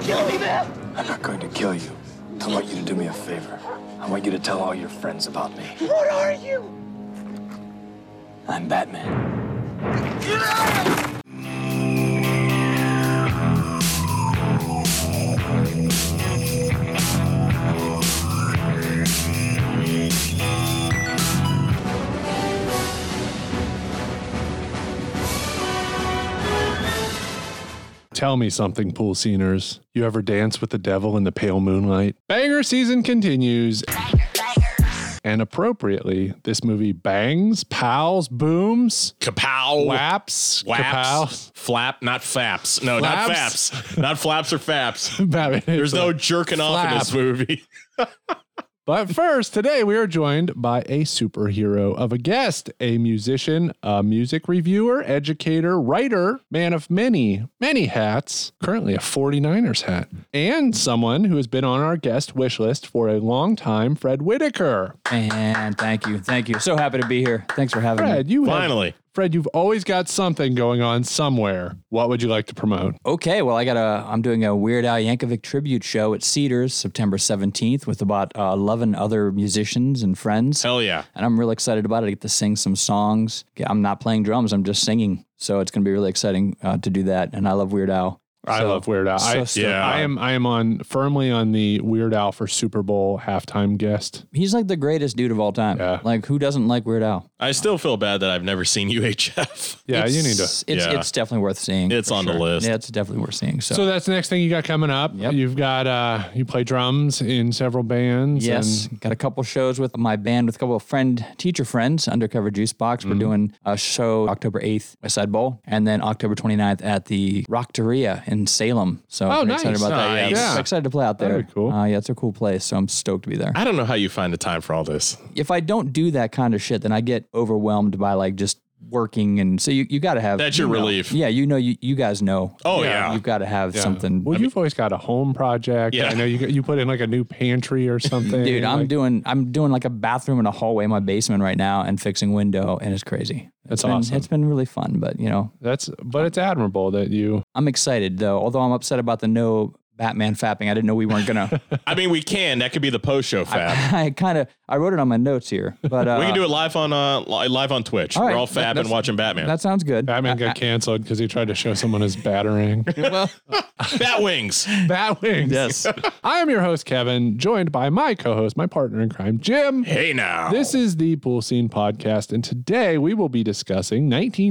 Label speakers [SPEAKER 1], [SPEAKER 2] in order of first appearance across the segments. [SPEAKER 1] kill me, man.
[SPEAKER 2] I'm not going to kill you. I want you to do me a favor. I want you to tell all your friends about me.
[SPEAKER 1] What are you?
[SPEAKER 2] I'm Batman.
[SPEAKER 3] Tell me something, pool sceners. You ever dance with the devil in the pale moonlight? Banger season continues. And appropriately, this movie bangs, pals, booms,
[SPEAKER 4] Kapow.
[SPEAKER 3] whaps,
[SPEAKER 4] Waps. Oh. Flap, not faps. No, not
[SPEAKER 3] Flaps?
[SPEAKER 4] faps. Not flaps or faps.
[SPEAKER 3] kapows. Batman
[SPEAKER 4] There's
[SPEAKER 3] is
[SPEAKER 4] no
[SPEAKER 3] like-
[SPEAKER 4] jerking off in this
[SPEAKER 3] Flap.
[SPEAKER 4] movie.
[SPEAKER 3] But first, today we are joined by a superhero of a guest, a musician, a music reviewer, educator, writer, man of many, many hats, currently a 49ers hat, and someone who has been on our guest wish list for a long time, Fred Whitaker.
[SPEAKER 5] And thank you, thank you. So happy to be here. Thanks for having me.
[SPEAKER 3] Fred, you have-
[SPEAKER 4] Finally.
[SPEAKER 3] Fred, you've always got something going on somewhere. What would you like to promote?
[SPEAKER 5] Okay, well, I got a. I'm doing a Weird Al Yankovic tribute show at Cedars September 17th with about uh, 11 other musicians and friends.
[SPEAKER 4] Hell yeah.
[SPEAKER 5] and I'm really excited about it. I get to sing some songs. Yeah, I'm not playing drums. I'm just singing. So it's going to be really exciting uh, to do that. And I love Weird Al.
[SPEAKER 3] I
[SPEAKER 5] So-
[SPEAKER 3] love Weird Al.
[SPEAKER 5] so
[SPEAKER 3] I,
[SPEAKER 5] stoked.
[SPEAKER 4] yeah.
[SPEAKER 3] I am I am on firmly on the Weird Al for Super Bowl halftime guest.
[SPEAKER 5] He's like the greatest dude of all time.
[SPEAKER 3] Yeah.
[SPEAKER 5] Like who doesn't like Weird Al?
[SPEAKER 4] I still feel bad that I've never seen UHF.
[SPEAKER 3] Yeah, you need to
[SPEAKER 5] It's it's,
[SPEAKER 4] yeah.
[SPEAKER 5] it's definitely worth seeing.
[SPEAKER 4] It's
[SPEAKER 5] for
[SPEAKER 4] on the list.
[SPEAKER 5] Yeah, it's definitely worth seeing. So,
[SPEAKER 3] So that's the next thing you got coming up.
[SPEAKER 5] Yep.
[SPEAKER 3] You've got uh you play drums in several bands.
[SPEAKER 5] yes,
[SPEAKER 3] and-
[SPEAKER 5] got a couple shows with my band with a couple of friend teacher friends, Undercover Juice Box. We're doing a show October 8th, West Side Bowl, and then October 29th at the Rockteria in Salem. So
[SPEAKER 3] Oh,
[SPEAKER 5] I'm
[SPEAKER 3] nice.
[SPEAKER 5] excited about that.
[SPEAKER 4] Nice.
[SPEAKER 5] Yeah,
[SPEAKER 3] Yeah.
[SPEAKER 5] excited to play out there.
[SPEAKER 3] That'd be cool.
[SPEAKER 5] Uh, yeah, it's a cool place. So I'm stoked to be there.
[SPEAKER 4] I don't know how you find the time for all this.
[SPEAKER 5] if I don't do that kind of shit, then I get overwhelmed by like just working and so you, you gotta have
[SPEAKER 4] That's your
[SPEAKER 5] you know.
[SPEAKER 4] relief.
[SPEAKER 5] Yeah, you know you, you guys know.
[SPEAKER 4] Oh,
[SPEAKER 5] You know,
[SPEAKER 4] yeah.
[SPEAKER 5] You've gotta have
[SPEAKER 3] Yeah.
[SPEAKER 5] something.
[SPEAKER 3] Well, you've always got a home project.
[SPEAKER 4] Yeah.
[SPEAKER 3] I know you got- you put in like a new pantry or something.
[SPEAKER 5] Dude, I'm
[SPEAKER 3] like-
[SPEAKER 5] doing I'm doing like a bathroom and a hallway in my basement right now and fixing window and it's crazy.
[SPEAKER 3] That's
[SPEAKER 5] It's been,
[SPEAKER 3] awesome.
[SPEAKER 5] It's been really fun, but you know,
[SPEAKER 3] that's but it's admirable that you
[SPEAKER 5] I'm excited though. Although I'm upset about the no Batman fapping. I didn't know we weren't gonna
[SPEAKER 4] I mean, we can. That could be the post show fab.
[SPEAKER 5] I kinda I wrote it on my notes here. But uh
[SPEAKER 4] we can do it live on uh, li- live on Twitch.
[SPEAKER 5] all right.
[SPEAKER 4] We're all
[SPEAKER 5] That-
[SPEAKER 4] fab and
[SPEAKER 5] that's-
[SPEAKER 4] watching Batman.
[SPEAKER 5] that sounds good.
[SPEAKER 3] Batman got canceled because he tried to show someone his batarang.
[SPEAKER 5] well
[SPEAKER 4] Bat wings.
[SPEAKER 3] Bat wings.
[SPEAKER 5] Yes.
[SPEAKER 3] I am your host, Kevin, joined by my co-host, my partner in crime, Jim.
[SPEAKER 4] Hey now.
[SPEAKER 3] This is the Pool Scene Podcast, and today we will be discussing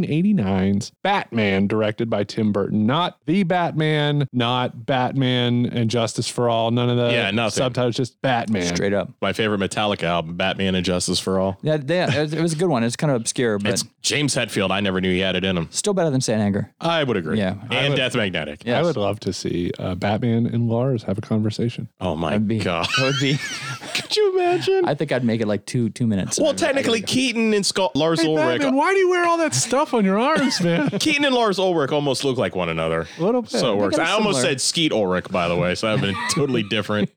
[SPEAKER 3] 1989's Batman, directed by Tim Burton. Not the Batman, not Batman and Justice for All, none of the
[SPEAKER 4] Yeah, nothing.
[SPEAKER 3] subtitles, Uh, just Batman.
[SPEAKER 5] straight up.
[SPEAKER 4] my favorite Metallica album, Batman and Justice for All.
[SPEAKER 5] Yeah, yeah, it was a good one. It's kind of obscure, but
[SPEAKER 4] It's James Hetfield. I never knew he had it in him.
[SPEAKER 5] still better than San Anger.
[SPEAKER 4] I would agree.
[SPEAKER 5] Yeah.
[SPEAKER 4] And Death Magnetic.
[SPEAKER 5] Yes.
[SPEAKER 3] I would love to see uh, Batman and Lars have a conversation.
[SPEAKER 4] Oh my
[SPEAKER 5] That'd be,
[SPEAKER 4] god.
[SPEAKER 5] That would be.
[SPEAKER 4] Could you imagine?
[SPEAKER 5] I think I'd make it like two two minutes.
[SPEAKER 4] well, technically, Keaton and Scott, Lars Ulrich.
[SPEAKER 3] why do you wear all that stuff on your arms, man?
[SPEAKER 4] Keaton and Lars Ulrich almost look like one another.
[SPEAKER 3] Little bit.
[SPEAKER 4] So it works.
[SPEAKER 5] They got
[SPEAKER 4] I almost
[SPEAKER 5] similar.
[SPEAKER 4] said Skeet Ulrich, by the way. So I've been totally different.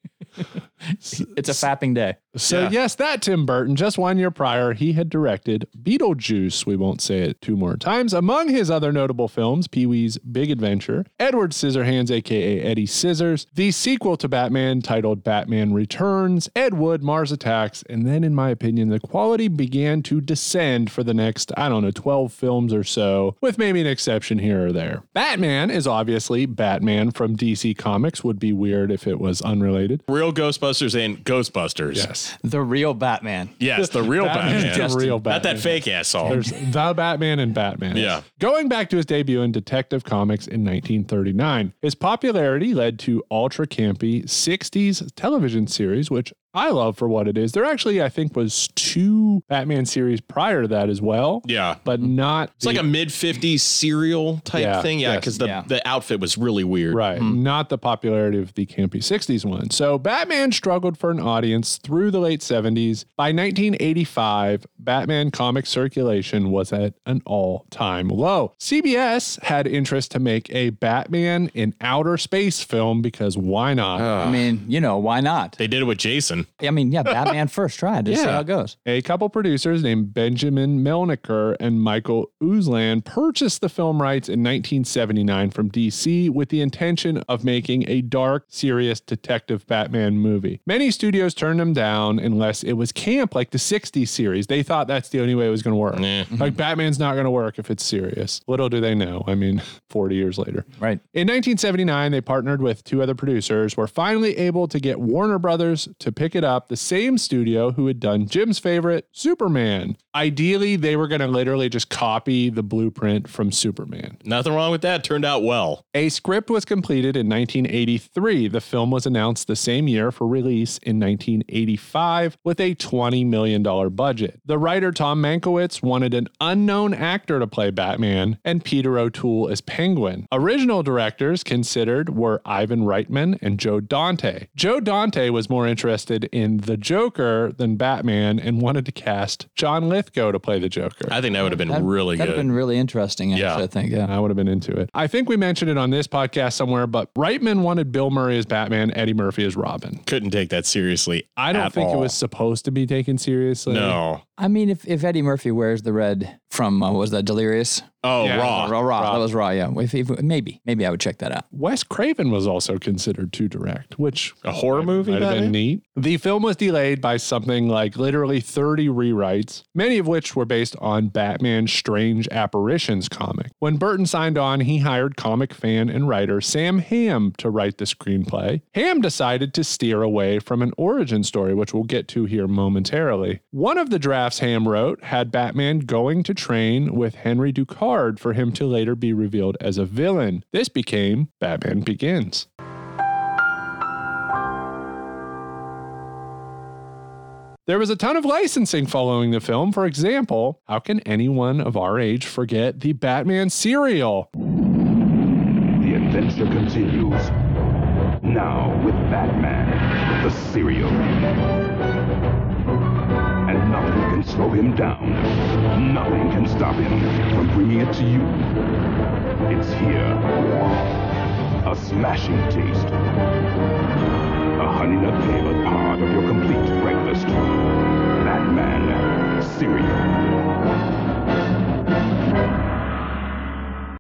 [SPEAKER 5] it's a fapping day.
[SPEAKER 3] So
[SPEAKER 4] Yeah.
[SPEAKER 3] yes, that Tim Burton. Just one year prior, he had directed Beetlejuice. We won't say it two more times. Among his other notable films, Pee Wee's Big Adventure, Edward Scissorhands, aka Eddie Scissors, the sequel to Batman titled Batman Returns, Ed Wood, Mars Attacks, and then, in my opinion, the quality began to descend for the next I don't know twelve films or so, with maybe an exception here or there. Batman is obviously Batman from DC Comics. Would be weird if it was unrelated.
[SPEAKER 4] Real Ghostbusters and Ghostbusters.
[SPEAKER 3] Yes.
[SPEAKER 5] The real Batman.
[SPEAKER 4] Yes, the real
[SPEAKER 3] Batman's
[SPEAKER 4] Batman.
[SPEAKER 3] the real
[SPEAKER 4] Not
[SPEAKER 3] Batman.
[SPEAKER 4] that fake asshole.
[SPEAKER 3] There's the Batman and Batman.
[SPEAKER 4] Yeah.
[SPEAKER 3] Going back to his debut in Detective Comics in 1939, his popularity led to ultra campy 60s television series, which I love for what it is. There actually, I think, was two Batman series prior to that as well.
[SPEAKER 4] Yeah.
[SPEAKER 3] But not
[SPEAKER 4] Hmm. It's like a mid 50s serial type
[SPEAKER 3] Yeah,
[SPEAKER 4] thing. Yeah,
[SPEAKER 3] yes,
[SPEAKER 4] because the,
[SPEAKER 5] yeah.
[SPEAKER 4] the outfit was really weird. Hmm.
[SPEAKER 3] Right. Not the popularity of the campy 60s one. So Batman struggled for an audience through the late 70s. By 1985, Batman comic circulation was at an all time low. CBS had interest to make a Batman in outer space film because why not?
[SPEAKER 5] I mean, you know, why not?
[SPEAKER 4] They did it with Jason.
[SPEAKER 5] I mean, yeah, Batman first try uh, to see
[SPEAKER 4] Yeah.
[SPEAKER 5] how it goes.
[SPEAKER 3] A couple producers named Benjamin Melniker and Michael Uslan purchased the film rights in 1979 from DC with the intention of making a dark, serious detective Batman movie. Many studios turned them down unless it was camp like the 60s series. They thought that's the only way it was going to work. Like Batman's not going to work if it's serious. Little do they know. I mean, 40 years later.
[SPEAKER 5] Right.
[SPEAKER 3] In 1979, they partnered with two other producers, were finally able to get Warner Brothers to pick it up, the same studio who had done Jim's favorite, Superman. Ideally, they were going to literally just copy the blueprint from Superman.
[SPEAKER 4] Nothing wrong with that. Turned out well.
[SPEAKER 3] A script was completed in 1983. The film was announced the same year for release in 1985 with a $20 million budget. The writer Tom Mankiewicz wanted an unknown actor to play Batman and Peter O'Toole as Penguin. Original directors considered were Ivan Reitman and Joe Dante. Joe Dante was more interested in the Joker than Batman and wanted to cast John Lithgow to play the Joker.
[SPEAKER 4] I think that would have been really
[SPEAKER 5] That'd
[SPEAKER 4] good.
[SPEAKER 5] have been really interesting, actually,
[SPEAKER 4] Yeah.
[SPEAKER 5] I think. Yeah.
[SPEAKER 3] I would have been into it. I think we mentioned it on this podcast somewhere, but Reitman wanted Bill Murray as Batman, Eddie Murphy as Robin.
[SPEAKER 4] Couldn't take that seriously.
[SPEAKER 3] I don't
[SPEAKER 4] at
[SPEAKER 3] think it
[SPEAKER 4] all.
[SPEAKER 3] was supposed to be taken seriously.
[SPEAKER 4] No.
[SPEAKER 5] I mean, if, if Eddie Murphy wears the red from, uh, what was that, Delirious?
[SPEAKER 4] Oh,
[SPEAKER 3] Yeah.
[SPEAKER 4] raw.
[SPEAKER 5] Raw, raw, That was Raw, yeah. If, if, maybe. Maybe I would check that out.
[SPEAKER 3] Wes Craven was also considered too direct, which
[SPEAKER 4] A horror movie.
[SPEAKER 3] might have
[SPEAKER 4] that
[SPEAKER 3] been
[SPEAKER 4] is?
[SPEAKER 3] neat. The film was delayed by something like literally 30 rewrites, many of which were based on Batman's Strange Apparitions comic. When Burton signed on, he hired comic fan and writer Sam Hamm to write the screenplay. Hamm decided to steer away from an origin story, which we'll get to here momentarily. One of the drafts Hamm wrote had Batman going to train with Henry Ducard for him to later be revealed as a villain. This became Batman Begins. There was a ton of licensing following the film. For example, how can anyone of our age forget the Batman cereal?
[SPEAKER 1] The adventure continues. Now with Batman, the serial. And nothing can slow him down. Nothing can stop him from bringing it to you. It's here. A smashing taste. A honey nut flavored part of your complete breakfast. Batman cereal.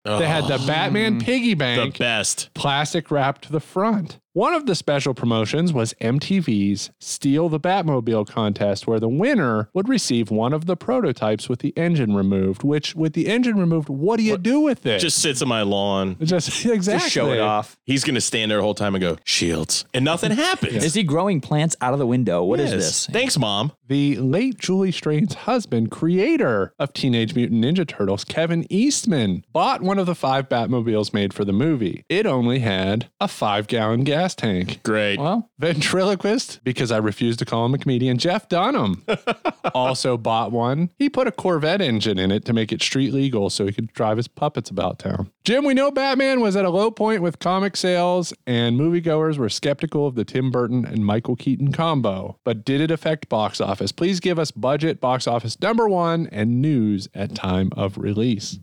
[SPEAKER 4] Oh,
[SPEAKER 3] They had the Batman piggy
[SPEAKER 4] the
[SPEAKER 3] bank
[SPEAKER 4] best.
[SPEAKER 3] plastic wrap to the front. One of the special promotions was MTV's Steal the Batmobile contest, where the winner would receive one of the prototypes with the engine removed. Which, with the engine removed, what do you do with it?
[SPEAKER 4] Just sits on my lawn.
[SPEAKER 3] just exactly
[SPEAKER 5] Just show it off.
[SPEAKER 4] He's gonna stand there the whole time and go shields, and nothing happens.
[SPEAKER 5] Is he growing plants out of the window? What is this?
[SPEAKER 4] Yes. Thanks, mom.
[SPEAKER 3] the late Julie Strain's husband, creator of Teenage Mutant Ninja Turtles, Kevin Eastman, bought one of the five Batmobiles made for the movie. It only had a five gallon gas tank.
[SPEAKER 4] Great.
[SPEAKER 5] Well,
[SPEAKER 3] Ventriloquist, because I refuse to call him a comedian, Jeff Dunham also bought one. He put a Corvette engine in it to make it street legal so he could drive his puppets about town. Jim, we know Batman was at a low point with comic sales, and moviegoers were skeptical of the Tim Burton and Michael Keaton combo. But did it affect box office? Please give us budget, box office number one, and news at time of release.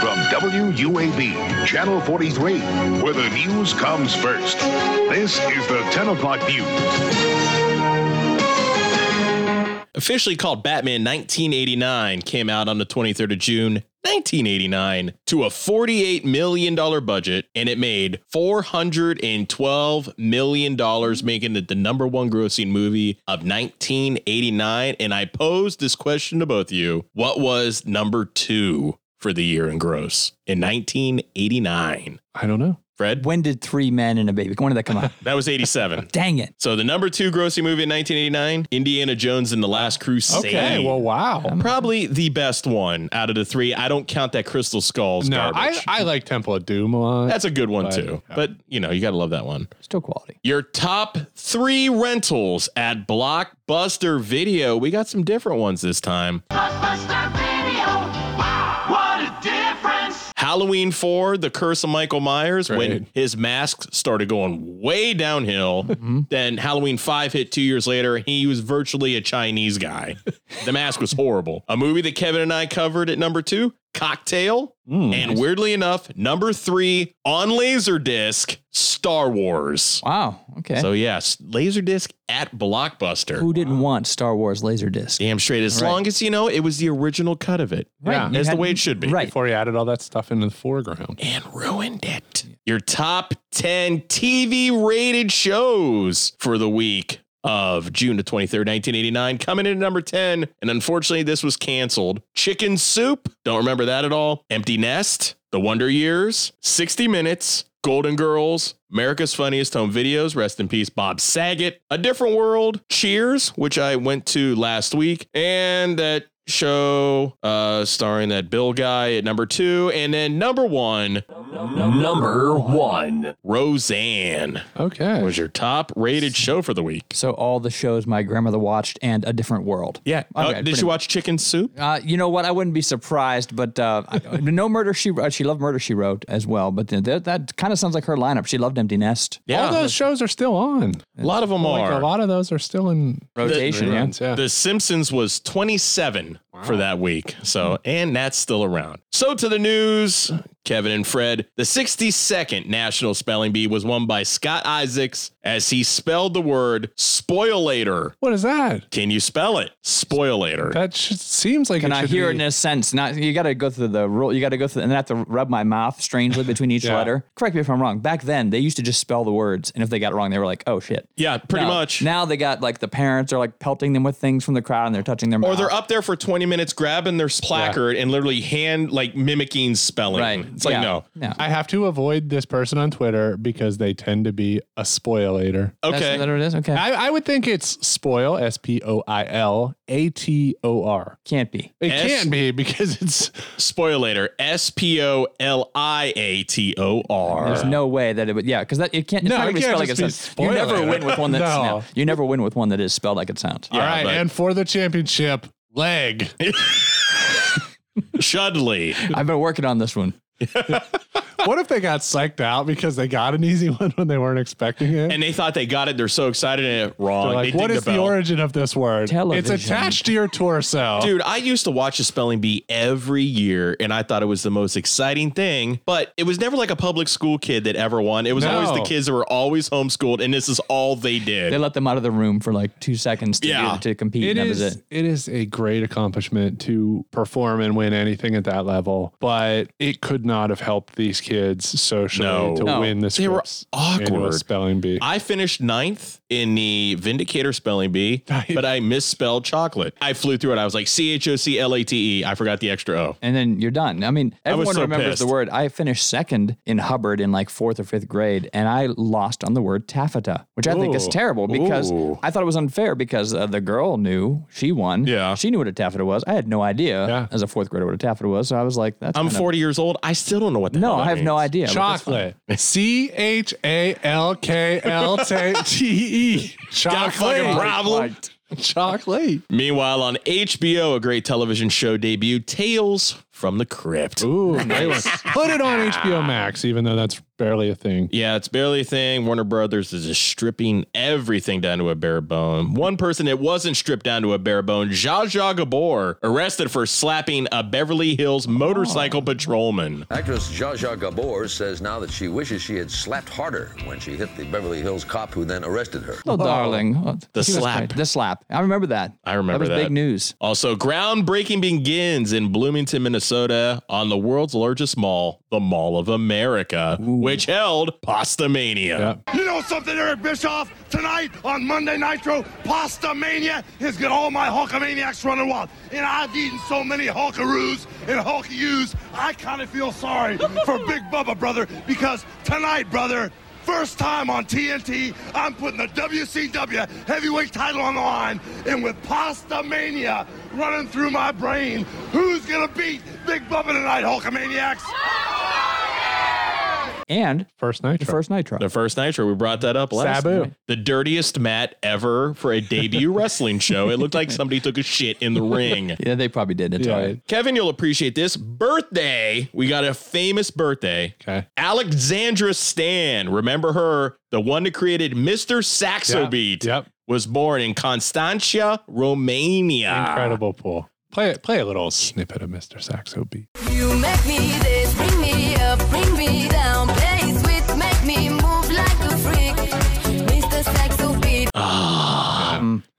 [SPEAKER 6] From WUAB, Channel 43, where the news comes first. This is the 10 o'clock news.
[SPEAKER 4] Officially called Batman 1989, came out on the 23rd of June. 1989 to a $48 million budget, and it made $412 million, making it the number one grossing movie of 1989. And I posed this question to both of you What was number two for the year in gross in 1989?
[SPEAKER 3] I don't know.
[SPEAKER 4] Fred,
[SPEAKER 5] when did Three Men and a Baby? When did that come out?
[SPEAKER 4] that was 87.
[SPEAKER 5] Dang it.
[SPEAKER 4] So the number two grossing movie in 1989, Indiana Jones and the Last Crusade.
[SPEAKER 3] Okay, well, wow.
[SPEAKER 4] probably the best one out of the three. I don't count that Crystal Skulls
[SPEAKER 3] No, I,
[SPEAKER 4] garbage.
[SPEAKER 3] I like Temple of Doom a lot.
[SPEAKER 4] That's a good one
[SPEAKER 3] But-
[SPEAKER 4] too. But you know, you gotta love that one.
[SPEAKER 5] Still quality.
[SPEAKER 4] Your top three rentals at Blockbuster Video. We got some different ones this time.
[SPEAKER 7] Blockbuster Video. Wow, what a difference!
[SPEAKER 4] Halloween 4, The Curse of Michael Myers,
[SPEAKER 3] Great.
[SPEAKER 4] when his mask started going way downhill.
[SPEAKER 5] Mm-hmm.
[SPEAKER 4] Then Halloween 5 hit two years later. He was virtually a Chinese guy. the mask was horrible. A movie that Kevin and I covered at number two. Cocktail,
[SPEAKER 5] Mm.
[SPEAKER 4] and weirdly enough, number three on Laserdisc, Star Wars.
[SPEAKER 5] Wow. Okay.
[SPEAKER 4] So yes, Laserdisc at Blockbuster.
[SPEAKER 5] Who didn't want Star Wars Laserdisc?
[SPEAKER 4] Damn straight. As
[SPEAKER 5] Right.
[SPEAKER 4] long as you know it was the original cut of it.
[SPEAKER 3] Yeah.
[SPEAKER 5] you
[SPEAKER 4] That's the
[SPEAKER 5] had-
[SPEAKER 4] way it should be.
[SPEAKER 5] Right.
[SPEAKER 3] Before he added all that stuff into the foreground.
[SPEAKER 4] And ruined it. Your top 10 TV rated shows for the week of June the 23rd, 1989. Coming in at number 10. And unfortunately, this was canceled. Chicken Soup. Don't remember that at all. Empty Nest. The Wonder Years. 60 Minutes. Golden Girls, America's Funniest Home Videos, rest in peace, Bob Saget, A Different World, Cheers, which I went to last week, and that show uh, starring that Bill guy at number two, and then number one,
[SPEAKER 2] Number one.
[SPEAKER 4] Roseanne
[SPEAKER 3] Okay.
[SPEAKER 4] was your top rated show for the week.
[SPEAKER 5] So all the shows my grandmother watched and A Different World.
[SPEAKER 4] Yeah.
[SPEAKER 5] Okay,
[SPEAKER 3] Oh,
[SPEAKER 4] uh, did
[SPEAKER 5] pretty
[SPEAKER 4] you watch Chicken Soup?
[SPEAKER 5] Uh, you know what? I wouldn't be surprised, but uh, I- no murder. She uh, she loved murder. She wrote as well, but th- that, that kind of sounds like her lineup. She loved Empty Nest
[SPEAKER 4] Yeah.
[SPEAKER 3] All those shows are still on.
[SPEAKER 4] a lot of them
[SPEAKER 3] Like,
[SPEAKER 4] are.
[SPEAKER 3] a lot of those are still in
[SPEAKER 5] rotation. yeah.
[SPEAKER 3] runs. Yeah.
[SPEAKER 4] The Simpsons was 27 for that week. So, and that's still around. So, to the news, Kevin and Fred, the 62nd National Spelling Bee was won by Scott Isaacs as he spelled the word spoilator.
[SPEAKER 3] What is that?
[SPEAKER 4] Can you spell it? Spoilator.
[SPEAKER 3] That sh- seems like
[SPEAKER 5] Can
[SPEAKER 3] it
[SPEAKER 5] I
[SPEAKER 3] should
[SPEAKER 5] hear
[SPEAKER 3] be-
[SPEAKER 5] in a sense? Not you got to go through the rule. You got to go through and I have to rub my mouth strangely between each
[SPEAKER 3] Yeah.
[SPEAKER 5] letter. Correct me if I'm wrong. Back then, they used to just spell the words, and if they got it wrong, they were like, "Oh shit."
[SPEAKER 4] Yeah, pretty
[SPEAKER 5] Now-
[SPEAKER 4] much.
[SPEAKER 5] Now they got like the parents are like pelting them with things from the crowd, and they're touching their
[SPEAKER 4] or
[SPEAKER 5] mouth.
[SPEAKER 4] they're up there for 20 minutes grabbing their placard and literally hand like mimicking spelling.
[SPEAKER 5] right.
[SPEAKER 4] It's like,
[SPEAKER 5] Yeah.
[SPEAKER 4] no.
[SPEAKER 5] No.
[SPEAKER 3] I have to avoid this person on Twitter because they tend to be a spoilator.
[SPEAKER 5] That's
[SPEAKER 4] Okay.
[SPEAKER 5] what it is. Okay.
[SPEAKER 3] I, I would think it's spoil, S P O I L A T O R.
[SPEAKER 5] Can't be.
[SPEAKER 3] It
[SPEAKER 4] S-
[SPEAKER 3] can't be because it's
[SPEAKER 4] Spoilator. S P O L I A T O R.
[SPEAKER 5] There's no way that it would. Yeah, because that it can't. It's
[SPEAKER 3] No,
[SPEAKER 5] not
[SPEAKER 3] it
[SPEAKER 5] gonna be
[SPEAKER 3] can't
[SPEAKER 5] spelled like it
[SPEAKER 3] just
[SPEAKER 5] sounds.
[SPEAKER 3] be
[SPEAKER 5] You never
[SPEAKER 3] spoiler.
[SPEAKER 5] win with one that's.
[SPEAKER 3] No.
[SPEAKER 5] no, you never win with one that is spelled like it sounds.
[SPEAKER 4] Yeah,
[SPEAKER 3] all right.
[SPEAKER 4] but-
[SPEAKER 3] And for the championship, leg.
[SPEAKER 4] Chudley.
[SPEAKER 5] I've been working on this one.
[SPEAKER 3] what if they got psyched out because they got an easy one when they weren't expecting it?
[SPEAKER 4] and they thought they got it. They're so excited and it- wrong.
[SPEAKER 3] They're
[SPEAKER 4] They
[SPEAKER 3] like,
[SPEAKER 4] ding
[SPEAKER 3] what is the
[SPEAKER 4] bell.
[SPEAKER 3] origin of this word?
[SPEAKER 5] Television.
[SPEAKER 3] It's attached to your torso.
[SPEAKER 4] Dude, I used to watch the spelling bee every year, and I thought it was the most exciting thing. But it was never like a public school kid that ever won. It was
[SPEAKER 3] No.
[SPEAKER 4] always the kids that were always homeschooled, and this is all they did.
[SPEAKER 5] They let them out of the room for like two seconds to,
[SPEAKER 4] Yeah.
[SPEAKER 5] do, to compete.
[SPEAKER 3] It
[SPEAKER 5] and that
[SPEAKER 3] is,
[SPEAKER 5] was it.
[SPEAKER 3] it is a great accomplishment to perform and win anything at that level, but it could not have helped these kids socially
[SPEAKER 4] No.
[SPEAKER 3] to
[SPEAKER 5] No.
[SPEAKER 3] win this.
[SPEAKER 4] They were awkward.
[SPEAKER 3] spelling bee.
[SPEAKER 4] I finished ninth in the Vindicator spelling bee, but I misspelled chocolate. I flew through it. I was like C H O C L A T E. I forgot the extra O.
[SPEAKER 5] and then you're done. I mean,
[SPEAKER 4] was
[SPEAKER 5] everyone
[SPEAKER 4] so
[SPEAKER 5] remembers the
[SPEAKER 4] pissed.
[SPEAKER 5] word. I finished second in Hubbard in like fourth or fifth grade, and I lost on the word taffeta, which I think is
[SPEAKER 3] Ooh.
[SPEAKER 5] terrible because
[SPEAKER 4] Ooh.
[SPEAKER 5] I thought it was unfair because uh, the girl knew she won.
[SPEAKER 4] Yeah.
[SPEAKER 5] she knew what a taffeta was. I had no idea
[SPEAKER 3] Yeah.
[SPEAKER 5] as a fourth grader what a taffeta was, so I was like, "That's
[SPEAKER 4] I'm
[SPEAKER 5] kinda-
[SPEAKER 4] 40 years old. I still don't know what the
[SPEAKER 5] No,
[SPEAKER 4] hell that
[SPEAKER 5] I have no
[SPEAKER 4] means.
[SPEAKER 5] idea. but that's fine.
[SPEAKER 3] Chocolate. C H A L K L T E.
[SPEAKER 4] Got a fucking
[SPEAKER 3] Chocolate.
[SPEAKER 4] problem.
[SPEAKER 3] Chocolate.
[SPEAKER 4] Meanwhile, on HBO, a great television show debuted, Tales from the Crypt.
[SPEAKER 3] Ooh, nice. Put it on HBO Max, even though that's barely a thing.
[SPEAKER 4] Yeah, it's barely a thing. Warner Brothers is just stripping everything down to a bare bone. One person that wasn't stripped down to a bare bone, Zsa Zsa Gabor, arrested for slapping a Beverly Hills
[SPEAKER 5] Oh.
[SPEAKER 4] motorcycle patrolman.
[SPEAKER 8] Actress Zsa Zsa Gabor says now that she wishes she had slapped harder when she hit the Beverly Hills cop who then arrested her.
[SPEAKER 5] Oh, darling. Oh,
[SPEAKER 4] The
[SPEAKER 5] she was
[SPEAKER 4] slap.
[SPEAKER 5] great. The slap. I remember that.
[SPEAKER 4] I remember
[SPEAKER 5] that. was
[SPEAKER 4] that.
[SPEAKER 5] big news.
[SPEAKER 4] Also, groundbreaking begins in Bloomington, Minnesota on the world's largest mall, the Mall of America, which held Pasta Mania.
[SPEAKER 3] Yeah.
[SPEAKER 6] You know something, Eric Bischoff? Tonight on Monday Nitro, Pasta Mania has got all my Hulkamaniacs running wild. And I've eaten so many Hulkaroos and Hulkyous, I kind of feel sorry for Big Bubba, brother, because tonight, brother, first time on TNT, I'm putting the WCW heavyweight title on the line. And with Pasta Mania running through my brain, who's going to beat Big Bubba tonight, Hulkamaniacs?
[SPEAKER 5] And
[SPEAKER 3] First
[SPEAKER 5] the
[SPEAKER 3] nitro.
[SPEAKER 5] first nitro.
[SPEAKER 4] The first Nitro, we brought that up last
[SPEAKER 3] Sabu.
[SPEAKER 4] night. The dirtiest mat ever for a debut wrestling show. It looked like somebody took a shit in the ring.
[SPEAKER 5] yeah, they probably did. It's
[SPEAKER 3] Yeah.
[SPEAKER 5] all right.
[SPEAKER 4] Kevin, you'll appreciate this. Birthday. We got a famous birthday.
[SPEAKER 3] Okay.
[SPEAKER 4] Alexandra Stan, remember her, the one that created Mr. Saxo
[SPEAKER 3] Yeah.
[SPEAKER 4] Beat,
[SPEAKER 3] Yep.
[SPEAKER 4] was born in Constantia, Romania.
[SPEAKER 3] Incredible pool. Play play a little snippet of Mr. Saxo beat.
[SPEAKER 9] You make me this, bring me up, bring me down. Play sweet, make me move like a freak. Mr. Saxo beat.
[SPEAKER 4] Ah.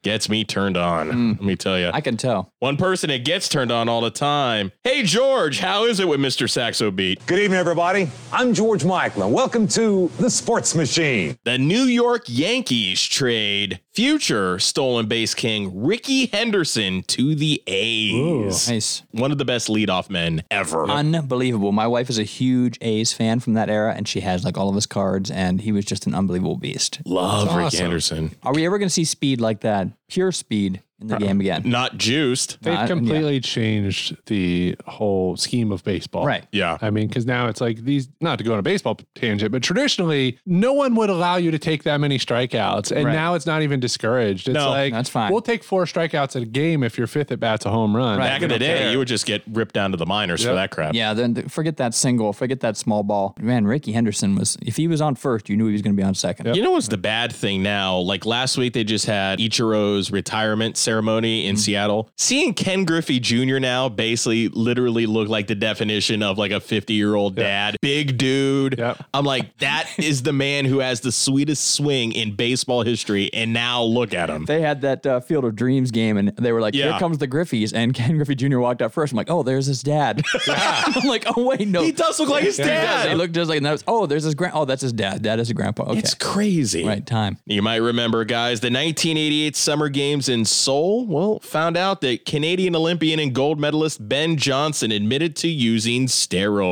[SPEAKER 4] Gets me turned on. Let me tell you.
[SPEAKER 5] Mm. I can tell.
[SPEAKER 4] One person that gets turned on all the time. Hey, George, how is it with Mr. Saxo Beat?
[SPEAKER 10] Good evening, everybody. I'm George Michael, and welcome to The Sports Machine.
[SPEAKER 4] The New York Yankees trade future stolen base king Ricky Henderson to the A's.
[SPEAKER 5] Nice.
[SPEAKER 4] One of the best leadoff men ever.
[SPEAKER 5] Unbelievable. My wife is a huge A's fan from that era, and she has like all of his cards, and he was just an unbelievable beast.
[SPEAKER 4] Love Ricky
[SPEAKER 3] awesome.
[SPEAKER 4] Henderson.
[SPEAKER 5] Are we ever going to see speed like that, pure speed, in
[SPEAKER 4] Uh,
[SPEAKER 5] the game again?
[SPEAKER 4] Not juiced.
[SPEAKER 3] They've
[SPEAKER 5] Not-
[SPEAKER 3] completely changed the whole scheme of baseball.
[SPEAKER 5] Right.
[SPEAKER 4] Yeah.
[SPEAKER 3] I mean, because now it's like these, not to go on a baseball tangent, but traditionally, no one would allow you to take that many strikeouts. And
[SPEAKER 5] Right.
[SPEAKER 3] now it's not even discouraged. It's
[SPEAKER 4] No.
[SPEAKER 3] like,
[SPEAKER 5] That's fine.
[SPEAKER 3] We'll take four strikeouts at a game if your fifth at bat's a home run.
[SPEAKER 5] Right.
[SPEAKER 4] Back in the day, you would just get ripped down to the minors for that crap.
[SPEAKER 5] Yeah, then th- forget that single, forget that small ball. Man, Ricky Henderson was, if he was on first, you knew he was going to be on second.
[SPEAKER 4] You know what's the bad thing now? Like last week, they just had Ichiro's retirement ceremony
[SPEAKER 5] Mm-hmm.
[SPEAKER 4] in Seattle. Seeing Ken Griffey Jr. now basically literally look like the definition of like a 50 year old dad, big dude.
[SPEAKER 3] Yeah.
[SPEAKER 4] I'm like, that is the man who has the sweetest swing in baseball history. And now look at him.
[SPEAKER 5] They had that uh, Field of Dreams game, and they were like,
[SPEAKER 4] Yeah.
[SPEAKER 5] here comes the Griffies. And Ken Griffey Jr. walked out first. I'm like, oh, there's his dad. I'm like, oh, wait, no.
[SPEAKER 4] He does look like his
[SPEAKER 5] He does. He
[SPEAKER 4] dad.
[SPEAKER 5] looked just like, and that was, oh, there's his grand. Oh, that's his dad. That is a grandpa. Okay.
[SPEAKER 4] It's crazy.
[SPEAKER 5] right time.
[SPEAKER 4] You might remember, guys, the 1988 Summer Games in Seoul. Well, found out that Canadian Olympian and gold medalist Ben Johnson admitted to using steroids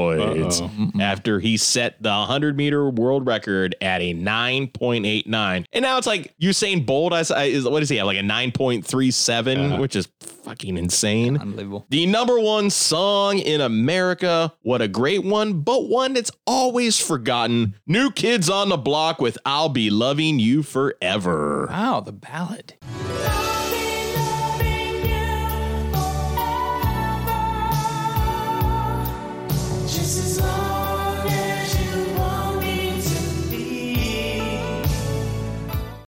[SPEAKER 4] after he set the 100 meter world record at a 9.89. And now it's like Usain Bolt, I, s- I- is, what does he have? Like a 9.37, which is fucking insane.
[SPEAKER 5] Unbelievable.
[SPEAKER 4] The number one song in America. What a great one, but one that's always forgotten. New Kids on the Block with I'll Be Loving You Forever.
[SPEAKER 5] Wow, the ballad.
[SPEAKER 9] Just as long as you want me to be.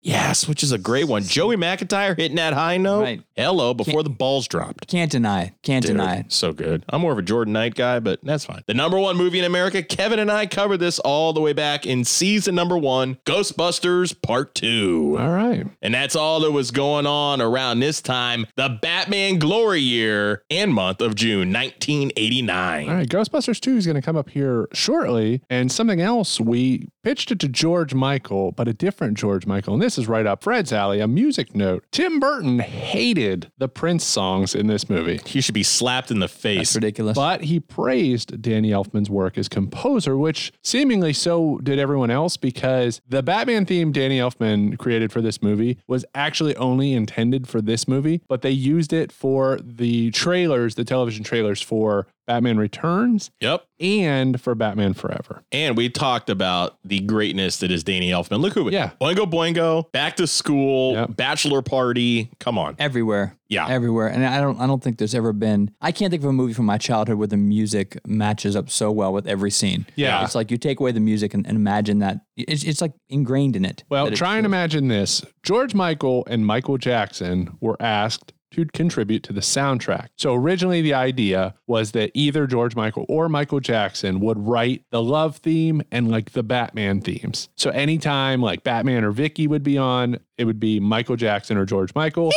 [SPEAKER 4] Yes, which is a great one. Joey McIntyre hitting that high note.
[SPEAKER 5] Right.
[SPEAKER 4] Hello, before the balls dropped.
[SPEAKER 5] Can't deny. Can't
[SPEAKER 4] Dude,
[SPEAKER 5] deny.
[SPEAKER 4] So good. I'm more of a Jordan Knight guy, but that's fine. The number one movie in America. Kevin and I covered this all the way back in season number one Ghostbusters Part Two.
[SPEAKER 3] All right.
[SPEAKER 4] And that's all that was going on around this time, the Batman glory year and month of June
[SPEAKER 3] All
[SPEAKER 4] 1989.
[SPEAKER 3] right, Ghostbusters 2 is going to come up here shortly. And something else, we pitched it to George Michael, but a different George Michael. And this is right up Fred's alley, a music note. Tim Burton hated the Prince songs in this movie.
[SPEAKER 4] He should be slapped in the
[SPEAKER 5] It's
[SPEAKER 4] face.
[SPEAKER 5] ridiculous.
[SPEAKER 3] But he praised Danny Elfman's work as composer, which seemingly so did everyone else because the Batman theme Danny Elfman created for this movie was actually only intended for this movie, but they used it for the trailers, the television trailers for Batman Returns
[SPEAKER 4] Yep.
[SPEAKER 3] and for Batman Forever.
[SPEAKER 4] And we talked about the greatness that is Danny Elfman. Look who
[SPEAKER 3] Yeah.
[SPEAKER 4] Boingo Boingo, back to school,
[SPEAKER 3] Yep.
[SPEAKER 4] bachelor party. Come on.
[SPEAKER 5] everywhere.
[SPEAKER 4] Yeah.
[SPEAKER 5] Everywhere. And I don't I don't think there's ever been I can't think of a movie from my childhood where the music matches up so well with every scene.
[SPEAKER 3] Yeah.
[SPEAKER 5] It's like you take away the music and, and imagine that it's, it's like ingrained in it.
[SPEAKER 3] Well,
[SPEAKER 5] that it-
[SPEAKER 3] try and imagine this. George Michael and Michael Jackson were asked to contribute to the soundtrack. So originally the idea was that either George Michael or Michael Jackson would write the love theme and like the Batman themes. So anytime like Batman or Vicky would be on, it would be Michael Jackson or George Michael.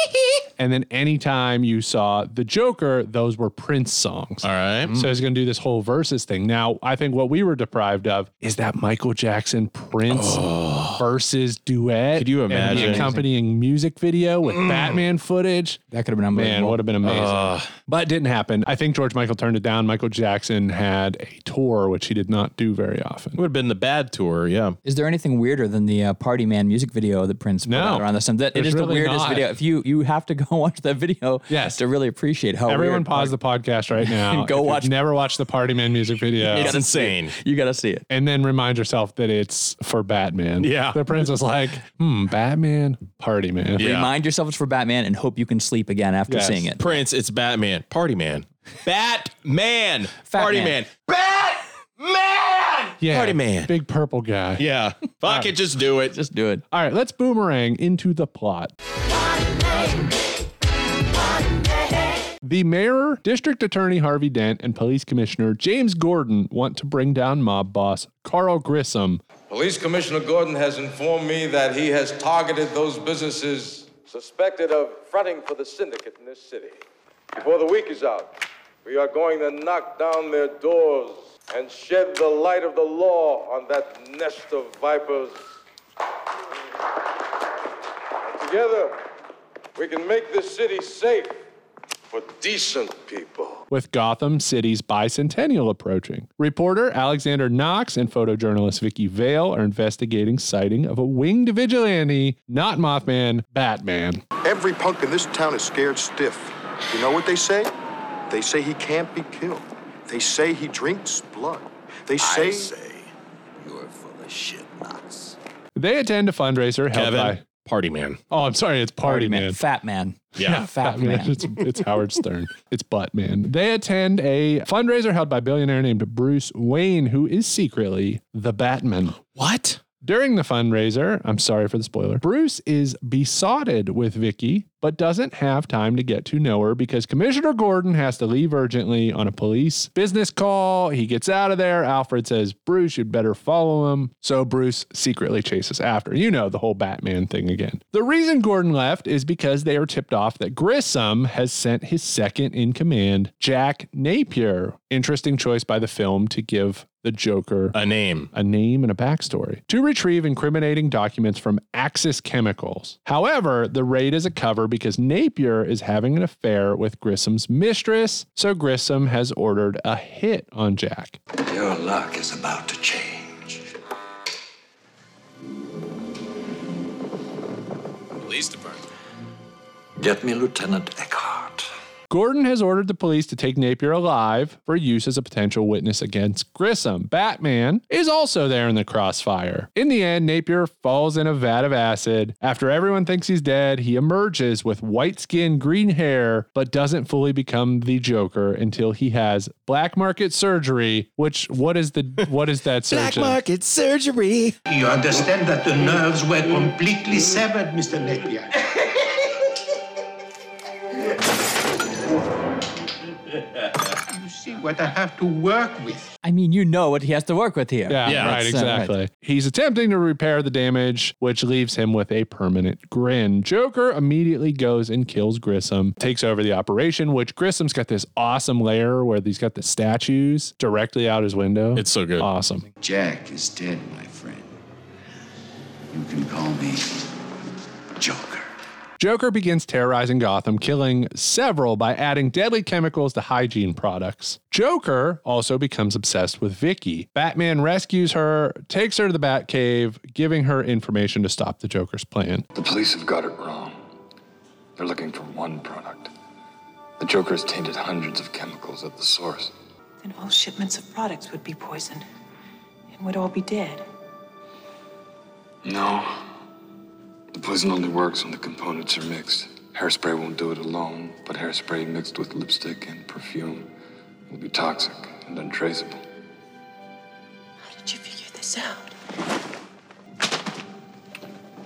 [SPEAKER 3] and then anytime you saw the Joker, those were Prince songs.
[SPEAKER 4] All right.
[SPEAKER 3] So he's going to do this whole versus thing. Now, I think what we were deprived of is that Michael Jackson Prince versus duet.
[SPEAKER 4] Could you
[SPEAKER 3] and
[SPEAKER 4] imagine? Mm.
[SPEAKER 3] the accompanying music video with Batman footage?
[SPEAKER 5] that could have been
[SPEAKER 3] Man,
[SPEAKER 5] unbelievable.
[SPEAKER 3] would have been amazing. but it didn't happen. I think George Michael turned it down. Michael Jackson had a tour, which he did not do very often.
[SPEAKER 4] Would have been the bad tour. Yeah.
[SPEAKER 5] Is there anything weirder than the uh, Party Man music video that Prince put
[SPEAKER 3] No.
[SPEAKER 5] out around this time? That it
[SPEAKER 3] There's
[SPEAKER 5] is the
[SPEAKER 3] really
[SPEAKER 5] weirdest
[SPEAKER 3] not.
[SPEAKER 5] video. If you you have to go watch that video
[SPEAKER 3] Yes.
[SPEAKER 5] to really appreciate how
[SPEAKER 3] Everyone
[SPEAKER 5] weird-
[SPEAKER 3] pause the podcast right now.
[SPEAKER 5] Go
[SPEAKER 3] If you've
[SPEAKER 5] watch-
[SPEAKER 3] Never watch the Party Man music video.
[SPEAKER 4] It's insane.
[SPEAKER 5] You got to see it.
[SPEAKER 3] and then remind yourself that it's for Batman.
[SPEAKER 4] Yeah.
[SPEAKER 3] The prince was like, hmm, Batman, Party Man.
[SPEAKER 4] Yeah.
[SPEAKER 5] Remind yourself it's for Batman and hope you can sleep again after
[SPEAKER 3] Yes.
[SPEAKER 5] seeing it.
[SPEAKER 4] Prince, it's Batman. Party man. Batman. party man.
[SPEAKER 5] man.
[SPEAKER 4] Batman.
[SPEAKER 3] Yeah,
[SPEAKER 4] Party man.
[SPEAKER 3] Big purple guy.
[SPEAKER 4] Yeah. Fuck it. Just do it.
[SPEAKER 5] Just do it.
[SPEAKER 3] All right, let's boomerang into the plot. The mayor, district attorney Harvey Dent, and police commissioner James Gordon want to bring down mob boss Carl Grissom.
[SPEAKER 11] Police Commissioner Gordon has informed me that he has targeted those businesses suspected of fronting for the syndicate in this city. Before the week is out, we are going to knock down their doors and shed the light of the law on that nest of vipers. And together, we can make this city safe for decent people.
[SPEAKER 3] with Gotham City's bicentennial approaching. Reporter Alexander Knox and photojournalist Vicky Vale are investigating sighting of a winged vigilante, not Mothman, Batman.
[SPEAKER 12] Every punk in this town is scared stiff. You know what they say? They say he can't be killed. They say he drinks blood. They say.
[SPEAKER 13] I say you're full of shit, Knox.
[SPEAKER 3] They attend a fundraiser held
[SPEAKER 4] Kevin,
[SPEAKER 3] by
[SPEAKER 4] Party Man.
[SPEAKER 3] Oh, I'm sorry, it's Party,
[SPEAKER 5] Party Man,
[SPEAKER 3] man.
[SPEAKER 5] Fat Man.
[SPEAKER 4] Yeah.
[SPEAKER 5] Fat Man.
[SPEAKER 3] It's, it's Howard Stern. It's Butt Man. They attend a fundraiser held by a billionaire named Bruce Wayne, who is secretly the Batman.
[SPEAKER 4] What?
[SPEAKER 3] During the fundraiser, I'm sorry for the spoiler, Bruce is besotted with Vicky, but doesn't have time to get to know her because Commissioner Gordon has to leave urgently on a police business call. He gets out of there. Alfred says, Bruce, you'd better follow him. So Bruce secretly chases after. You know, the whole Batman thing again. The reason Gordon left is because they are tipped off that Grissom has sent his second in command, Jack Napier. Interesting choice by the film to give the Joker
[SPEAKER 4] A name.
[SPEAKER 3] a name and a backstory to retrieve incriminating documents from Axis Chemicals. However, the raid is a cover because Napier is having an affair with Grissom's mistress, so Grissom has ordered a hit on Jack.
[SPEAKER 13] Your luck is about to change.
[SPEAKER 2] Police department.
[SPEAKER 13] Get me Lieutenant Eckhart.
[SPEAKER 3] Gordon has ordered the police to take Napier alive for use as a potential witness against Grissom. Batman is also there in the crossfire. In the end, Napier falls in a vat of acid. After everyone thinks he's dead, he emerges with white skin, green hair, but doesn't fully become the Joker until he has black market surgery, which what is the what is that surgery?
[SPEAKER 14] market surgery. You understand that the nerves were completely severed, Mr. Napier. you see what I have to work with.
[SPEAKER 5] I mean, you know what he has to work with here.
[SPEAKER 3] Yeah, right,
[SPEAKER 5] That's, uh,
[SPEAKER 3] exactly. He's attempting to repair the damage, which leaves him with a permanent grin. Joker immediately goes and kills Grissom, takes over the operation, which Grissom's got this awesome lair where he's got the statues directly out his window. It's
[SPEAKER 4] so good.
[SPEAKER 3] Awesome.
[SPEAKER 14] Jack is dead, my friend. You can call me Joker.
[SPEAKER 3] Joker begins terrorizing Gotham, killing several by adding deadly chemicals to hygiene products. Joker also becomes obsessed with Vicky. Batman rescues her, takes her to the Batcave, giving her information to stop the Joker's plan.
[SPEAKER 2] The police have got it wrong. They're looking for one product. The Joker has tainted hundreds of chemicals at the source.
[SPEAKER 15] Then all shipments of products would be poisoned and would all be dead.
[SPEAKER 2] No. The poison only works when the components are mixed. Hairspray won't do it alone, but hairspray mixed with lipstick and perfume will be toxic and untraceable.
[SPEAKER 15] How did you figure this out?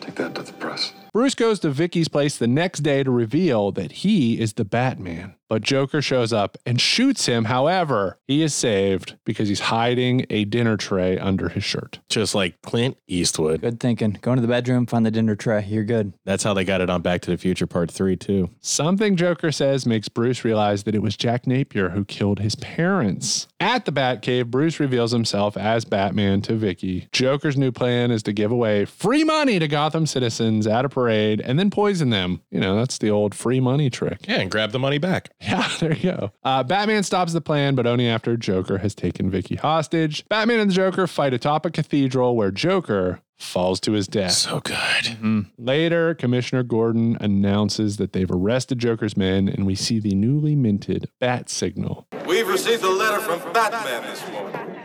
[SPEAKER 2] Take that to the press.
[SPEAKER 3] Bruce goes to Vicky's place the next day to reveal that he is the Batman. But Joker shows up and shoots him. However, he is saved because he's hiding a dinner tray under his shirt.
[SPEAKER 4] Just like Clint Eastwood.
[SPEAKER 5] Good thinking. Go into the bedroom, find the dinner tray. You're good.
[SPEAKER 4] That's how they got it on Back to the Future Part 3, too.
[SPEAKER 3] Something Joker says makes Bruce realize that it was Jack Napier who killed his parents. At the Batcave, Bruce reveals himself as Batman to Vicky. Joker's new plan is to give away free money to Gotham citizens at a parade and then poison them. You know, that's the old free money trick.
[SPEAKER 4] Yeah, and grab the money back.
[SPEAKER 3] Yeah, there you go. Uh, Batman stops the plan, but only after Joker has taken Vicky hostage. Batman and the Joker fight atop a cathedral where Joker falls to his death. Mm-hmm.
[SPEAKER 4] So good.
[SPEAKER 3] Later, Commissioner Gordon announces that they've arrested Joker's men, and we see the newly minted bat signal.
[SPEAKER 11] We've received a letter from Batman this morning.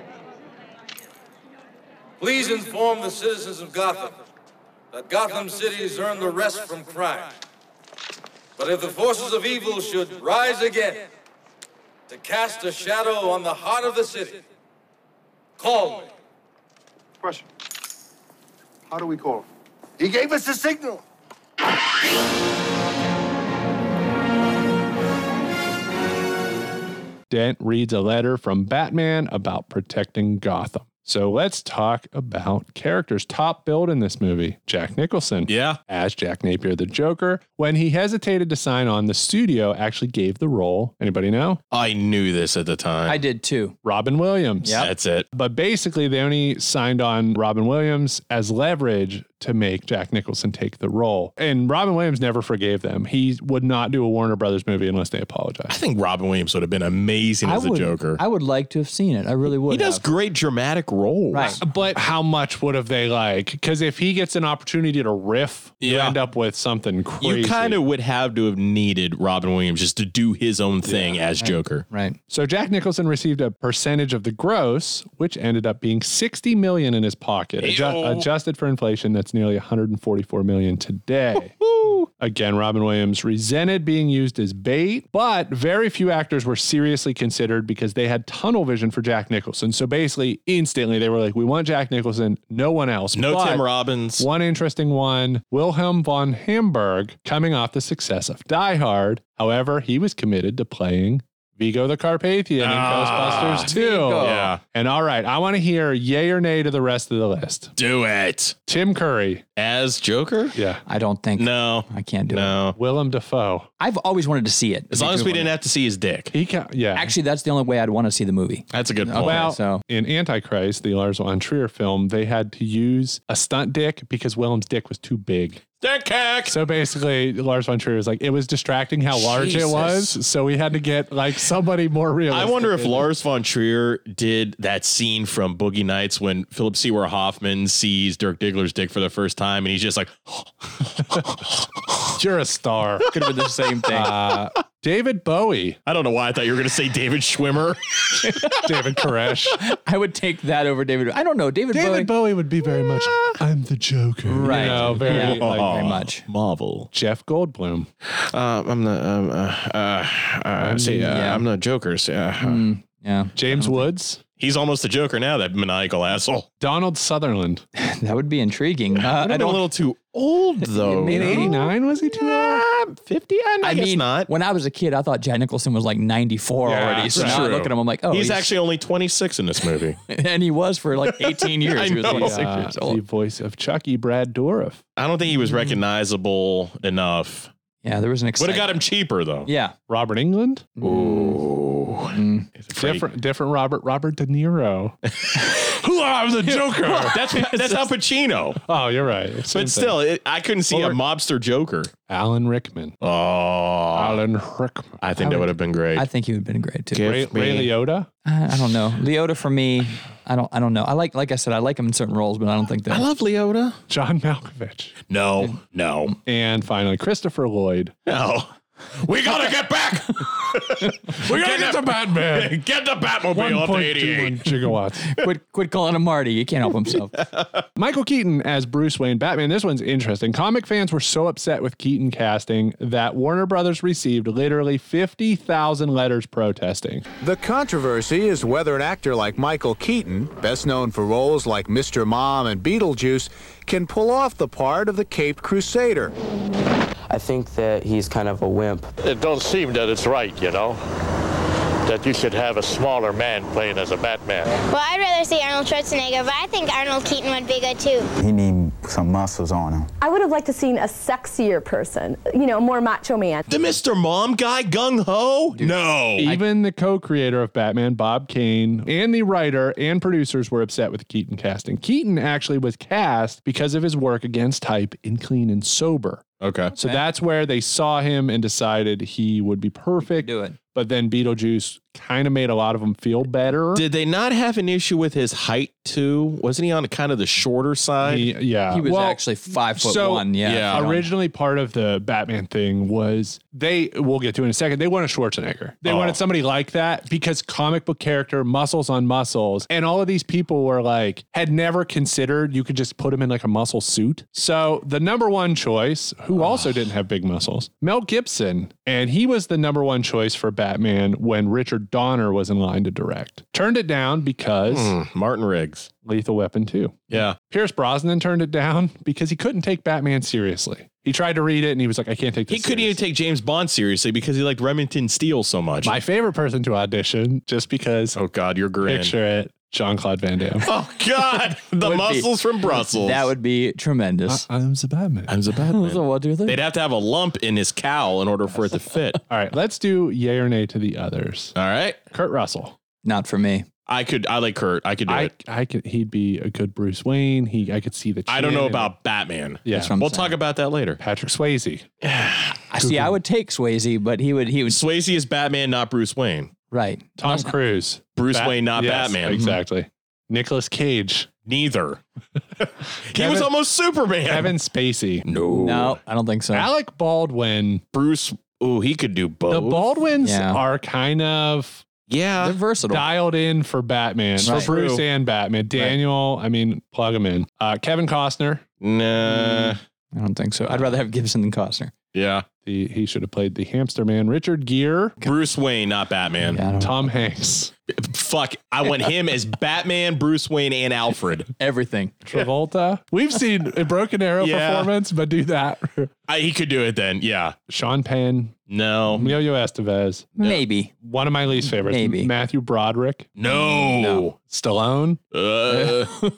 [SPEAKER 11] Please inform the citizens of Gotham that Gotham City has earned the rest from crime. But if the forces of evil should rise again to cast a shadow on the heart of the city, call me.
[SPEAKER 12] Question. How do we call him? He gave us a signal.
[SPEAKER 3] Dent reads a letter from Batman about protecting Gotham. So let's talk about characters. Top build in this movie, Jack Nicholson.
[SPEAKER 4] Yeah.
[SPEAKER 3] As Jack Napier the Joker. When he hesitated to sign on, the studio actually gave the role. Anybody know?
[SPEAKER 4] I knew this at the time.
[SPEAKER 5] I did too.
[SPEAKER 3] Robin Williams.
[SPEAKER 5] Yep.
[SPEAKER 4] That's it.
[SPEAKER 3] But basically, they only signed on Robin Williams as leverage to make Jack Nicholson take the role. And Robin Williams never forgave them. He would not do a Warner Brothers movie unless they
[SPEAKER 4] I
[SPEAKER 3] apologized.
[SPEAKER 4] think Robin Williams would have been amazing as
[SPEAKER 5] I would,
[SPEAKER 4] a Joker.
[SPEAKER 5] I would like to have seen it. I really would.
[SPEAKER 4] he does
[SPEAKER 5] have.
[SPEAKER 4] great dramatic roles.
[SPEAKER 5] Right.
[SPEAKER 3] But how much would have they like? Because if he gets an opportunity to riff, you
[SPEAKER 4] Yeah.
[SPEAKER 3] end up with something crazy.
[SPEAKER 4] You kind of would have to have needed Robin Williams just to do his own thing as Joker.
[SPEAKER 5] Right.
[SPEAKER 3] So Jack Nicholson received a percentage of the gross, which ended up being 60 million in his pocket. Adju-
[SPEAKER 4] Ew.
[SPEAKER 3] adjusted for inflation, that's nearly 144 million today. Again, Robin Williams resented being used as bait, but very few actors were seriously considered because they had tunnel vision for Jack Nicholson. So basically, instantly they were like, "We want Jack Nicholson, no one else."
[SPEAKER 4] No
[SPEAKER 3] But
[SPEAKER 4] Tim Robbins.
[SPEAKER 3] one interesting one Wilhelm von Hamburg, coming off the success of Die Hard. However, he was committed to playing Vigo the Carpathian
[SPEAKER 4] Ah,
[SPEAKER 3] in Ghostbusters 2.
[SPEAKER 4] Yeah.
[SPEAKER 3] And all right, I want to hear yay or nay to the rest of the list.
[SPEAKER 4] Do it.
[SPEAKER 3] Tim Curry.
[SPEAKER 4] As Joker?
[SPEAKER 3] Yeah.
[SPEAKER 5] I don't think.
[SPEAKER 4] No.
[SPEAKER 5] I can't do it.
[SPEAKER 4] No.
[SPEAKER 3] Willem Dafoe.
[SPEAKER 5] I've always wanted to see it.
[SPEAKER 4] As long as we didn't have to see his dick.
[SPEAKER 3] He ca- yeah.
[SPEAKER 5] Actually, that's the only way I'd want to see the movie.
[SPEAKER 4] That's a good point.
[SPEAKER 3] well,
[SPEAKER 5] so-
[SPEAKER 3] in Antichrist, the Lars von Trier film, they had to use a stunt dick because Willem's dick was too big.
[SPEAKER 4] dick hack.
[SPEAKER 3] So basically, Lars von Trier was like, it was distracting how large it
[SPEAKER 4] Jesus.
[SPEAKER 3] was. So we had to get like somebody more
[SPEAKER 4] I
[SPEAKER 3] realistic.
[SPEAKER 4] wonder if Lars von Trier did that scene from Boogie Nights when Philip Seymour Hoffman sees Dirk Diggler's dick for the first time and he's just like,
[SPEAKER 3] You're a star.
[SPEAKER 5] Could have been the same thing.
[SPEAKER 3] Uh, David Bowie,
[SPEAKER 4] I don't know why I thought you were going to say David Schwimmer.
[SPEAKER 3] David Koresh.
[SPEAKER 5] I would take that over David. I don't know. David,
[SPEAKER 3] David
[SPEAKER 5] Bowie.
[SPEAKER 3] Bowie would be very much, I'm the Joker.
[SPEAKER 5] Right.
[SPEAKER 3] You know, very,
[SPEAKER 5] Yeah.
[SPEAKER 3] like,
[SPEAKER 4] Oh.
[SPEAKER 5] Very much.
[SPEAKER 4] Marvel.
[SPEAKER 3] Jeff Goldblum.
[SPEAKER 4] Uh, I'm the um, uh, uh, uh, see, uh,
[SPEAKER 5] Yeah.
[SPEAKER 4] I'm the Joker. see, uh,
[SPEAKER 5] Yeah.
[SPEAKER 3] James Woods.
[SPEAKER 4] He's almost a Joker now. That maniacal asshole.
[SPEAKER 3] Donald Sutherland.
[SPEAKER 5] That would be intriguing. Uh, I
[SPEAKER 4] Been a
[SPEAKER 5] don't.
[SPEAKER 4] little too old though.
[SPEAKER 5] Maybe.
[SPEAKER 4] no?
[SPEAKER 3] 89, was he too old? 50?
[SPEAKER 4] I, guess
[SPEAKER 5] mean,
[SPEAKER 4] not.
[SPEAKER 5] when I was a kid, I thought Jack Nicholson was like 94
[SPEAKER 3] Yeah,
[SPEAKER 5] already. So
[SPEAKER 4] it's
[SPEAKER 5] now I
[SPEAKER 4] true.
[SPEAKER 5] look at him, I'm like, oh,
[SPEAKER 4] he's, actually only 26 in this movie.
[SPEAKER 5] and he was for like 18 years.
[SPEAKER 4] I
[SPEAKER 5] he was
[SPEAKER 4] know.
[SPEAKER 5] like,
[SPEAKER 4] Yeah.
[SPEAKER 5] six years
[SPEAKER 3] the
[SPEAKER 5] old.
[SPEAKER 3] voice of Chucky, Brad Dourif.
[SPEAKER 4] I don't think he was recognizable enough.
[SPEAKER 5] Mm. Yeah, there was an
[SPEAKER 4] Would
[SPEAKER 5] excitement.
[SPEAKER 4] have got him cheaper though.
[SPEAKER 5] Yeah. Mm.
[SPEAKER 3] Robert England.
[SPEAKER 4] Ooh.
[SPEAKER 3] Different, different Robert. Robert De Niro.
[SPEAKER 4] Who I'm the Joker. that's that's Al Pacino.
[SPEAKER 3] Oh, you're right. Same thing.
[SPEAKER 4] But still, it, I couldn't see
[SPEAKER 3] Or-
[SPEAKER 4] a mobster Joker.
[SPEAKER 3] Alan Rickman.
[SPEAKER 4] Oh,
[SPEAKER 3] Alan Rickman.
[SPEAKER 4] I think that would have been great.
[SPEAKER 5] I think he would have been great too.
[SPEAKER 4] Give
[SPEAKER 3] Ray,
[SPEAKER 4] me-
[SPEAKER 3] Ray Liotta.
[SPEAKER 5] I, I don't know. Leota for me, I don't I don't know. I like like I said, I like him in certain roles, but I don't think that
[SPEAKER 4] love Leota.
[SPEAKER 3] John Malkovich.
[SPEAKER 4] No, no,
[SPEAKER 3] And finally, Christopher Lloyd.
[SPEAKER 4] no. We gotta get back. we gotta get, the Batman. Get the Batmobile up to 88.
[SPEAKER 3] 1.21 gigawatts.
[SPEAKER 5] quit quit calling him Marty. He can't help himself.
[SPEAKER 3] Michael Keaton as Bruce Wayne Batman. This one's interesting. Comic fans were so upset with Keaton casting that Warner Brothers received literally 50,000 letters protesting.
[SPEAKER 16] The controversy is whether an actor like Michael Keaton, best known for roles like Mr. Mom and Beetlejuice, can pull off the part of the Caped Crusader.
[SPEAKER 17] I think that he's kind of a wimp.
[SPEAKER 18] It don't seem that it's right, you know, that you should have a smaller man playing as a Batman.
[SPEAKER 19] Well, I'd rather see Arnold Schwarzenegger, but I think Arnold Keaton would be good too.
[SPEAKER 20] He need some muscles on him.
[SPEAKER 21] I would have liked to seen a sexier person, you know, a more macho man.
[SPEAKER 4] The Mr. Mom guy, gung ho? No.
[SPEAKER 3] Even the co creator of Batman, Bob Kane, and the writer and producers were upset with the Keaton casting. Keaton actually was cast because of his work against type in Clean and Sober.
[SPEAKER 4] Okay.
[SPEAKER 3] So that's where they saw him and decided he would be perfect.
[SPEAKER 5] do it.
[SPEAKER 3] But then Beetlejuice kind of made a lot of them feel better.
[SPEAKER 4] Did they not have an issue with his height too? Wasn't he on kind of the shorter side?
[SPEAKER 3] He- yeah.
[SPEAKER 5] He was
[SPEAKER 3] Well,
[SPEAKER 5] actually five foot
[SPEAKER 3] so,
[SPEAKER 5] one. Yeah.
[SPEAKER 4] yeah.
[SPEAKER 5] Around-
[SPEAKER 3] Originally, part of the Batman thing was they, we'll get to in a second, they wanted Schwarzenegger. They
[SPEAKER 4] Oh.
[SPEAKER 3] wanted somebody like that because comic book character, muscles on muscles. And all of these people were like, had never considered you could just put him in like a muscle suit. So the number one choice, who also didn't have big muscles, Mel Gibson. And he was the number one choice for Batman when Richard Donner was in line to direct. Turned it down because
[SPEAKER 4] Hmm, Martin Riggs,
[SPEAKER 3] Lethal Weapon 2.
[SPEAKER 4] Yeah.
[SPEAKER 3] Pierce Brosnan turned it down because he couldn't take Batman seriously. He tried to read it and he was like, I can't take this.
[SPEAKER 4] He couldn't even take James Bond seriously because he liked Remington Steele so much.
[SPEAKER 3] My favorite person to audition just because.
[SPEAKER 4] Oh God, you're grin.
[SPEAKER 3] Picture it. Jean Claude Van Damme.
[SPEAKER 4] Oh God, the
[SPEAKER 5] Would be-
[SPEAKER 4] muscles from Brussels.
[SPEAKER 5] That would be tremendous.
[SPEAKER 3] I'm the Batman.
[SPEAKER 4] I'm the Batman.
[SPEAKER 5] so what do you think?
[SPEAKER 4] They'd have to have a lump in his cowl in order for it to fit.
[SPEAKER 3] All right, let's do yay or nay to the others.
[SPEAKER 4] All right,
[SPEAKER 3] Kurt Russell.
[SPEAKER 5] Not for me.
[SPEAKER 4] I could. I like Kurt. I could do
[SPEAKER 3] I,
[SPEAKER 4] it.
[SPEAKER 3] I could he'd be a good Bruce Wayne. He I could see the
[SPEAKER 4] I don't
[SPEAKER 3] chin
[SPEAKER 4] know
[SPEAKER 3] and-
[SPEAKER 4] about Batman.
[SPEAKER 3] Yeah.
[SPEAKER 5] That's what I'm
[SPEAKER 4] We'll
[SPEAKER 5] saying.
[SPEAKER 4] talk about that later.
[SPEAKER 3] Patrick Swayze.
[SPEAKER 5] I see. I would take Swayze, but he would. He would.
[SPEAKER 4] Swayze is Batman, not Bruce Wayne.
[SPEAKER 5] Right.
[SPEAKER 3] Tom Cruise.
[SPEAKER 4] Bruce
[SPEAKER 3] Bat-
[SPEAKER 4] Wayne, not
[SPEAKER 3] Yes,
[SPEAKER 5] Mhm.
[SPEAKER 4] Batman.
[SPEAKER 3] Exactly. Nicholas Cage.
[SPEAKER 4] Neither. he was
[SPEAKER 3] Kevin-
[SPEAKER 4] almost Superman.
[SPEAKER 3] Kevin Spacey.
[SPEAKER 4] No.
[SPEAKER 5] No, I don't think so.
[SPEAKER 3] Alec Baldwin.
[SPEAKER 4] Bruce. Oh, he could do both.
[SPEAKER 3] The Baldwins
[SPEAKER 5] Yeah.
[SPEAKER 3] are kind of
[SPEAKER 5] They're
[SPEAKER 4] yeah.
[SPEAKER 5] versatile.
[SPEAKER 3] dialed in for Batman,
[SPEAKER 5] Right.
[SPEAKER 3] for Bruce
[SPEAKER 4] True.
[SPEAKER 3] and Batman. Daniel, I mean, plug him in. Uh, Kevin Costner.
[SPEAKER 4] Nah.
[SPEAKER 5] Mm, I don't think so. I'd rather have Gibson than Costner.
[SPEAKER 4] Yeah.
[SPEAKER 3] The, he should have played the hamster man. Richard Gere.
[SPEAKER 4] Bruce Wayne, not Batman.
[SPEAKER 5] Yeah, I don't
[SPEAKER 3] Tom Hanks.
[SPEAKER 4] Fuck. I want him as Batman, Bruce Wayne, and Alfred.
[SPEAKER 5] Everything.
[SPEAKER 3] Travolta. We've seen a Broken Arrow
[SPEAKER 4] Yeah.
[SPEAKER 3] performance, but do that.
[SPEAKER 4] I, he could do it then. Yeah.
[SPEAKER 3] Sean Penn.
[SPEAKER 4] No.
[SPEAKER 3] Emilio Estevez.
[SPEAKER 5] Maybe.
[SPEAKER 3] One of my least favorites.
[SPEAKER 5] Maybe.
[SPEAKER 3] Matthew Broderick.
[SPEAKER 4] No.
[SPEAKER 3] Stallone.
[SPEAKER 4] Uh,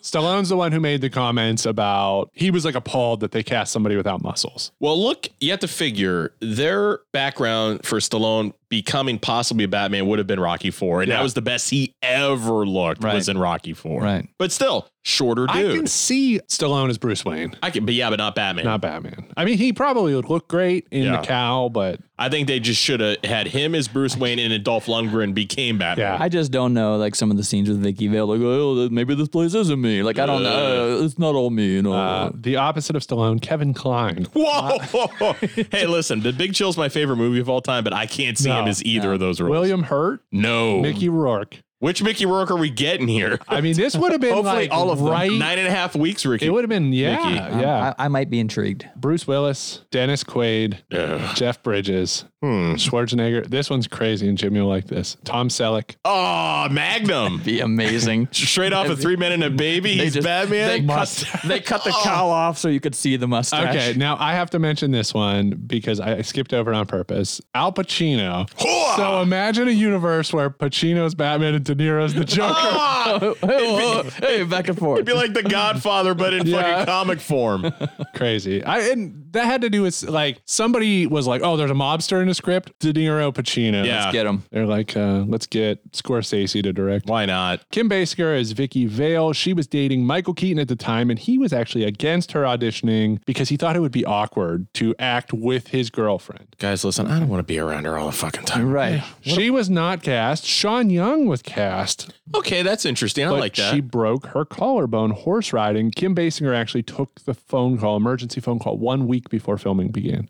[SPEAKER 3] Stallone's the one who made the comments about he was like appalled that they cast somebody without muscles.
[SPEAKER 4] well, look, you have to figure their background for Stallone becoming possibly Batman would have been Rocky Four, and
[SPEAKER 3] Yeah.
[SPEAKER 4] that was the best he ever looked
[SPEAKER 5] Right.
[SPEAKER 4] was in Rocky Four.
[SPEAKER 5] Right.
[SPEAKER 4] But still, shorter
[SPEAKER 3] I can
[SPEAKER 4] dude.
[SPEAKER 3] see Stallone as Bruce Wayne.
[SPEAKER 4] I can, but yeah, but not Batman.
[SPEAKER 3] Not Batman. I mean, he probably would look great in
[SPEAKER 4] Yeah.
[SPEAKER 3] the cow, but
[SPEAKER 4] I think they just should have had him as Bruce Wayne and then Dolph Lundgren became Batman.
[SPEAKER 3] yeah.
[SPEAKER 5] I just don't know, like some of the scenes with Vicky Vale, like, oh, maybe this place isn't me. Like, I don't
[SPEAKER 4] Uh,
[SPEAKER 5] know. It's not all me, you know.
[SPEAKER 3] uh, the opposite of Stallone, Kevin Klein.
[SPEAKER 4] Whoa! hey, listen, The Big Chill's my favorite movie of all time, but I can't see
[SPEAKER 3] No,
[SPEAKER 4] him as either
[SPEAKER 5] no.
[SPEAKER 4] of those roles.
[SPEAKER 3] William Hurt,
[SPEAKER 4] No.
[SPEAKER 3] Mickey Rourke.
[SPEAKER 4] Which Mickey Rourke are we getting here?
[SPEAKER 3] I mean, this would have been
[SPEAKER 4] Hopefully,
[SPEAKER 3] like
[SPEAKER 4] all of them.
[SPEAKER 3] right.
[SPEAKER 4] Nine and a half weeks, Ricky.
[SPEAKER 3] It would have been yeah,
[SPEAKER 4] Mickey.
[SPEAKER 5] Um,
[SPEAKER 3] yeah.
[SPEAKER 5] I, I might be intrigued.
[SPEAKER 3] Bruce Willis, Dennis Quaid,
[SPEAKER 4] Ugh.
[SPEAKER 3] Jeff Bridges,
[SPEAKER 4] Hmm.
[SPEAKER 3] Schwarzenegger. This one's crazy, and Jimmy will like this. Tom Selleck,
[SPEAKER 4] oh, Magnum.
[SPEAKER 5] Be amazing.
[SPEAKER 4] Straight off of Three Men and a Baby, he's
[SPEAKER 5] They
[SPEAKER 4] Batman.
[SPEAKER 5] cut, they cut the cowl off so you could see the mustache.
[SPEAKER 3] Okay, now I have to mention this one because I I skipped over it on purpose. Al Pacino.
[SPEAKER 4] Hooah!
[SPEAKER 3] So imagine a universe where Pacino's Batman and De Niro's the Joker.
[SPEAKER 4] Ah!
[SPEAKER 5] Hey, hey, back and forth.
[SPEAKER 4] Be like the Godfather, but in fucking comic form.
[SPEAKER 3] Crazy. I and that had to do with like somebody was like, "Oh, there's a mobster in the script." De Niro, Pacino.
[SPEAKER 4] Yeah.
[SPEAKER 5] Get him.
[SPEAKER 3] They're like, uh, "Let's get Scorsese to direct."
[SPEAKER 4] Why not?
[SPEAKER 3] Kim Basinger is Vicky Vale. She was dating Michael Keaton at the time, and he was actually against her auditioning because he thought it would be awkward to act with his girlfriend.
[SPEAKER 4] Guys, listen, I don't want to be around her all the fucking time.
[SPEAKER 5] Right.
[SPEAKER 3] she was not cast. Sean Young was cast,
[SPEAKER 4] Okay, that's interesting. I
[SPEAKER 3] but
[SPEAKER 4] like that.
[SPEAKER 3] she broke her collarbone horse riding. Kim Basinger actually took the phone call, emergency phone call, one week before filming began.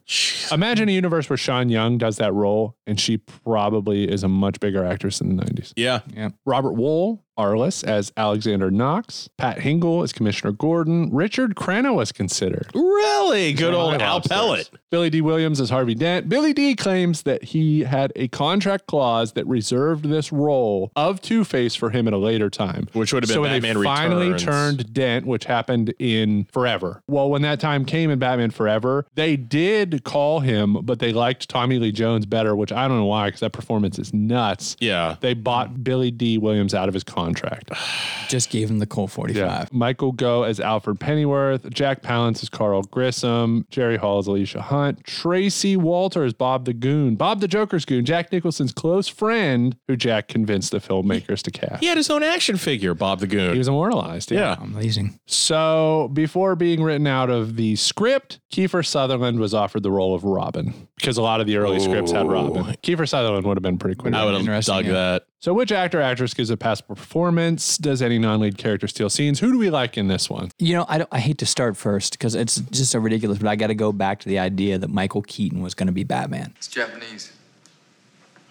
[SPEAKER 3] Imagine a universe where Sean Young does that role, and she probably is a much bigger actress in the 90s.
[SPEAKER 4] yeah.
[SPEAKER 3] Robert Wool, Arliss, as Alexander Knox. Pat Hingle as Commissioner Gordon. Richard Crenna was considered.
[SPEAKER 4] Really? Good
[SPEAKER 3] One
[SPEAKER 4] old
[SPEAKER 3] of my
[SPEAKER 4] Al
[SPEAKER 3] lobsters.
[SPEAKER 4] Pellet.
[SPEAKER 3] Billy D. Williams as Harvey Dent. Billy D. claims that he had a contract clause that reserved this role of Two Face for him at a later time.
[SPEAKER 4] Which would have been
[SPEAKER 3] so when
[SPEAKER 4] Batman
[SPEAKER 3] they finally
[SPEAKER 4] Returns.
[SPEAKER 3] turned Dent, which happened in Forever. Well, when that time came in Batman Forever, they did call him, but they liked Tommy Lee Jones better, which I don't know why, because that performance is nuts.
[SPEAKER 4] Yeah.
[SPEAKER 3] They bought Billy D. Williams out of his contract.
[SPEAKER 5] Just gave him the Colt 45.
[SPEAKER 3] Michael Go as Alfred Pennyworth, Jack Palance as Carl Grissom, Jerry Hall as Alicia Hunt, Tracy Walter as Bob the Goon, Bob the Joker's Goon, Jack Nicholson's close friend, who Jack convinced the filmmakers to cast.
[SPEAKER 4] He had his own action figure, Bob the Goon.
[SPEAKER 3] He was immortalized.
[SPEAKER 4] yeah.
[SPEAKER 5] Amazing.
[SPEAKER 3] So before being written out of the script, Kiefer Sutherland was offered the role of Robin because a lot of the early scripts had Robin. Kiefer Sutherland would have been pretty quick.
[SPEAKER 4] I would have
[SPEAKER 5] Interesting,
[SPEAKER 4] dug
[SPEAKER 5] yeah.
[SPEAKER 4] that.
[SPEAKER 3] So which actor actress gives a passable performance? Does any non-lead character steal scenes? Who do we like in this one?
[SPEAKER 5] You know, I, don't, I hate to start first because it's just so ridiculous, but I got to go back to the idea that Michael Keaton was going to be Batman.
[SPEAKER 1] It's Japanese.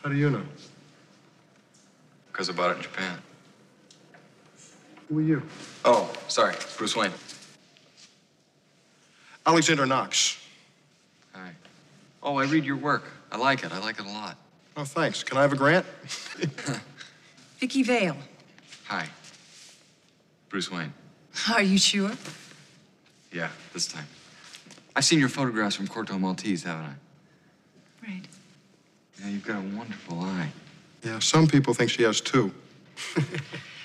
[SPEAKER 2] How do you know?
[SPEAKER 1] Because I bought it in Japan. Who are you? Oh, sorry. Bruce Wayne.
[SPEAKER 6] Alexander Knox.
[SPEAKER 1] All right. Oh, I read your work. I like it. I like it a lot.
[SPEAKER 12] Oh, thanks. Can I have a grant?
[SPEAKER 7] Vicky Vale,
[SPEAKER 1] Hi. Bruce Wayne.
[SPEAKER 7] are you sure?
[SPEAKER 1] Yeah, this time. I've seen your photographs from Corto Maltese, haven't I?
[SPEAKER 7] Right.
[SPEAKER 1] Yeah, you've got a wonderful eye.
[SPEAKER 12] Yeah, some people think she has two.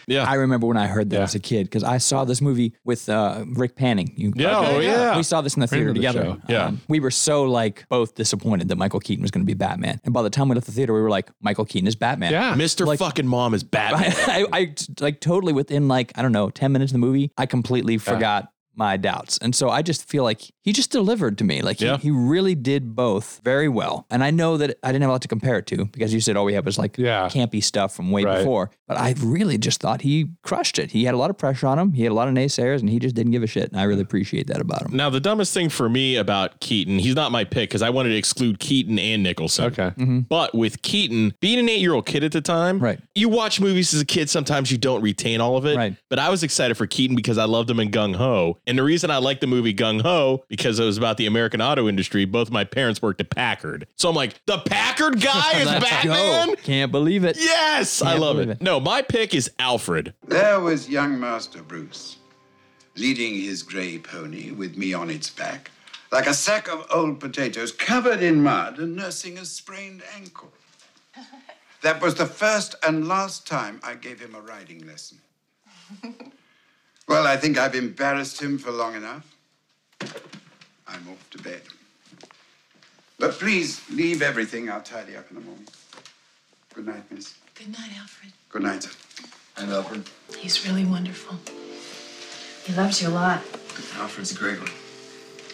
[SPEAKER 5] Yeah. I remember when I heard that as a kid because I saw this movie with uh, Rick Panning. You,
[SPEAKER 4] Yeah, oh, yeah.
[SPEAKER 5] We saw this in the theater
[SPEAKER 4] Remember the
[SPEAKER 5] together. Um,
[SPEAKER 4] show. Yeah.
[SPEAKER 5] we were so like both disappointed that Michael Keaton was going to be Batman. And by the time we left the theater, we were like, Michael Keaton is Batman.
[SPEAKER 4] Mr. fucking Mom is Batman.
[SPEAKER 5] I, I like totally within like I don't know ten minutes of the movie, I completely forgot my doubts, and so I just feel like he just delivered to me. Like he,
[SPEAKER 4] Yeah.
[SPEAKER 5] he really did both very well, and I know that I didn't have a lot to compare it to because you said all we have was like campy stuff from way
[SPEAKER 4] Right.
[SPEAKER 5] before, but I really just thought he crushed it. He had a lot of pressure on him, he had a lot of naysayers, and he just didn't give a shit, and I really appreciate that about him.
[SPEAKER 4] Now, the dumbest thing for me about Keaton, he's not my pick because I wanted to exclude Keaton and Nicholson. Okay. But with Keaton, being an eight year old kid at the time, right. you watch movies as a kid, sometimes you don't retain all of it. Right. But I was excited for Keaton because I loved him in Gung Ho. And the reason I liked the movie Gung Ho, because it was about the American auto industry, both my parents worked at Packard. So I'm like, the Packard guy is
[SPEAKER 5] Let's go.
[SPEAKER 4] Batman?
[SPEAKER 5] Can't believe it.
[SPEAKER 4] Yes, I
[SPEAKER 5] Can't
[SPEAKER 4] love
[SPEAKER 5] believe
[SPEAKER 4] it. No, my pick is Alfred.
[SPEAKER 22] There was young Master Bruce, leading his gray pony with me on its back, like a sack of old potatoes covered in mud and nursing a sprained ankle. That was the first and last time I gave him a riding lesson. well, I think I've embarrassed him for long enough. I'm off to bed. But please leave everything. I'll tidy up in the morning. Good night, miss.
[SPEAKER 15] Good night, Alfred.
[SPEAKER 22] Good night. And Alfred.
[SPEAKER 15] He's really wonderful. He loves you a lot.
[SPEAKER 1] Alfred's a great one.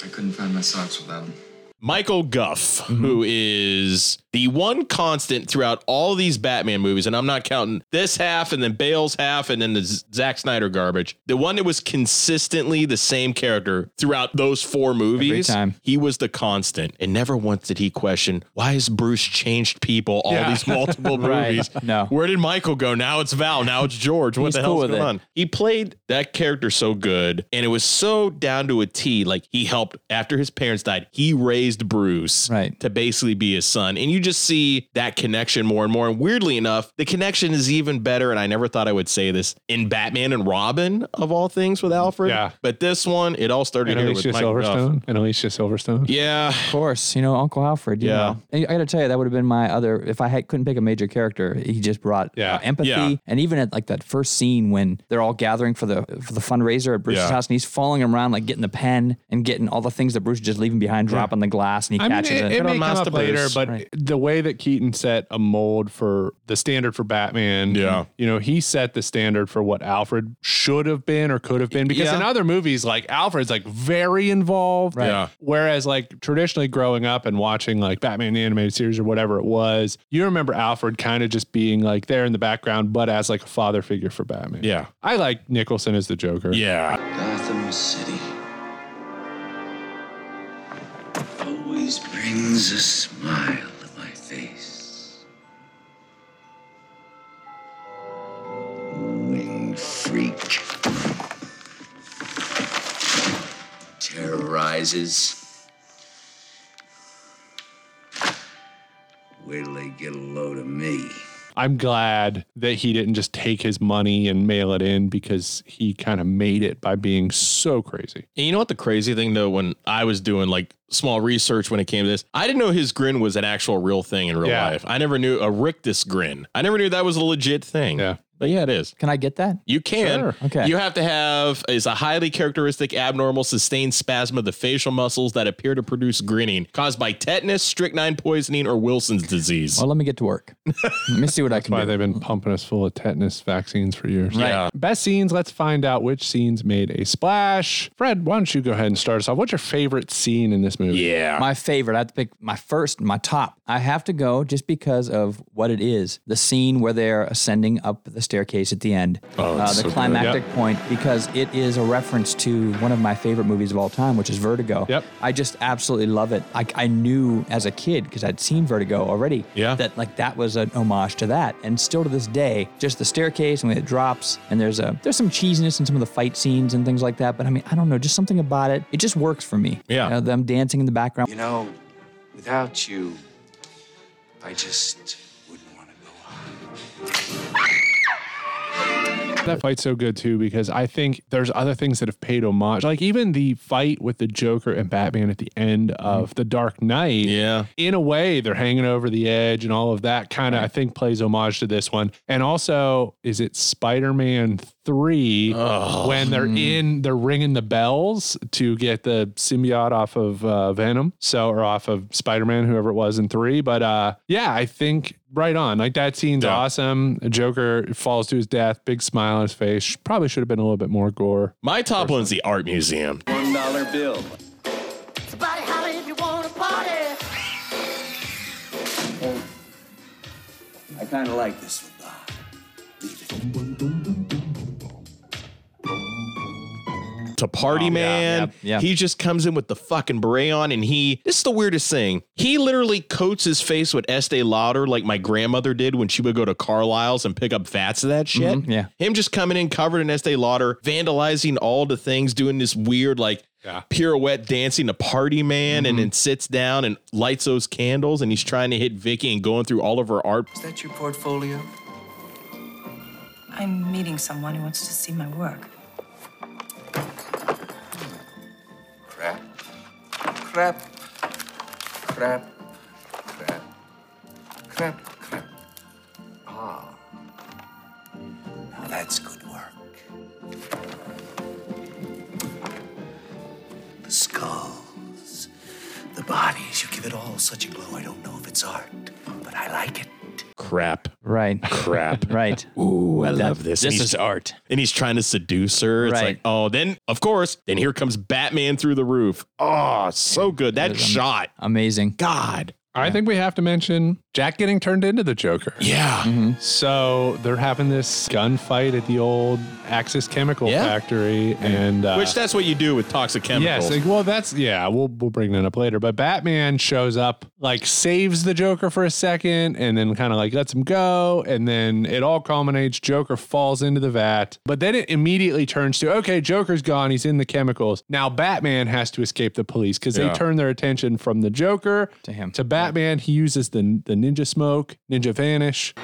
[SPEAKER 1] I couldn't find my socks without him.
[SPEAKER 4] Michael Guff,
[SPEAKER 5] Mm-hmm.
[SPEAKER 4] who is the one constant throughout all these Batman movies, and I'm not counting this half and then Bale's half and then the Z- Zack Snyder garbage. The one that was consistently the same character throughout those four movies.
[SPEAKER 5] time.
[SPEAKER 4] He was the constant. And never once did he question why has Bruce changed people all
[SPEAKER 5] Yeah.
[SPEAKER 4] these multiple
[SPEAKER 5] Right.
[SPEAKER 4] movies? No. Where did Michael go? Now it's Val. Now it's George. What
[SPEAKER 5] He's
[SPEAKER 4] the
[SPEAKER 5] cool
[SPEAKER 4] hell's
[SPEAKER 5] with
[SPEAKER 4] going
[SPEAKER 5] it.
[SPEAKER 4] on? He played that character so good, and it was so down to a T. Like he helped after his parents died, he raised Bruce right. to basically be his son, and you just see that connection more and more. And weirdly enough, the connection is even better. And I never thought I would say this in Batman and Robin of all things with Alfred. Yeah, but this one, it all started
[SPEAKER 3] And
[SPEAKER 4] here
[SPEAKER 3] Alicia
[SPEAKER 4] with Mike Duff.
[SPEAKER 3] Silverstone. And Alicia Silverstone.
[SPEAKER 4] Yeah, of
[SPEAKER 5] course. You know Oh, Uncle Alfred. You
[SPEAKER 3] Yeah.
[SPEAKER 5] know. And I got to tell you, that would have been my other. If I had, couldn't pick a major character, he just brought uh, empathy.
[SPEAKER 4] Yeah.
[SPEAKER 5] And even at like that first scene when they're all gathering for the for the fundraiser at Bruce's
[SPEAKER 4] Yeah.
[SPEAKER 5] house, and he's following him around, like getting the pen and getting all the things that Bruce is just leaving behind, dropping the glass, and he
[SPEAKER 3] I mean,
[SPEAKER 5] catches
[SPEAKER 3] it,
[SPEAKER 5] it.
[SPEAKER 3] it may come up later, but the way that Keaton set a mold for the standard for Batman, yeah, you know, he set the standard for what Alfred should have been or could have been. Because
[SPEAKER 4] Yeah.
[SPEAKER 3] in other movies, like Alfred's like very involved,
[SPEAKER 4] Right. Yeah.
[SPEAKER 3] Whereas like traditionally growing up and watching like Batman the animated series or whatever it was, you remember Alfred kind of just being like there in the background, but as like a father figure for Batman.
[SPEAKER 4] Yeah,
[SPEAKER 3] I like Nicholson as the Joker.
[SPEAKER 4] Yeah,
[SPEAKER 22] Gotham City always brings a smile to my face. Winged freak terrorizes. Wait till they get a load of me.
[SPEAKER 3] I'm glad that he didn't just take his money and mail it in because he kind of made it by being so crazy.
[SPEAKER 4] And you know what the crazy thing though, when I was doing like small research when it came to this, I didn't know his grin was an actual real thing in real
[SPEAKER 3] Yeah.
[SPEAKER 4] life. I never knew a rictus grin. I never knew that was a legit thing. Yeah. But yeah, it is.
[SPEAKER 5] Can I get that?
[SPEAKER 4] You can.
[SPEAKER 5] Sure. Okay.
[SPEAKER 4] You have to have is a highly characteristic abnormal sustained spasm of the facial muscles that appear to produce grinning caused by tetanus, strychnine poisoning, or Wilson's disease.
[SPEAKER 5] Well, Oh, let me get to work. let me see what I
[SPEAKER 3] That's why they've been pumping us full of tetanus vaccines for years.
[SPEAKER 4] Right. Yeah.
[SPEAKER 3] Best scenes. Let's find out which scenes made a splash. Fred, why don't you go ahead and start us off? What's your favorite scene in this movie?
[SPEAKER 5] My favorite. I have to pick my first, my top. I have to go just because of what it is. The scene where they're ascending up the staircase at the end.
[SPEAKER 17] Oh, it's
[SPEAKER 5] Uh, the
[SPEAKER 17] so good.
[SPEAKER 5] climactic
[SPEAKER 17] Yep.
[SPEAKER 5] point because it is a reference to one of my favorite movies of all time, which is Vertigo. Yep. I just absolutely love it. I, I knew as a kid because I'd seen Vertigo already. Yeah. That like that was an homage to that, and still to this day, just the staircase and when it drops, and there's a there's some cheesiness in some of the fight scenes and things like that. But I mean, I don't know, just something about it. It just works for me. Yeah. them dancing in the background.
[SPEAKER 23] You know, without you, I just
[SPEAKER 3] That fight's so good too because I think there's other things that have paid homage. Like even the fight with the Joker and Batman at the end of The Dark Knight. Yeah. In a way, they're hanging over the edge and all of that kind of I think plays homage to this one. And also, is it Spider-Man 3 when
[SPEAKER 4] Hmm.
[SPEAKER 3] they're in they're ringing the bells to get the symbiote off of uh, Venom, so or off of Spider-Man whoever it was in 3, but uh yeah, I think right on. Like that scene's awesome. Joker falls to his death, big smile on his face. Probably should have been a little bit more gore.
[SPEAKER 4] My top one's the art museum.
[SPEAKER 8] One dollar bill.
[SPEAKER 9] Somebody holler if you wanna party.
[SPEAKER 8] I kind of like this one. Ah,
[SPEAKER 4] to Party Man.
[SPEAKER 5] Oh, yeah.
[SPEAKER 4] He just comes in with the fucking beret on and he, this is the weirdest thing. He literally coats his face with Estee Lauder like my grandmother did when she would go to Carlisle's and pick up vats of that shit.
[SPEAKER 5] Mhm, yeah.
[SPEAKER 4] Him just coming in covered in Estee Lauder, vandalizing all the things, doing this weird like pirouette dancing to Party Man
[SPEAKER 5] Mm-hmm.
[SPEAKER 4] and then sits down and lights those candles and he's trying to hit Vicky and going through all of her art.
[SPEAKER 8] Is that your portfolio?
[SPEAKER 7] I'm meeting someone who wants to see my work.
[SPEAKER 8] Crap. Crap. Crap. Crap. Crap. Crap. Ah. Now that's good work. The skulls, the bodies, you give it all such a glow. I don't know if it's art, but I like it.
[SPEAKER 4] Crap.
[SPEAKER 5] Right.
[SPEAKER 4] Crap.
[SPEAKER 5] right.
[SPEAKER 4] Ooh, I
[SPEAKER 5] That-
[SPEAKER 4] love this. And
[SPEAKER 5] this
[SPEAKER 4] he's-
[SPEAKER 5] is art.
[SPEAKER 4] And he's trying to seduce her. It's
[SPEAKER 5] Right.
[SPEAKER 4] like, oh, then of course, then here comes Batman through the roof. Oh, so good. That shot.
[SPEAKER 5] Amazing.
[SPEAKER 4] God.
[SPEAKER 3] I think we have to mention Jack getting turned into the Joker.
[SPEAKER 4] Yeah.
[SPEAKER 3] So they're having this gunfight at the old Axis Chemical Factory, and uh,
[SPEAKER 4] Which that's what you do with toxic chemicals.
[SPEAKER 3] Yes, like, well, that's yeah. We'll we'll bring that up later. But Batman shows up, like saves the Joker for a second, and then kind of like lets him go, and then it all culminates. Joker falls into the vat, but then it immediately turns to okay, Joker's gone. He's in the chemicals. Now Batman has to escape the police because
[SPEAKER 5] Yeah.
[SPEAKER 3] they turn their attention from the Joker to him to Batman. He uses the the ninja smoke, ninja vanish.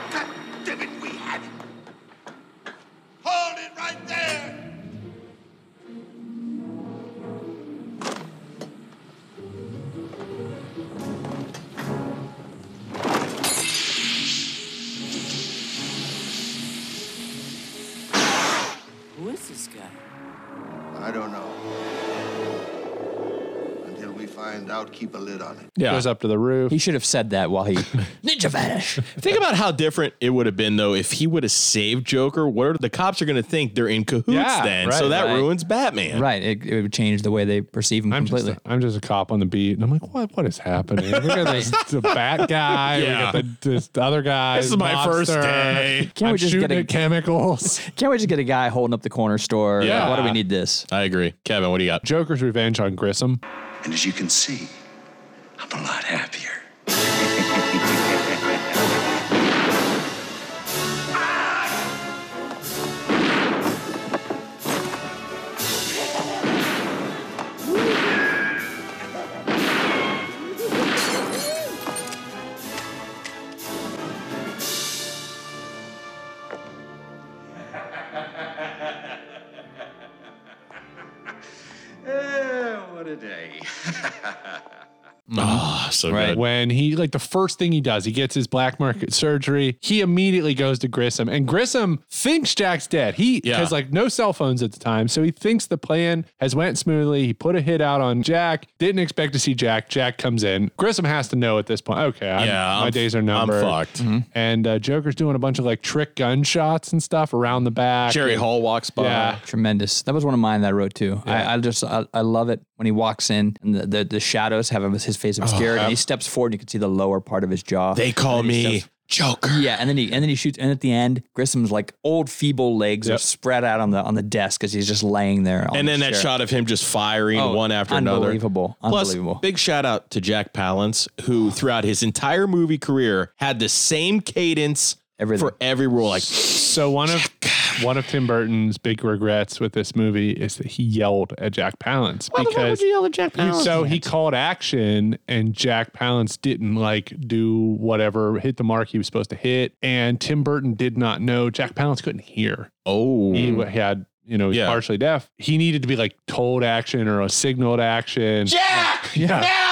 [SPEAKER 8] Damn it, we had it.
[SPEAKER 10] Who is this guy?
[SPEAKER 8] I don't know. Until we find out, keep a lid on it.
[SPEAKER 3] Yeah. Goes up to the roof.
[SPEAKER 5] He should have said that while he ninja vanish.
[SPEAKER 4] Think about how different it would have been though if he would have saved Joker. What are the cops are going to think they're in cahoots then? so that ruins Batman.
[SPEAKER 5] Right. It, it would change the way they perceive him completely.
[SPEAKER 3] I'm just a cop on the beat, and I'm like, what? What is happening? We got this, the bat guy.
[SPEAKER 5] Yeah.
[SPEAKER 3] We got the, this other guy.
[SPEAKER 5] This is my first
[SPEAKER 3] mobster.
[SPEAKER 5] day. Can't we
[SPEAKER 3] I'm
[SPEAKER 5] just
[SPEAKER 3] shooting
[SPEAKER 5] get a-
[SPEAKER 3] at chemicals.
[SPEAKER 5] Can't we just get a guy holding up the corner store? Like,
[SPEAKER 3] Yeah.
[SPEAKER 5] Why do we need this?
[SPEAKER 4] I agree. Kevin, what do you got?
[SPEAKER 3] Joker's revenge on Grissom.
[SPEAKER 8] And as you can see, I'm a lot happier. Eh, what a day.
[SPEAKER 4] Ah, so good.
[SPEAKER 3] When he like the first thing he does, he gets his black market surgery. He immediately goes to Grissom, and Grissom thinks Jack's dead. He
[SPEAKER 4] Yeah.
[SPEAKER 3] has like no cell phones at the time, so he thinks the plan has went smoothly. He put a hit out on Jack. Didn't expect to see Jack. Jack comes in. Grissom has to know at this point. Okay, I'm,
[SPEAKER 4] Yeah,
[SPEAKER 3] my
[SPEAKER 4] I'm-
[SPEAKER 3] days are
[SPEAKER 4] I'm
[SPEAKER 3] numbered.
[SPEAKER 4] fucked.
[SPEAKER 3] And uh, Joker's doing a bunch of like trick gunshots and stuff around the back.
[SPEAKER 4] Jerry Hall walks by.
[SPEAKER 3] Yeah.
[SPEAKER 5] Tremendous. That was one of mine that I wrote too. I, I just I, I love it when he walks in and the, the, the shadows have him, his face obscured and he steps forward and you can see the lower part of his jaw.
[SPEAKER 4] Oh, They call
[SPEAKER 5] And then he
[SPEAKER 4] me
[SPEAKER 5] steps- Yeah, and then he and then he shoots and at the end Grissom's like old feeble legs are spread out on the on the desk as he's just laying there. On
[SPEAKER 4] and
[SPEAKER 5] the
[SPEAKER 4] then that
[SPEAKER 5] chair.
[SPEAKER 4] shot of him just firing
[SPEAKER 5] Oh,
[SPEAKER 4] one after
[SPEAKER 5] unbelievable,
[SPEAKER 4] another. Plus,
[SPEAKER 5] unbelievable.
[SPEAKER 4] big shout out to Jack Palance, who throughout his entire movie career had the same cadence for every role. Like,
[SPEAKER 3] So one of one of Tim Burton's big regrets with this movie is that he yelled at Jack Palance
[SPEAKER 4] Why the fuck would
[SPEAKER 3] because
[SPEAKER 4] you yell at Jack
[SPEAKER 3] he- so
[SPEAKER 4] Palance?
[SPEAKER 3] he called action and Jack Palance didn't like do whatever hit the mark he was supposed to hit and Tim Burton did not know Jack Palance couldn't hear.
[SPEAKER 4] Oh,
[SPEAKER 3] he w- had you know he's
[SPEAKER 4] Yeah.
[SPEAKER 3] partially deaf. He needed to be like told action or a signal to action.
[SPEAKER 4] Jack!
[SPEAKER 3] Yeah.
[SPEAKER 4] Now!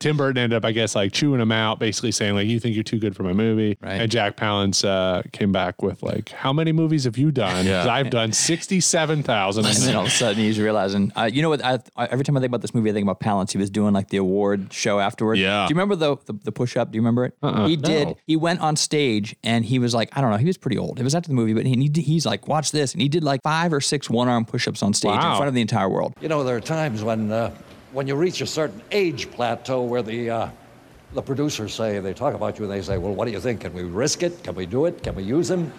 [SPEAKER 3] Tim Burton ended up, I guess, like chewing him out, basically saying like, "You think you're too good for my movie." Right. And Jack Palance uh, came back with like, "How many movies have you done?"
[SPEAKER 5] Yeah.
[SPEAKER 3] Because I've done sixty-seven thousand.
[SPEAKER 5] And then all of a sudden he's realizing, uh, you know what? I, I, every time I think about this movie, I think about Palance. He was doing like the award show afterward.
[SPEAKER 4] Yeah.
[SPEAKER 5] Do you remember the the, the push up? Do you remember it?
[SPEAKER 4] Uh-uh.
[SPEAKER 5] He
[SPEAKER 4] No.
[SPEAKER 5] did. He went on stage and he was like, I don't know. He was pretty old. It was after the movie, but he, he did- he's like, watch this, and he did like five or six one arm push ups on stage in
[SPEAKER 13] Wow.
[SPEAKER 5] front of the entire world.
[SPEAKER 13] You know, there are times when uh, when you reach a certain age plateau where the uh, the producers say they talk about you and they say, "Well, what do you think? Can we risk it? Can we do it? Can we use him?"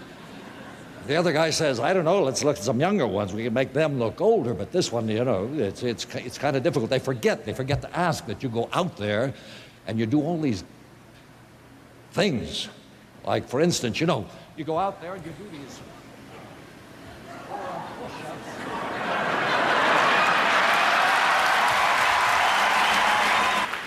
[SPEAKER 13] The other guy says, "I don't know. Let's look at some younger ones. We can make them look older, but this one, you know, it's it's it's kind of difficult. They forget. They forget to ask that you go out there, and you do all these things. Like, for instance, you know, you go out there and you do these."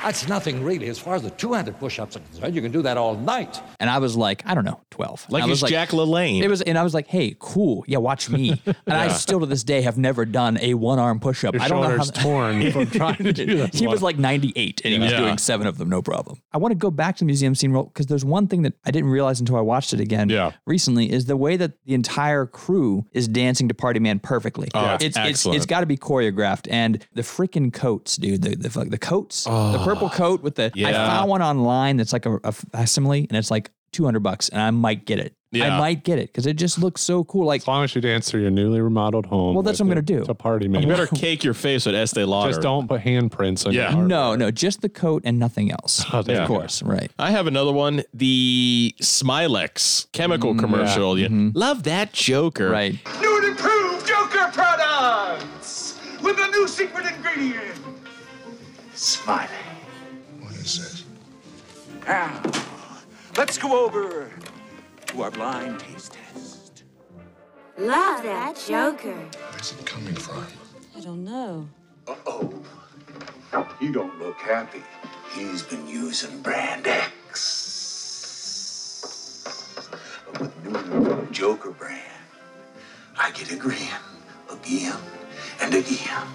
[SPEAKER 13] That's nothing really. As far as the two-handed push-ups are concerned, you can do that all night.
[SPEAKER 5] And I was like, I don't know, twelve.
[SPEAKER 13] Like
[SPEAKER 5] I
[SPEAKER 13] he's
[SPEAKER 5] was
[SPEAKER 13] Jack
[SPEAKER 4] LaLanne.
[SPEAKER 5] It was, and I was like, hey, cool, yeah, watch me. And I
[SPEAKER 4] Yeah.
[SPEAKER 5] still to this day have never done a one arm push up.
[SPEAKER 4] Your
[SPEAKER 5] I don't know how
[SPEAKER 4] shoulder's torn from trying to do that
[SPEAKER 5] he was
[SPEAKER 4] one.
[SPEAKER 5] like ninety eight, and he was
[SPEAKER 4] Yeah.
[SPEAKER 5] doing seven of them, no problem. I want to go back to the museum scene real because there's one thing that I didn't realize until I watched it again recently is the way that the entire crew is dancing to Party Man perfectly.
[SPEAKER 4] Oh, Yeah.
[SPEAKER 5] it's, it's
[SPEAKER 4] excellent.
[SPEAKER 5] it's got to be choreographed, and the freaking coats, dude, the the, fuck- the coats,
[SPEAKER 3] Oh,
[SPEAKER 5] the purple coat with the. I
[SPEAKER 4] Oh. Yeah.
[SPEAKER 5] found one online that's like a, a facsimile, and it's like two hundred bucks, and I might get it. I
[SPEAKER 3] Yeah.
[SPEAKER 5] might get it because it just looks so cool. Like
[SPEAKER 3] as long as you dance through your newly remodeled home.
[SPEAKER 5] Well, that's
[SPEAKER 3] with
[SPEAKER 5] what I'm
[SPEAKER 3] it.
[SPEAKER 5] gonna do.
[SPEAKER 3] It's a party, man.
[SPEAKER 4] You better cake your face with Estee Lauder.
[SPEAKER 3] just don't put handprints on.
[SPEAKER 4] Yeah.
[SPEAKER 3] your arm.
[SPEAKER 5] No, no, just the coat and nothing else.
[SPEAKER 3] Oh,
[SPEAKER 4] Yeah.
[SPEAKER 5] Of course, right.
[SPEAKER 4] I have another one. The Smilex chemical commercial. You- Love that Joker.
[SPEAKER 5] Mm, Mm-hmm. Right.
[SPEAKER 14] New and improved Joker products with a new secret ingredient. Smiley.
[SPEAKER 23] What is
[SPEAKER 14] Now, let's go over to our blind taste test.
[SPEAKER 23] Love that Joker.
[SPEAKER 14] Where's it coming from?
[SPEAKER 23] I don't know.
[SPEAKER 14] Uh-oh. You don't look happy. He's been using Brand X. But with new and improved Joker brand, I get a grin again and again.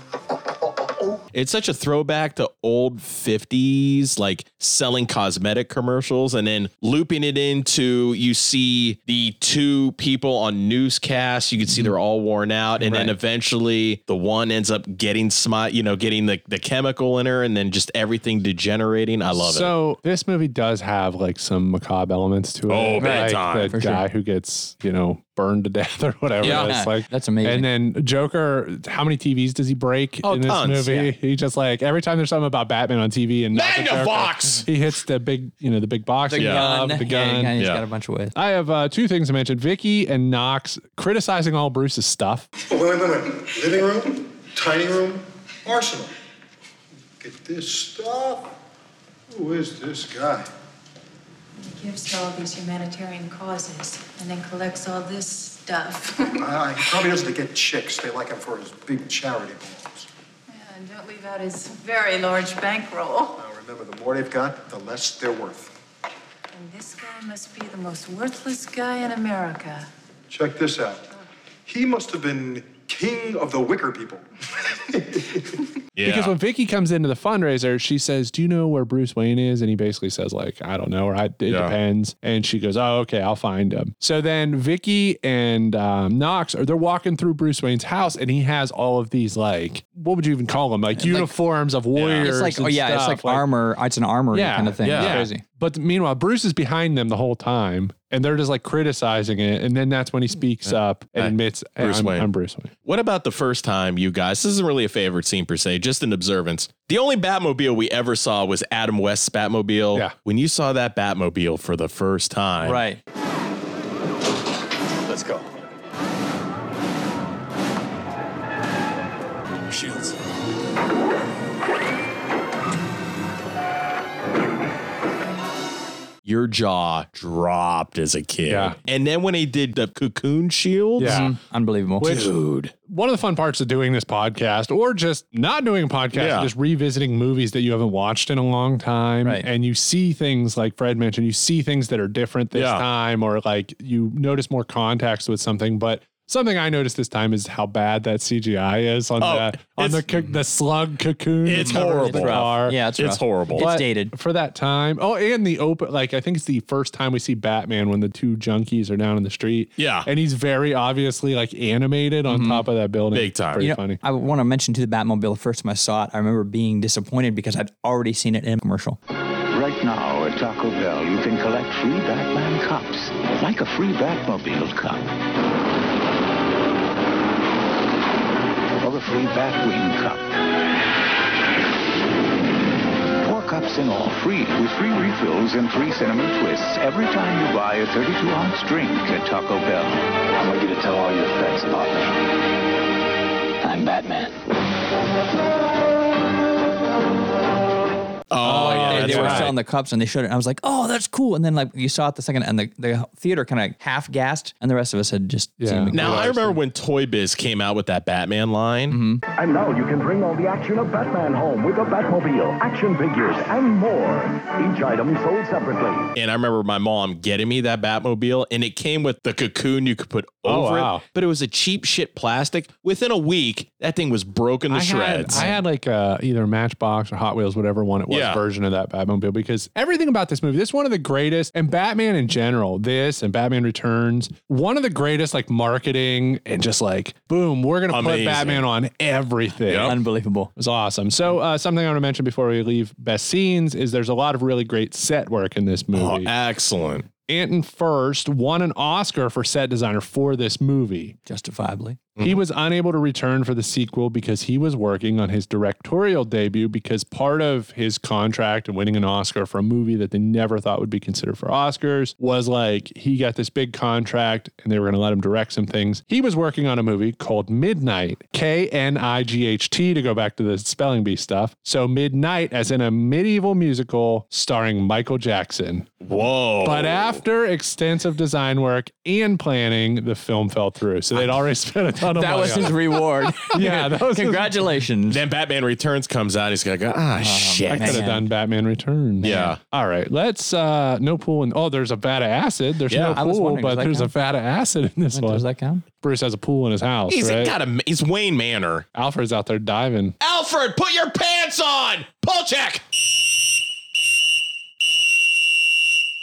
[SPEAKER 4] It's such a throwback to old 50s, like selling cosmetic commercials and then looping it into you see the two people on newscasts. You can see they're all worn out. And then
[SPEAKER 5] Mm-hmm. Right.
[SPEAKER 4] eventually the one ends up getting smite, you know, getting the, the chemical in her and then just everything degenerating. I love it.
[SPEAKER 3] so this movie does have like some macabre elements to it.
[SPEAKER 4] Oh, big
[SPEAKER 3] Like,
[SPEAKER 4] time.
[SPEAKER 3] The
[SPEAKER 4] For sure.
[SPEAKER 3] guy who gets you know burned to death or whatever.
[SPEAKER 4] Yeah.
[SPEAKER 3] It's like
[SPEAKER 5] That's amazing.
[SPEAKER 3] And then Joker, how many TVs does he break
[SPEAKER 4] Oh,
[SPEAKER 3] in this
[SPEAKER 4] tons,
[SPEAKER 3] movie?
[SPEAKER 4] yeah.
[SPEAKER 3] He just like every time there's something about Batman on TV and not the Joker,
[SPEAKER 4] Magnavox!
[SPEAKER 3] he hits the big you know the big box.
[SPEAKER 5] The
[SPEAKER 3] and
[SPEAKER 5] gun.
[SPEAKER 3] the
[SPEAKER 5] Yeah,
[SPEAKER 3] gun.
[SPEAKER 5] he's got a bunch of ways.
[SPEAKER 3] I have uh, two things to mention: Vicky and Knox criticizing all Bruce's stuff.
[SPEAKER 23] Oh, wait, wait, wait, wait. Living room, tiny room, arsenal. Look at this stuff. Who is this guy?
[SPEAKER 7] He gives to all these humanitarian causes and then collects all this stuff.
[SPEAKER 23] Uh, he probably doesn't get chicks. They like him for his big charity balls.
[SPEAKER 7] And don't leave out his very large bankroll.
[SPEAKER 23] Now remember, the more they've got, the less they're worth.
[SPEAKER 7] And this guy must be the most worthless guy in America.
[SPEAKER 23] Check this out. He must have been king of the wicker people.
[SPEAKER 3] Because when Vicky comes into the fundraiser, she says, "Do you know where Bruce Wayne is?" And he basically says, "Like I don't know, or I, it depends." And she goes, "Oh, okay, I'll find him." So then Vicky and um, Knox are they're walking through Bruce Wayne's house, and he has all of these like what would you even call them like uniforms of warriors.
[SPEAKER 5] It's like, oh
[SPEAKER 3] and
[SPEAKER 5] yeah, it's
[SPEAKER 3] stuff,
[SPEAKER 5] like, armor. uh, It's an armory kind of thing. It's crazy.
[SPEAKER 3] But meanwhile, Bruce is behind them the whole time, and they're just like criticizing it. And then that's when he speaks up and
[SPEAKER 4] Hey,
[SPEAKER 3] admits, hey,
[SPEAKER 4] Bruce
[SPEAKER 3] I'm,
[SPEAKER 4] Wayne.
[SPEAKER 3] I'm Bruce Wayne."
[SPEAKER 4] What about the first time you guys? This isn't really a favorite scene per se, just an observance. The only Batmobile we ever saw was Adam West's Batmobile. Yeah. When you saw that Batmobile for the first time,
[SPEAKER 5] right?
[SPEAKER 14] Let's go. Shields.
[SPEAKER 4] your jaw dropped as a kid. And then when they did the cocoon shields,
[SPEAKER 3] Yeah. Mhm.
[SPEAKER 5] unbelievable.
[SPEAKER 3] Which-
[SPEAKER 4] dude.
[SPEAKER 3] One of the fun parts of doing this podcast, or just not doing a podcast,
[SPEAKER 4] Yeah.
[SPEAKER 3] just revisiting movies that you haven't watched in a long time,
[SPEAKER 4] Right.
[SPEAKER 3] and you see things like Fred mentioned, you see things that are different this
[SPEAKER 4] Yeah.
[SPEAKER 3] time, or like you notice more context with something. But something I noticed this time is how bad that CGI is on
[SPEAKER 4] Oh,
[SPEAKER 3] the on the co- the slug cocoon.
[SPEAKER 4] It's
[SPEAKER 3] that covers
[SPEAKER 4] horrible.
[SPEAKER 3] The car.
[SPEAKER 4] Yeah, it's It's rough. horrible. It's
[SPEAKER 3] But
[SPEAKER 5] dated.
[SPEAKER 3] for that time. Oh, and the open like I think it's the first time we see Batman when the two junkies are down in the street.
[SPEAKER 4] Yeah. Mm-hmm.
[SPEAKER 3] and he's very obviously like animated on top of that building. Big time. Pretty
[SPEAKER 5] You know,
[SPEAKER 3] funny.
[SPEAKER 5] I want to mention to the Batmobile. The first time I saw it, I remember being disappointed because I'd already seen it in a commercial.
[SPEAKER 11] Right now at Taco Bell, you can collect free Batman cups, like a free Batmobile cup. Or a free Batwing cup. Four cups in all, free, with free refills and free cinnamon twists every time you buy a 32-ounce drink at Taco Bell. I want you to tell all your friends about me. I'm Batman.
[SPEAKER 4] Oh, yeah,
[SPEAKER 5] they,
[SPEAKER 4] that's
[SPEAKER 5] they were
[SPEAKER 4] right.
[SPEAKER 5] selling the cups and they showed it. And I was like, oh, that's cool. And then like you saw it the second, and the, the theater kind of half gassed, and the rest of us had just seen the
[SPEAKER 4] Now I remember when Toy Biz came out with that Batman line.
[SPEAKER 11] And now you can bring all the action of Batman home with the Batmobile, action figures, and more. Each item sold separately.
[SPEAKER 4] And I remember my mom getting me that Batmobile, and it came with the cocoon you could put
[SPEAKER 3] Oh,
[SPEAKER 4] over
[SPEAKER 3] wow.
[SPEAKER 4] it. But it was a cheap shit plastic. Within a week, that thing was broken to
[SPEAKER 3] I
[SPEAKER 4] shreds.
[SPEAKER 3] Had, I had like uh, either Matchbox or Hot Wheels, whatever one it was,
[SPEAKER 4] Yeah.
[SPEAKER 3] version of that Batmobile because everything about this movie, this is one of the greatest, and Batman in general, this and Batman Returns, one of the greatest like marketing and just like, boom, we're going to put
[SPEAKER 4] Amazing.
[SPEAKER 3] Batman on everything.
[SPEAKER 4] Yep.
[SPEAKER 5] Unbelievable.
[SPEAKER 3] It was awesome. So, uh, something I want to mention before we leave best scenes is there's a lot of really great set work in this movie.
[SPEAKER 4] Oh, excellent.
[SPEAKER 3] Anton First won an Oscar for set designer for this movie.
[SPEAKER 5] Justifiably.
[SPEAKER 3] He was unable to return for the sequel because he was working on his directorial debut because part of his contract and winning an Oscar for a movie that they never thought would be considered for Oscars was like he got this big contract and they were going to let him direct some things. He was working on a movie called Midnight, K N I G H T to go back to the spelling bee stuff. So Midnight as in a medieval musical starring Michael Jackson.
[SPEAKER 4] Whoa.
[SPEAKER 3] But after extensive design work and planning, the film fell through. So they'd already spent a ton of
[SPEAKER 5] That
[SPEAKER 3] money.
[SPEAKER 5] was
[SPEAKER 3] on
[SPEAKER 5] his
[SPEAKER 3] it.
[SPEAKER 5] reward.
[SPEAKER 3] Yeah, that was his-
[SPEAKER 5] congratulations.
[SPEAKER 4] then Batman Returns comes out. He's gonna go, ah, shit.
[SPEAKER 3] I could have done Batman Returns.
[SPEAKER 4] Yeah.
[SPEAKER 3] All right. Let's uh no pool and oh, there's a vat of acid. There's
[SPEAKER 4] Yeah. I
[SPEAKER 3] no
[SPEAKER 4] was
[SPEAKER 3] pool,
[SPEAKER 4] wondering, does
[SPEAKER 3] but
[SPEAKER 4] that
[SPEAKER 3] there's a
[SPEAKER 4] count?
[SPEAKER 3] vat of acid in this one. Does
[SPEAKER 5] that count?
[SPEAKER 3] Bruce has a pool in his house.
[SPEAKER 4] He's
[SPEAKER 3] right?
[SPEAKER 4] got a. He's Wayne Manor.
[SPEAKER 3] Alfred's out there diving.
[SPEAKER 4] Alfred, put your pants on. Pull check.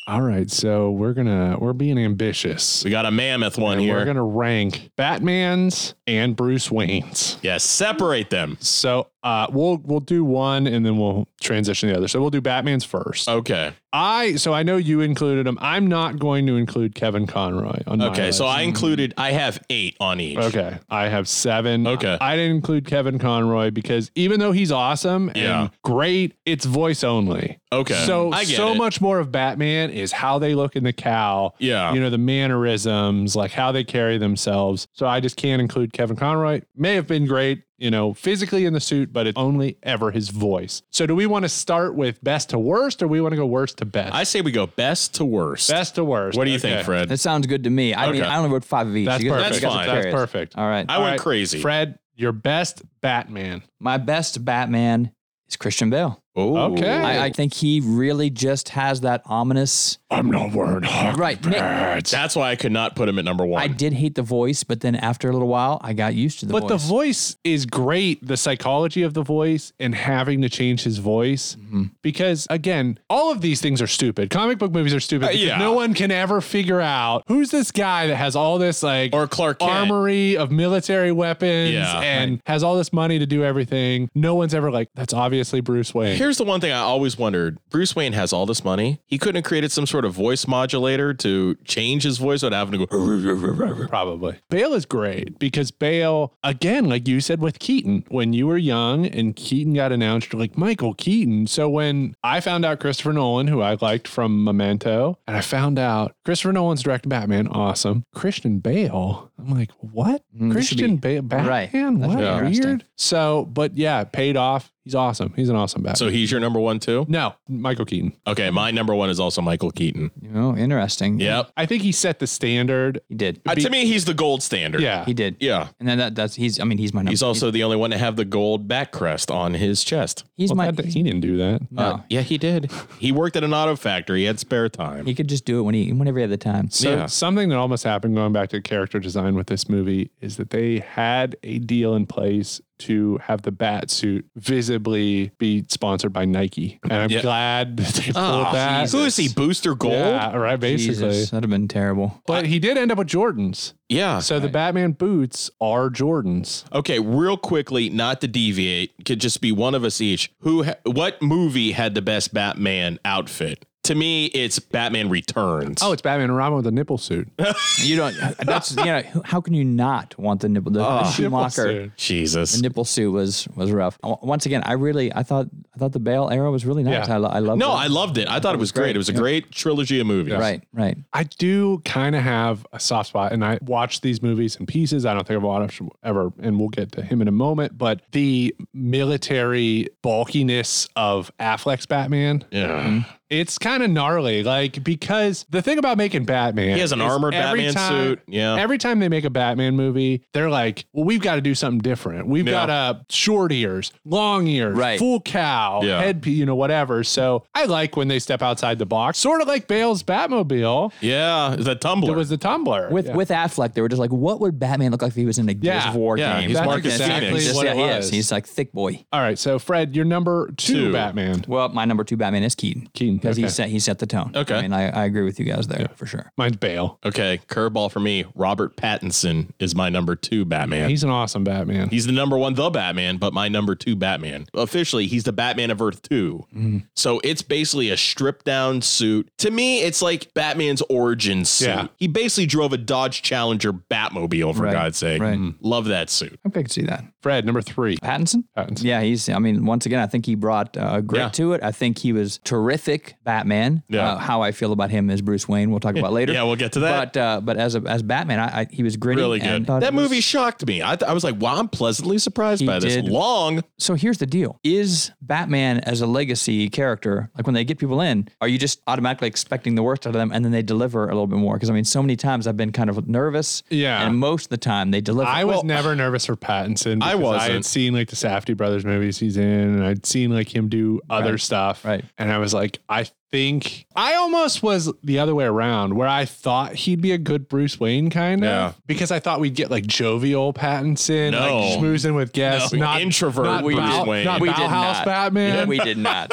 [SPEAKER 3] All right. So we're gonna we're being ambitious.
[SPEAKER 4] We got a mammoth one
[SPEAKER 3] and
[SPEAKER 4] here.
[SPEAKER 3] We're gonna rank Batman's and Bruce Wayne's.
[SPEAKER 4] yeah, separate them.
[SPEAKER 3] So uh, we'll we'll do one and then we'll transition to the other. So we'll do Batman's first.
[SPEAKER 4] Okay.
[SPEAKER 3] I so I know you included him. I'm not going to include Kevin Conroy on my
[SPEAKER 4] Okay, so
[SPEAKER 3] list.
[SPEAKER 4] I included. I have eight on each.
[SPEAKER 3] Okay, I have seven.
[SPEAKER 4] Okay.
[SPEAKER 3] I didn't include Kevin Conroy because even though he's awesome
[SPEAKER 4] Yeah.
[SPEAKER 3] and great, it's voice only.
[SPEAKER 4] Okay.
[SPEAKER 3] So
[SPEAKER 4] I get
[SPEAKER 3] so
[SPEAKER 4] it.
[SPEAKER 3] much more of Batman is how they look in the cow.
[SPEAKER 4] Yeah.
[SPEAKER 3] You know, the mannerisms, like how they carry themselves. So I just can't include Kevin Conroy. May have been great, you know, physically in the suit, but it's only ever his voice. So do we want to start with best to worst or we want to go worst to best?
[SPEAKER 4] I say we go best to worst.
[SPEAKER 3] Best to worst.
[SPEAKER 4] What do you
[SPEAKER 3] Okay.
[SPEAKER 4] think, Fred?
[SPEAKER 5] That sounds good to me. I mean,
[SPEAKER 4] Okay.
[SPEAKER 5] I only wrote five of each.
[SPEAKER 3] That's
[SPEAKER 5] You guys-
[SPEAKER 3] perfect.
[SPEAKER 5] you guys are
[SPEAKER 4] That's fine.
[SPEAKER 3] That's
[SPEAKER 5] curious.
[SPEAKER 3] perfect.
[SPEAKER 5] All right.
[SPEAKER 4] I
[SPEAKER 3] All
[SPEAKER 4] went
[SPEAKER 3] right,
[SPEAKER 4] crazy.
[SPEAKER 3] Fred, your best Batman.
[SPEAKER 5] My best Batman is Christian Bale.
[SPEAKER 4] Oh,
[SPEAKER 3] Okay.
[SPEAKER 5] I, I think he really just has that ominous.
[SPEAKER 3] I'm not wearing
[SPEAKER 5] Right. Nick,
[SPEAKER 4] That's why I could not put him at number one.
[SPEAKER 5] I did hate the voice, but then after a little while, I got used to the
[SPEAKER 3] but the
[SPEAKER 5] voice.
[SPEAKER 3] voice is great. The psychology of the voice and having to change his voice
[SPEAKER 4] Mm-hmm.
[SPEAKER 3] because again, all of these things are stupid. Comic book movies are stupid
[SPEAKER 4] Uh,
[SPEAKER 3] because
[SPEAKER 4] yeah.
[SPEAKER 3] no one can ever figure out who's this guy that has all this like
[SPEAKER 4] or Clark Kent.
[SPEAKER 3] armory of military weapons
[SPEAKER 4] Yeah.
[SPEAKER 3] and has all this money to do everything. No one's ever like that's obviously Bruce Wayne.
[SPEAKER 4] Here's the one thing I always wondered. Bruce Wayne has all this money. He couldn't have created some sort of voice modulator to change his voice without having to go.
[SPEAKER 3] Probably. Bale is great because Bale, again, like you said with Keaton, when you were young and Keaton got announced, you're like, Michael Keaton. So when I found out Christopher Nolan, who I liked from Memento, and I found out Christopher Nolan's directed Batman, awesome. Christian Bale, I'm like, what?
[SPEAKER 5] Mm, this should
[SPEAKER 3] Christian
[SPEAKER 5] be-
[SPEAKER 3] ba- Batman?
[SPEAKER 5] Right. That
[SPEAKER 3] What?
[SPEAKER 5] should be interesting.
[SPEAKER 3] Weird. So, but yeah, it paid off. He's awesome. He's an awesome Batman.
[SPEAKER 4] So he's your number one too?
[SPEAKER 3] No, Michael Keaton.
[SPEAKER 4] Okay, my number one is also Michael Keaton.
[SPEAKER 5] You know, interesting.
[SPEAKER 4] Yep.
[SPEAKER 3] I think he set the standard.
[SPEAKER 5] He did.
[SPEAKER 4] Uh, to me, he's the gold standard.
[SPEAKER 3] Yeah.
[SPEAKER 5] He did.
[SPEAKER 4] Yeah.
[SPEAKER 5] And then that, that's he's. I mean, he's my number.
[SPEAKER 4] He's also the only one to have the gold back crest on his chest. Uh,
[SPEAKER 5] He's my-
[SPEAKER 3] he didn't do that.
[SPEAKER 5] No.
[SPEAKER 4] yeah, he did. he worked at an auto factory. He had spare time.
[SPEAKER 5] he could just do it when he whenever he had the time.
[SPEAKER 3] So something that almost happened going back to character design with this movie is that they had a deal in place to have the bat suit visibly be sponsored by Nike. And I'm
[SPEAKER 4] Yeah.
[SPEAKER 3] glad that they pulled
[SPEAKER 4] Ah,
[SPEAKER 3] that.
[SPEAKER 4] who is he? Booster Gold?
[SPEAKER 3] Yeah, right, basically.
[SPEAKER 5] Jesus, that'd have been terrible.
[SPEAKER 3] But he did end up with Jordans.
[SPEAKER 4] Yeah.
[SPEAKER 3] So the Batman boots are Jordans.
[SPEAKER 4] Okay, real quickly, not to deviate, could just be one of us each. Who? Ha- what movie had the best Batman outfit? To me, it's Batman Returns.
[SPEAKER 3] Oh, it's Batman and Robin with a nipple suit.
[SPEAKER 5] You don't. That's yeah. How can you not want the nipple?
[SPEAKER 3] Ah.
[SPEAKER 5] The, the
[SPEAKER 4] Oh. Nipple
[SPEAKER 5] Schumacher.
[SPEAKER 4] suit. Jesus.
[SPEAKER 5] The nipple suit was was rough. O- Once again, I really I thought I thought the Bale era was really nice.
[SPEAKER 4] Yeah.
[SPEAKER 5] I, lo- I loved
[SPEAKER 4] no,
[SPEAKER 5] it.
[SPEAKER 4] I loved it. I thought it was great. It was a
[SPEAKER 5] Yeah.
[SPEAKER 4] great trilogy of movies.
[SPEAKER 5] Right, right.
[SPEAKER 3] I do kind of have a soft spot, and I watch these movies in pieces. I don't think I've watched ever, and we'll get to him in a moment. But the military bulkiness of Affleck's Batman, mm-hmm.
[SPEAKER 4] yeah,
[SPEAKER 3] it's kind of gnarly. Like because the thing about making Batman,
[SPEAKER 4] He has an
[SPEAKER 3] is
[SPEAKER 4] armored
[SPEAKER 3] every
[SPEAKER 4] Batman
[SPEAKER 3] time-
[SPEAKER 4] suit. Yeah.
[SPEAKER 3] every time they make a Batman movie, they're like, well, we've got to do something different. We've got
[SPEAKER 4] Yeah.
[SPEAKER 3] to short ears, long ears,
[SPEAKER 5] Right.
[SPEAKER 3] full cow,
[SPEAKER 4] Yeah.
[SPEAKER 3] head, you know, whatever. So I like when they step outside the box, sort of like Bale's Batmobile.
[SPEAKER 4] Yeah, the tumbler.
[SPEAKER 3] It was the tumbler
[SPEAKER 5] With
[SPEAKER 3] yeah.
[SPEAKER 5] with Affleck, they were just like, what would Batman look like if he was in a Gears
[SPEAKER 3] Yeah,
[SPEAKER 5] of War
[SPEAKER 3] yeah,
[SPEAKER 5] game?
[SPEAKER 3] he's
[SPEAKER 5] Like
[SPEAKER 3] Marcus
[SPEAKER 5] this.
[SPEAKER 3] Phoenix.
[SPEAKER 5] Just-
[SPEAKER 3] What
[SPEAKER 5] yeah,
[SPEAKER 3] it
[SPEAKER 5] he
[SPEAKER 3] was.
[SPEAKER 5] is. He's like thick boy.
[SPEAKER 3] All right, so Fred, your number two,
[SPEAKER 5] Two.
[SPEAKER 3] Batman.
[SPEAKER 5] Well, my number two Batman is Keaton.
[SPEAKER 3] Keaton,
[SPEAKER 5] because he
[SPEAKER 3] okay.
[SPEAKER 5] set he set the tone.
[SPEAKER 4] Okay.
[SPEAKER 5] I mean, I, I agree with you guys there for sure.
[SPEAKER 3] Mine's Bale.
[SPEAKER 4] Okay, curveball for me. Robert Pattinson is my number two Batman.
[SPEAKER 3] He's an awesome Batman.
[SPEAKER 4] He's the number one, the Batman, but my number two Batman. Officially, he's the Batman of Earth 2.
[SPEAKER 3] Mm.
[SPEAKER 4] So it's basically a stripped down suit. To me, it's like Batman's origin suit.
[SPEAKER 3] Yeah.
[SPEAKER 4] He basically drove a Dodge Challenger Batmobile, for
[SPEAKER 5] Right,
[SPEAKER 4] God's sake.
[SPEAKER 5] right.
[SPEAKER 4] Love that suit.
[SPEAKER 5] Okay, I could see that.
[SPEAKER 3] Fred, number three.
[SPEAKER 5] Pattinson?
[SPEAKER 3] Pattinson.
[SPEAKER 5] Yeah, he's. I mean, once again, I think he brought uh, grit
[SPEAKER 4] Yeah.
[SPEAKER 5] to it. I think he was terrific Batman.
[SPEAKER 4] Yeah.
[SPEAKER 5] Uh, how I feel about him as Bruce Wayne, we'll talk about later.
[SPEAKER 4] Yeah, we'll get to that.
[SPEAKER 5] But uh, but as a, as Batman, I, I he was gritty.
[SPEAKER 4] Really
[SPEAKER 5] and
[SPEAKER 4] good.
[SPEAKER 5] thought
[SPEAKER 4] That
[SPEAKER 5] it was-
[SPEAKER 4] movie shocked me. I, th- I was like, wow, I'm pleasantly surprised
[SPEAKER 5] He
[SPEAKER 4] by this.
[SPEAKER 5] did.
[SPEAKER 4] Long.
[SPEAKER 5] So here's the deal: Is Batman as a legacy character like when they get people in? Are you just automatically expecting the worst out of them, and then they deliver a little bit more? Because I mean, so many times I've been kind of nervous.
[SPEAKER 3] Yeah.
[SPEAKER 5] And most of the time they deliver.
[SPEAKER 3] I was
[SPEAKER 5] Well,
[SPEAKER 3] never nervous for Pattinson.
[SPEAKER 4] I
[SPEAKER 3] because I
[SPEAKER 4] wasn't.
[SPEAKER 3] had seen like the Safety brothers movies he's in, and I'd seen like him do other
[SPEAKER 5] Right,
[SPEAKER 3] stuff.
[SPEAKER 5] right.
[SPEAKER 3] And I was like, I think I almost was the other way around, where I thought he'd be a good Bruce Wayne kind of,
[SPEAKER 4] Yeah.
[SPEAKER 3] because I thought we'd get like jovial Pattinson,
[SPEAKER 4] No.
[SPEAKER 3] like schmoozing with guests,
[SPEAKER 4] No.
[SPEAKER 3] not
[SPEAKER 4] Introvert
[SPEAKER 3] not
[SPEAKER 4] Bruce
[SPEAKER 3] Bau-
[SPEAKER 4] Wayne.
[SPEAKER 3] not
[SPEAKER 5] we did
[SPEAKER 3] Bauhaus
[SPEAKER 5] not.
[SPEAKER 3] Batman.
[SPEAKER 5] We did not.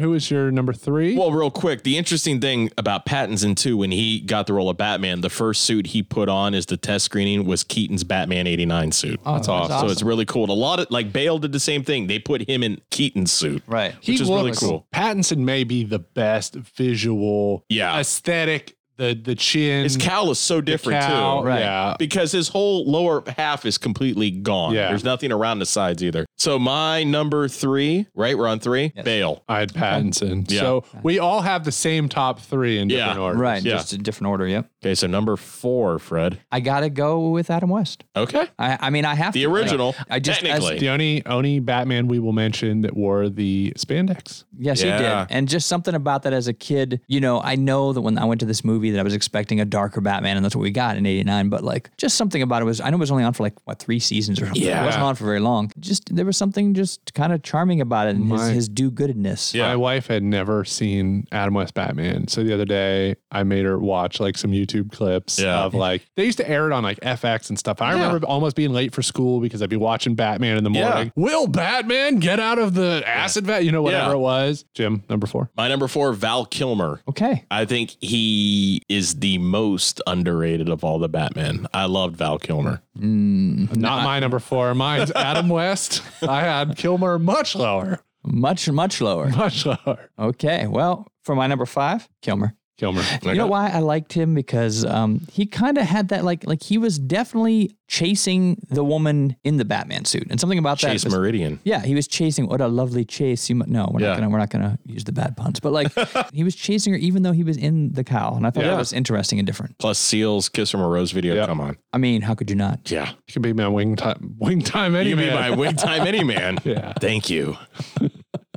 [SPEAKER 3] Who is your number three?
[SPEAKER 4] Well, real quick, the interesting thing about Pattinson too, when he got the role of Batman, the first suit he put on as the test screening was Keaton's Batman '89 suit.
[SPEAKER 5] Oh, that's awesome.
[SPEAKER 4] So it's really cool. And a lot of like Bale did the same thing. They put him in Keaton's suit,
[SPEAKER 5] right.
[SPEAKER 4] which is really
[SPEAKER 3] looks-
[SPEAKER 4] cool.
[SPEAKER 3] Pattinson may be the best visual
[SPEAKER 4] Yeah.
[SPEAKER 3] aesthetic. The the chin.
[SPEAKER 4] His cowl is so different
[SPEAKER 3] cowl,
[SPEAKER 4] too,
[SPEAKER 3] Right. yeah.
[SPEAKER 4] Because his whole lower half is completely gone.
[SPEAKER 3] Yeah.
[SPEAKER 4] There's nothing around the sides either. So my number three, right? We're on three. Bale.
[SPEAKER 3] I had Pattinson.
[SPEAKER 4] Yeah.
[SPEAKER 3] So we all have the same top three in different
[SPEAKER 4] Yeah.
[SPEAKER 3] orders.
[SPEAKER 5] Right.
[SPEAKER 4] Yeah.
[SPEAKER 5] Just a different order. Yep.
[SPEAKER 4] Okay, so number four, Fred.
[SPEAKER 5] I gotta go with Adam West.
[SPEAKER 4] Okay,
[SPEAKER 5] I, I mean, I have
[SPEAKER 4] the
[SPEAKER 5] to. Like,
[SPEAKER 4] original.
[SPEAKER 5] I just- as-
[SPEAKER 4] technically.
[SPEAKER 3] The only only Batman we will mention that wore the spandex.
[SPEAKER 5] Yes,
[SPEAKER 4] Yeah.
[SPEAKER 5] he did. And just something about that as a kid, you know, I know that when I went to this movie that I was expecting a darker Batman and that's what we got in 89, but like just something about it was, I know it was only on for like, what, three seasons or something.
[SPEAKER 4] Yeah.
[SPEAKER 5] It wasn't on for very long. Just, there was something just kind of charming about it and his,
[SPEAKER 3] My-
[SPEAKER 5] his do-goodedness.
[SPEAKER 4] Yeah.
[SPEAKER 3] My wife had never seen Adam West Batman. So the other day I made her watch like some YouTube clips
[SPEAKER 4] Yeah.
[SPEAKER 3] of like they used to air it on like FX and stuff. I remember almost being late for school because I'd be watching Batman in the
[SPEAKER 4] Yeah.
[SPEAKER 3] morning. Will Batman get out of the acid vat? You know, whatever
[SPEAKER 4] Yeah.
[SPEAKER 3] it was. Jim, number four.
[SPEAKER 4] My number four, Val Kilmer.
[SPEAKER 5] Okay.
[SPEAKER 4] I think he is the most underrated of all the Batman. I loved Val Kilmer.
[SPEAKER 5] Mm.
[SPEAKER 3] Not my number four. Mine's Adam West. I had Kilmer much lower.
[SPEAKER 5] Much, much lower.
[SPEAKER 3] Much lower.
[SPEAKER 5] Okay. Well, for my number five, Kilmer.
[SPEAKER 3] Kilmer.
[SPEAKER 5] You know why I liked him because um, he kind of had that like like he was definitely chasing the woman in the Batman suit and something about that
[SPEAKER 4] Chase
[SPEAKER 5] was-
[SPEAKER 4] Meridian.
[SPEAKER 5] Yeah, he was chasing. What a lovely chase! You mu- no, we're
[SPEAKER 4] Yeah.
[SPEAKER 5] not gonna we're not gonna use the bad puns, but like he was chasing her even though he was in the cow, and I thought that was interesting and different.
[SPEAKER 4] Plus, Seals "Kiss from a Rose" video. Come on.
[SPEAKER 5] I mean, how could you not?
[SPEAKER 4] Yeah,
[SPEAKER 3] you could be my wing time wing time any
[SPEAKER 4] you
[SPEAKER 3] man.
[SPEAKER 4] mean by wing time any man?
[SPEAKER 3] yeah.
[SPEAKER 4] Thank you.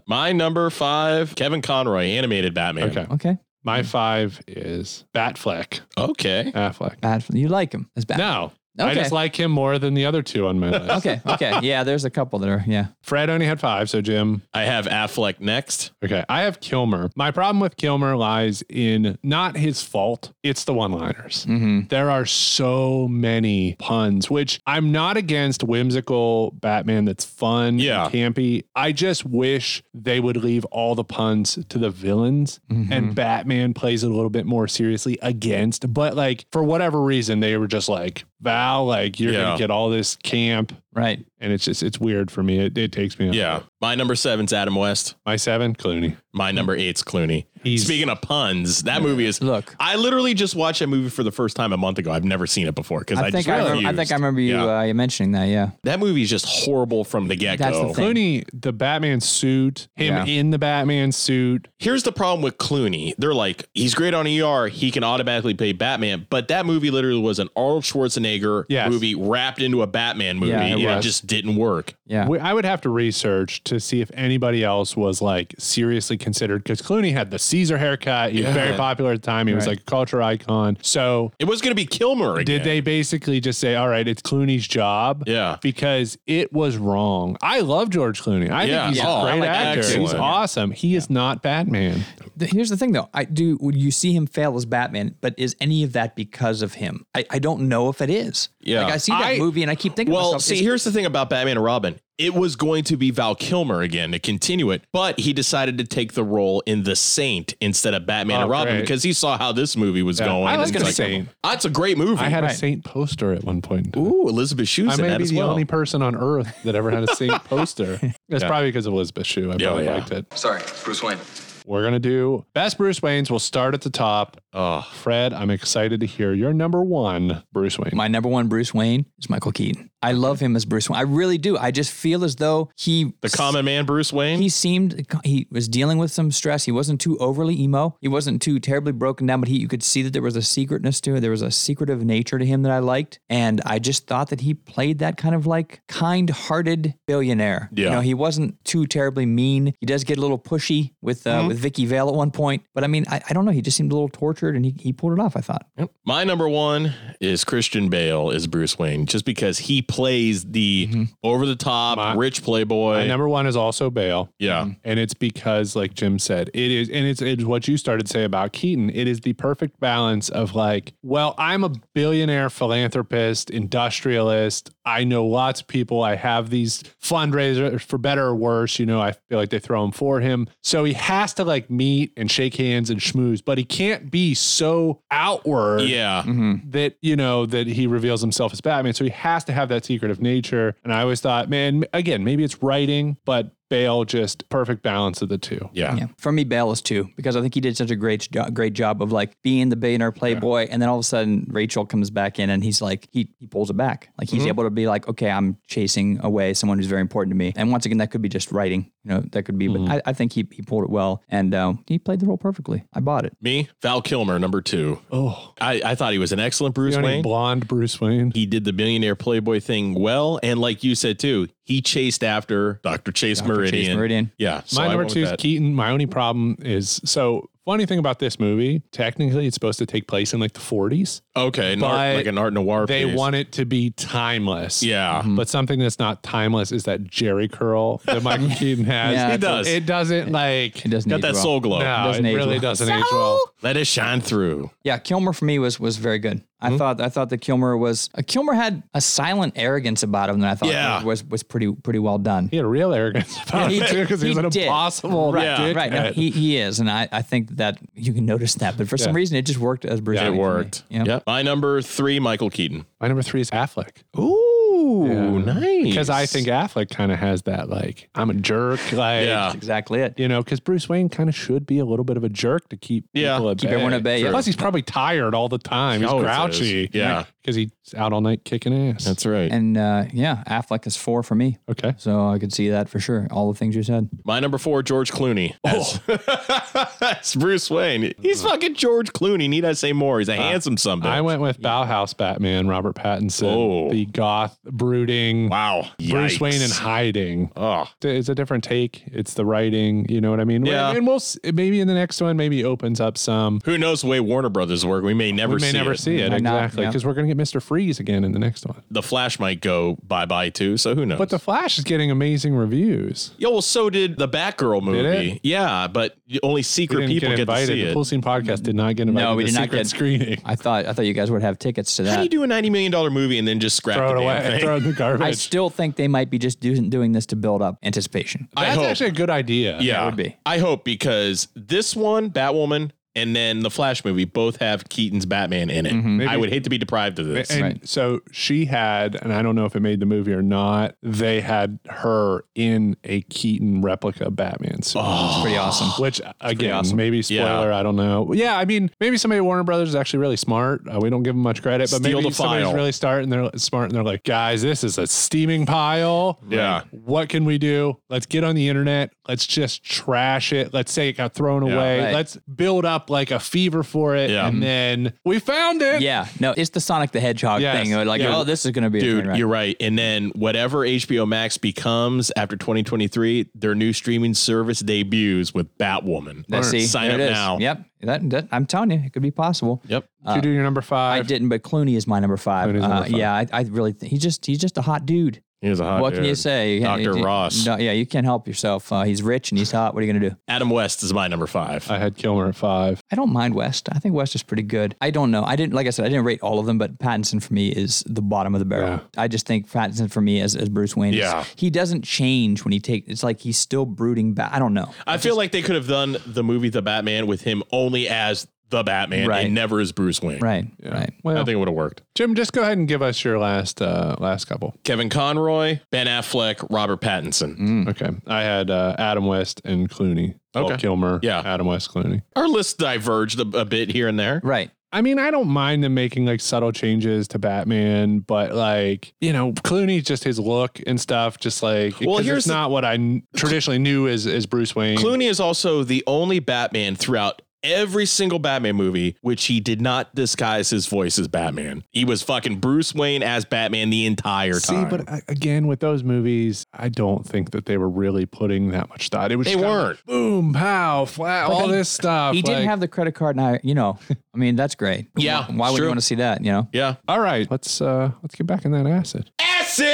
[SPEAKER 4] My number five, Kevin Conroy, animated Batman.
[SPEAKER 3] Okay.
[SPEAKER 5] Okay.
[SPEAKER 3] My five is Batfleck. Uh,
[SPEAKER 4] Okay.
[SPEAKER 3] Affleck.
[SPEAKER 5] Bad. You like him as Batman?
[SPEAKER 3] No. I
[SPEAKER 5] Okay.
[SPEAKER 3] just like him more than the other two on my list.
[SPEAKER 5] okay. Okay. Yeah. There's a couple that are. Yeah.
[SPEAKER 3] Fred only had five, so Jim.
[SPEAKER 4] I have Affleck next.
[SPEAKER 3] Okay, I have Kilmer. My problem with Kilmer lies in not his fault, it's the one liners.
[SPEAKER 5] Mm-hmm.
[SPEAKER 3] There are so many puns, which I'm not against whimsical Batman that's fun, and
[SPEAKER 4] Yeah.
[SPEAKER 3] campy. I just wish they would leave all the puns to the villains
[SPEAKER 5] Mm-hmm.
[SPEAKER 3] and Batman plays it a little bit more seriously against. But like for whatever reason, they were just like, Val, like you're
[SPEAKER 4] Yeah.
[SPEAKER 3] gonna get all this camp.
[SPEAKER 5] Right.
[SPEAKER 3] And it's just it's weird for me. It, it takes me
[SPEAKER 4] Yeah. My number seven's Adam West.
[SPEAKER 3] My seven, Clooney.
[SPEAKER 4] My number eight's Clooney.
[SPEAKER 3] He's-
[SPEAKER 4] Speaking of puns, that movie is. Look, I literally just watched that movie for the first time a month ago. I've never seen it before because I,
[SPEAKER 5] I think
[SPEAKER 4] just
[SPEAKER 5] I, remember, I
[SPEAKER 4] refused.
[SPEAKER 5] think I remember you
[SPEAKER 4] Yeah.
[SPEAKER 5] uh, you mentioning that. Yeah.
[SPEAKER 4] that movie is just horrible from the get
[SPEAKER 5] That's the
[SPEAKER 4] go.
[SPEAKER 5] thing.
[SPEAKER 3] Clooney, the Batman suit, him
[SPEAKER 4] Yeah.
[SPEAKER 3] in the Batman suit.
[SPEAKER 4] Here's the problem with Clooney. They're like, he's great on ER. He can automatically play Batman. But that movie literally was an Arnold Schwarzenegger
[SPEAKER 3] Yes.
[SPEAKER 4] movie wrapped into a Batman movie.
[SPEAKER 3] Yeah, it
[SPEAKER 4] and it
[SPEAKER 3] was.
[SPEAKER 4] just didn't work.
[SPEAKER 5] Yeah.
[SPEAKER 3] We, I would have to research to see if anybody else was like seriously considered because Clooney had the Caesar haircut. He was very
[SPEAKER 4] Yeah.
[SPEAKER 3] popular at the time. He was
[SPEAKER 4] Right.
[SPEAKER 3] like a culture icon. So
[SPEAKER 4] It was going to be Kilmer again.
[SPEAKER 3] did they basically just say, all right, it's Clooney's job?
[SPEAKER 4] Yeah.
[SPEAKER 3] Because it was wrong. I love George Clooney. I
[SPEAKER 4] Yeah.
[SPEAKER 3] think he's
[SPEAKER 4] Oh,
[SPEAKER 3] a
[SPEAKER 4] I
[SPEAKER 3] great
[SPEAKER 4] like that
[SPEAKER 3] actor.
[SPEAKER 4] actor.
[SPEAKER 3] He's
[SPEAKER 4] Yeah.
[SPEAKER 3] awesome. He is not Batman.
[SPEAKER 5] The- Here's the thing, though. I do. when You see him fail as Batman, but is any of that because of him? I, I don't know if it is.
[SPEAKER 4] Yeah.
[SPEAKER 5] Like I see that
[SPEAKER 4] I-
[SPEAKER 5] movie and I keep thinking. to
[SPEAKER 4] Well,
[SPEAKER 5] myself,
[SPEAKER 4] see,
[SPEAKER 5] is-
[SPEAKER 4] here's the thing about Batman and Robin. It was going to be Val Kilmer again to continue it, but he decided to take the role in The Saint instead of Batman
[SPEAKER 3] Oh,
[SPEAKER 4] and Robin
[SPEAKER 3] great.
[SPEAKER 4] because he saw how this movie was
[SPEAKER 3] Yeah,
[SPEAKER 4] going.
[SPEAKER 3] I like
[SPEAKER 4] It's
[SPEAKER 3] The Saint.
[SPEAKER 4] "Oh, it's a great movie.
[SPEAKER 3] I had a Saint poster at one point.
[SPEAKER 4] Ooh, Elizabeth Shue's
[SPEAKER 3] I
[SPEAKER 4] in
[SPEAKER 3] may
[SPEAKER 4] that
[SPEAKER 3] be
[SPEAKER 4] as
[SPEAKER 3] the
[SPEAKER 4] well.
[SPEAKER 3] only person on earth that ever had a Saint poster. That's
[SPEAKER 4] Yeah.
[SPEAKER 3] probably because of Elizabeth Shue. I
[SPEAKER 4] Yeah,
[SPEAKER 3] really
[SPEAKER 4] yeah.
[SPEAKER 3] liked it.
[SPEAKER 1] Sorry, Bruce Wayne.
[SPEAKER 3] We're gonna do best Bruce Wayne's. We'll start at the top.
[SPEAKER 4] Oh,
[SPEAKER 3] Fred, I'm excited to hear your number one Bruce Wayne.
[SPEAKER 5] my number one Bruce Wayne is Michael Keaton. I love him as Bruce Wayne. I really do. I just feel as though he
[SPEAKER 4] The common man, Bruce Wayne.
[SPEAKER 5] he seemed he was dealing with some stress. He wasn't too overly emo. He wasn't too terribly broken down, but he you could see that there was a secretness to it. There was a secretive nature to him that I liked, and I just thought that he played that kind of like kind-hearted billionaire. You
[SPEAKER 4] Yeah.
[SPEAKER 5] know, he wasn't too terribly mean. He does get a little pushy with
[SPEAKER 4] Mm-hmm.
[SPEAKER 5] uh, with Vicky Vale at one point, but I mean, I, I don't know. He just seemed a little tortured, and he he pulled it off. I thought.
[SPEAKER 4] My number one is Christian Bale is Bruce Wayne, just because he plays the over the top
[SPEAKER 3] Mm-hmm.
[SPEAKER 4] rich
[SPEAKER 3] My
[SPEAKER 4] playboy.
[SPEAKER 3] number one is also Bale.
[SPEAKER 4] yeah,
[SPEAKER 3] And it's because, like Jim said, it is, and it's, it's what you started to say about Keaton. It is the perfect balance of like, well, I'm a billionaire philanthropist, industrialist. I know lots of people. I have these fundraisers for better or worse. You know, I feel like they throw them for him. So he has to like meet and shake hands and schmooze, but he can't be so outward.
[SPEAKER 4] yeah.
[SPEAKER 5] Mm-hmm.
[SPEAKER 3] that you know that he reveals himself as Batman. So he has to have that secretive nature. And I always thought, man, again, maybe it's writing, but Bale just perfect balance of the two.
[SPEAKER 4] Yeah.
[SPEAKER 5] For me, Bale is two because I think he did such a great jo- great job of like being the billionaire playboy, and then all of a sudden Rachel comes back in and he's like he he pulls it back, like
[SPEAKER 3] Mm-hmm.
[SPEAKER 5] he's
[SPEAKER 4] Mhm.
[SPEAKER 5] able to be like, okay, I'm chasing away someone who's very important to me, and once again that could be just writing, you know, that could be,
[SPEAKER 3] Mm-hmm.
[SPEAKER 5] but I, I think he he pulled it well and um, he played the role perfectly. I bought it.
[SPEAKER 4] Me, Val Kilmer, number two.
[SPEAKER 3] Oh,
[SPEAKER 4] I, I thought he was an excellent Bruce
[SPEAKER 3] You know,
[SPEAKER 4] Wayne.
[SPEAKER 3] blonde Bruce Wayne.
[SPEAKER 4] He did the billionaire playboy thing well, and like you said too, he chased after Dr. Chase Meridian.
[SPEAKER 5] Meridian.
[SPEAKER 4] Yeah, so I
[SPEAKER 3] My number
[SPEAKER 4] went
[SPEAKER 3] two
[SPEAKER 4] with
[SPEAKER 3] is
[SPEAKER 4] that.
[SPEAKER 3] Keaton. My only problem is so funny thing about this movie. Technically, it's supposed to take place in like the 40s.
[SPEAKER 4] Okay, an art,
[SPEAKER 3] But
[SPEAKER 4] like an art noir.
[SPEAKER 3] They
[SPEAKER 4] piece.
[SPEAKER 3] want it to be timeless.
[SPEAKER 4] Yeah.
[SPEAKER 3] But something that's not timeless is that Jerry curl that Michael Keaton has.
[SPEAKER 4] Yeah, He it's a- does.
[SPEAKER 3] It doesn't like. It
[SPEAKER 5] doesn't
[SPEAKER 4] got
[SPEAKER 5] age
[SPEAKER 4] that
[SPEAKER 5] well.
[SPEAKER 4] soul glow.
[SPEAKER 3] No,
[SPEAKER 5] doesn't
[SPEAKER 3] it
[SPEAKER 5] age
[SPEAKER 3] really
[SPEAKER 5] well.
[SPEAKER 3] doesn't age well.
[SPEAKER 4] Let it shine through.
[SPEAKER 5] Yeah, Kilmer for me was was very good.
[SPEAKER 4] Hmm?
[SPEAKER 5] I thought I thought that Kilmer was uh, Kilmer had a silent arrogance about him that I thought
[SPEAKER 4] Yeah.
[SPEAKER 5] was was pretty pretty well done.
[SPEAKER 3] He had real arrogance about
[SPEAKER 5] Yeah,
[SPEAKER 3] it
[SPEAKER 5] he-
[SPEAKER 3] too, because he was
[SPEAKER 5] he
[SPEAKER 3] an
[SPEAKER 5] did.
[SPEAKER 3] impossible
[SPEAKER 5] Right,
[SPEAKER 3] dickhead.
[SPEAKER 5] right. No, he, he is, and I, I think that you can notice that. But for some
[SPEAKER 3] Yeah.
[SPEAKER 5] reason, it just worked as Bruce.
[SPEAKER 4] Yeah,
[SPEAKER 5] Wayne
[SPEAKER 4] it
[SPEAKER 5] for me.
[SPEAKER 4] worked.
[SPEAKER 5] Yeah.
[SPEAKER 4] My number three, Michael Keaton.
[SPEAKER 3] My number three is Affleck. Oh, nice. Because I think Affleck kind of has that, like, I'm a jerk. Like,
[SPEAKER 5] Yeah. That's exactly it.
[SPEAKER 3] You know, because Bruce Wayne kind of should be a little bit of a jerk to keep
[SPEAKER 5] Yeah.
[SPEAKER 3] people at
[SPEAKER 5] Keep
[SPEAKER 3] bay.
[SPEAKER 5] everyone at bay, yeah.
[SPEAKER 3] Plus, he's probably tired all the time. He's
[SPEAKER 5] Always is.
[SPEAKER 3] grouchy.
[SPEAKER 5] Yeah.
[SPEAKER 3] Because he's out all night kicking ass. That's
[SPEAKER 4] right.
[SPEAKER 5] And uh, yeah, Affleck is four for me.
[SPEAKER 3] Okay.
[SPEAKER 5] So I could see that for sure. All the things you said.
[SPEAKER 4] My number four, George Clooney.
[SPEAKER 3] Oh.
[SPEAKER 4] As, as Bruce Wayne. He's fucking George Clooney. Need I say more? He's a handsome son.
[SPEAKER 3] Uh-huh. Uh, I went with Bauhaus Batman, Robert Pattinson,
[SPEAKER 4] Oh.
[SPEAKER 3] the goth brooding.
[SPEAKER 4] Wow.
[SPEAKER 3] Bruce
[SPEAKER 4] Yikes.
[SPEAKER 3] Wayne in hiding.
[SPEAKER 4] Oh.
[SPEAKER 3] It's a different take. It's the writing. You know what I mean?
[SPEAKER 4] Yeah.
[SPEAKER 3] And we'll s- maybe in the next one, maybe opens up some.
[SPEAKER 4] Who knows the way Warner Brothers work? We may never
[SPEAKER 3] we may
[SPEAKER 4] see
[SPEAKER 3] never
[SPEAKER 4] it.
[SPEAKER 3] see it. Exactly. Because we're going to get Mr. Freeze again in the next one.
[SPEAKER 4] the Flash might go bye bye too. So who knows?
[SPEAKER 3] But The Flash is getting amazing reviews.
[SPEAKER 4] Yo, well, so did the Batgirl movie.
[SPEAKER 3] it?
[SPEAKER 4] Yeah, but y- only
[SPEAKER 3] We
[SPEAKER 4] secret
[SPEAKER 3] didn't
[SPEAKER 4] people
[SPEAKER 3] get
[SPEAKER 4] get, to
[SPEAKER 3] invited.
[SPEAKER 4] see
[SPEAKER 3] the
[SPEAKER 4] it.
[SPEAKER 3] Full Scene Podcast did not get invited.
[SPEAKER 5] No,
[SPEAKER 3] to
[SPEAKER 5] we
[SPEAKER 3] the
[SPEAKER 5] did not
[SPEAKER 3] secret
[SPEAKER 5] get
[SPEAKER 3] screening.
[SPEAKER 5] I thought I thought you guys would have tickets to that.
[SPEAKER 4] How do you do a ninety million dollar movie and then just scrap
[SPEAKER 5] Throw
[SPEAKER 4] the
[SPEAKER 5] it
[SPEAKER 4] damn
[SPEAKER 5] away.
[SPEAKER 4] thing?
[SPEAKER 5] Throw it in the I still think they might be just do, doing this to build up anticipation.
[SPEAKER 4] I hope.
[SPEAKER 3] a good idea.
[SPEAKER 4] yeah,
[SPEAKER 5] would be.
[SPEAKER 4] I hope because this one, Batwoman, and then the Flash movie both have Keaton's Batman in it.
[SPEAKER 5] Mm-hmm.
[SPEAKER 4] I
[SPEAKER 3] Maybe-
[SPEAKER 4] would hate to be deprived of this.
[SPEAKER 3] And so she had, and I don't know if it made the movie or not. They had her in a Keaton replica Batman suit.
[SPEAKER 4] Oh.
[SPEAKER 5] It's pretty awesome.
[SPEAKER 3] Which again,
[SPEAKER 5] awesome.
[SPEAKER 3] maybe spoiler. I don't know. Yeah, I mean, maybe somebody at Warner Brothers is actually really smart. Uh, we don't give them much credit, but
[SPEAKER 4] Steal
[SPEAKER 3] maybe
[SPEAKER 4] the
[SPEAKER 3] somebody's
[SPEAKER 4] file.
[SPEAKER 3] really smart and they're smart and they're like, guys, this is a steaming pile.
[SPEAKER 4] Yeah.
[SPEAKER 3] What can we do? Let's get on the internet. Let's just trash it. Let's say it got thrown
[SPEAKER 5] Yeah.
[SPEAKER 3] away.
[SPEAKER 5] Right. Mm-hmm.
[SPEAKER 3] Let's build up like a fever for it, and then we found it.
[SPEAKER 5] Yeah, no, it's the Sonic the Hedgehog
[SPEAKER 3] Yes.
[SPEAKER 5] thing. Like,
[SPEAKER 3] Yeah.
[SPEAKER 5] oh, this is going to be a
[SPEAKER 4] Dude,
[SPEAKER 5] train wreck.
[SPEAKER 4] you're right. And then whatever HBO Max becomes after 2023, their new streaming service debuts with Batwoman.
[SPEAKER 5] Let's see.
[SPEAKER 4] Sign
[SPEAKER 5] There
[SPEAKER 4] up
[SPEAKER 5] it is.
[SPEAKER 4] now.
[SPEAKER 5] Yep. That, that- I'm telling you, it could be possible. Uh,
[SPEAKER 4] Yep.
[SPEAKER 3] Did you do your number five?
[SPEAKER 5] I didn't, but Clooney is my number five.
[SPEAKER 3] Clooney's
[SPEAKER 5] Uh,
[SPEAKER 3] number five.
[SPEAKER 5] Yeah, I, I really think he's just he's just a hot dude.
[SPEAKER 4] He's a hot
[SPEAKER 5] What can you
[SPEAKER 4] Oh, dude.
[SPEAKER 5] say?
[SPEAKER 4] Dr.
[SPEAKER 5] You-
[SPEAKER 4] Ross.
[SPEAKER 5] No, yeah, you can't help yourself. Uh, he's rich and he's hot. What are you going to do?
[SPEAKER 4] Adam West is my number five.
[SPEAKER 3] I had Kilmer at five.
[SPEAKER 5] I don't mind West. I think West is pretty good. I don't know. I didn't like I said. I didn't rate all of them, but Pattinson for me is the bottom of the barrel. I just think Pattinson for me as, as Bruce Wayne. is-
[SPEAKER 4] Yeah.
[SPEAKER 5] he doesn't change when he take. It's like he's still brooding back. I don't know.
[SPEAKER 4] I feel like they could have done the movie The Batman with him only as the Batman
[SPEAKER 5] Right.
[SPEAKER 4] and never as Bruce Wayne.
[SPEAKER 5] Right. Right.
[SPEAKER 4] I think it would have worked.
[SPEAKER 3] Jim, just go ahead and give us your last uh, last couple.
[SPEAKER 4] Kevin Conroy, Ben Affleck, Robert Pattinson.
[SPEAKER 5] Mm.
[SPEAKER 3] Okay, I had uh, Adam West and Clooney.
[SPEAKER 4] Okay.
[SPEAKER 3] Oh, Kilmer.
[SPEAKER 4] Yeah.
[SPEAKER 3] Adam West, Clooney.
[SPEAKER 4] Our lists diverged a, a bit here and there.
[SPEAKER 5] Right.
[SPEAKER 3] I mean, I don't mind them making like subtle changes to Batman, but like you know, Clooney just his look and stuff, just like
[SPEAKER 4] Well,
[SPEAKER 3] well,
[SPEAKER 4] here's
[SPEAKER 3] here's
[SPEAKER 4] the-
[SPEAKER 3] not what I kn- traditionally knew as as Bruce Wayne.
[SPEAKER 4] Clooney is also the only Batman throughout every single Batman movie which he did not disguise his voice as Batman. He was fucking Bruce Wayne as Batman the entire
[SPEAKER 3] See,
[SPEAKER 4] time.
[SPEAKER 3] but I, again, with those movies, I don't think that they were really putting that much thought. It was
[SPEAKER 4] They
[SPEAKER 3] just kinda like,
[SPEAKER 4] weren't.
[SPEAKER 3] boom, pow, flat,
[SPEAKER 5] But
[SPEAKER 3] all
[SPEAKER 5] he-
[SPEAKER 3] this stuff.
[SPEAKER 5] He didn't
[SPEAKER 3] like-
[SPEAKER 5] have the credit card, and I, you know, I mean, that's great.
[SPEAKER 4] Yeah,
[SPEAKER 5] Why, why would
[SPEAKER 4] true.
[SPEAKER 5] you want to see that? You know.
[SPEAKER 4] yeah.
[SPEAKER 3] All right, let's uh let's get back in that acid.
[SPEAKER 4] Acid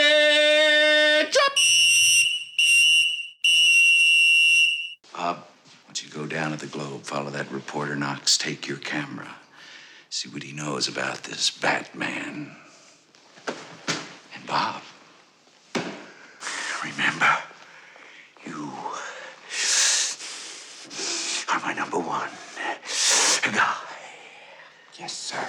[SPEAKER 4] drop.
[SPEAKER 14] Bob, why don't Uh, you go down to the Globe, follow that reporter Knox, take your camera, see what he knows about this Batman. And Bob, remember, you are my number one guy. Yes, sir.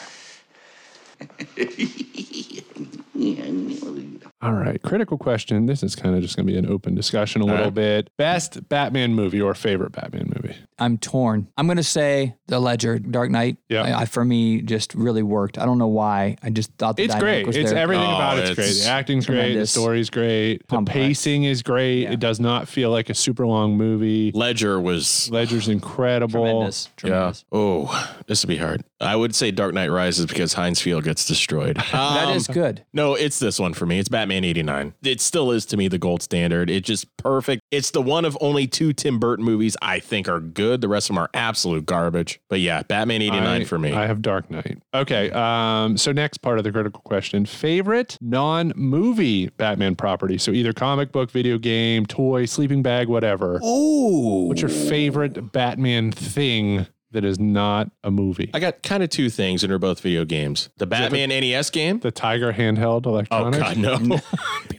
[SPEAKER 3] All right, critical question. This is kind of just going to be an open discussion a little bit. Best Batman movie or favorite Batman movie?
[SPEAKER 5] I'm torn. I'm gonna say the Ledger, Dark Knight.
[SPEAKER 3] Yeah.
[SPEAKER 5] I, I- for me just really worked. I don't know why. I just thought the
[SPEAKER 3] It's
[SPEAKER 5] dynamic
[SPEAKER 3] great.
[SPEAKER 5] was
[SPEAKER 3] It's
[SPEAKER 5] there.
[SPEAKER 3] everything
[SPEAKER 4] Oh,
[SPEAKER 3] about it's, great.
[SPEAKER 4] it's
[SPEAKER 3] The acting's great. The
[SPEAKER 5] tremendous.
[SPEAKER 3] story's great. The
[SPEAKER 5] Complex.
[SPEAKER 3] pacing is great. It does not feel like a super long movie.
[SPEAKER 4] Ledger was
[SPEAKER 3] Ledger's incredible.
[SPEAKER 5] Tremendous. Tremendous.
[SPEAKER 4] Yeah. Oh, this would be hard. I would say Dark Knight Rises because Heinz Field gets destroyed.
[SPEAKER 5] That
[SPEAKER 4] Um,
[SPEAKER 5] is good.
[SPEAKER 4] No, it's this one for me. It's Batman 89. It still is to me the gold standard. It's just perfect. It's the one of only two Tim Burton movies I think are good. The rest of them are absolute garbage. But yeah, Batman 89
[SPEAKER 3] I-
[SPEAKER 4] for me.
[SPEAKER 3] I have Dark Knight. Okay. Um, so next part of the critical question: favorite non-movie Batman property. So either comic book, video game, toy, sleeping bag, whatever.
[SPEAKER 4] Oh.
[SPEAKER 3] What's your favorite Batman thing that is not a movie?
[SPEAKER 4] I got kind of two things, and they're both video games. The Batman NES game.
[SPEAKER 3] The Tiger handheld
[SPEAKER 4] Oh
[SPEAKER 3] electronics.
[SPEAKER 4] God, no!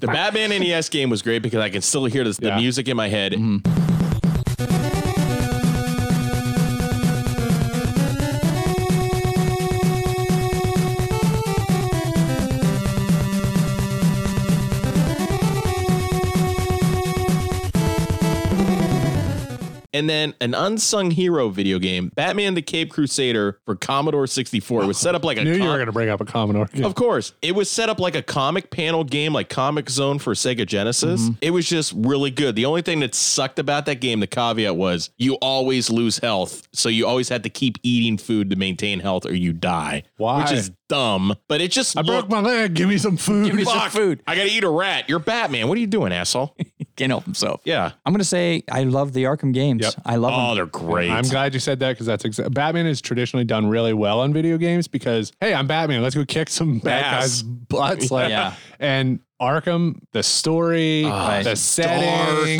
[SPEAKER 4] the Batman NES game was great because I can still hear this, the music in my head.
[SPEAKER 5] Mm-hmm.
[SPEAKER 4] And then an unsung hero video game, Batman the Cape Crusader for Commodore 64. It was set up like a
[SPEAKER 3] Knew you
[SPEAKER 4] com-
[SPEAKER 3] were going to bring up a Commodore.
[SPEAKER 4] Of course. It was set up like a comic panel game, like Comic Zone for Sega Genesis.
[SPEAKER 3] Mm-hmm.
[SPEAKER 4] It was just really good. The only thing that sucked about that game, the caveat was you always lose health. So you always had to keep eating food to maintain health or you die.
[SPEAKER 3] Why?
[SPEAKER 4] Which is dumb. But it just
[SPEAKER 3] I broke my leg. Give me some food.
[SPEAKER 4] Fuck, I gotta eat a rat. You're Batman. What are you doing, asshole?
[SPEAKER 5] Can't help himself.
[SPEAKER 4] Yeah.
[SPEAKER 5] I'm gonna say I love the Arkham games. I love them.
[SPEAKER 4] Oh, they're great.
[SPEAKER 3] I'm glad you said that because that's exactly Batman is traditionally done really well in video games because hey, I'm Batman. Let's go kick some bad
[SPEAKER 4] Ass.
[SPEAKER 3] guys' butts. Like,
[SPEAKER 4] Yeah.
[SPEAKER 3] And Arkham, the story,
[SPEAKER 5] Oh,
[SPEAKER 3] the
[SPEAKER 5] it's
[SPEAKER 3] setting,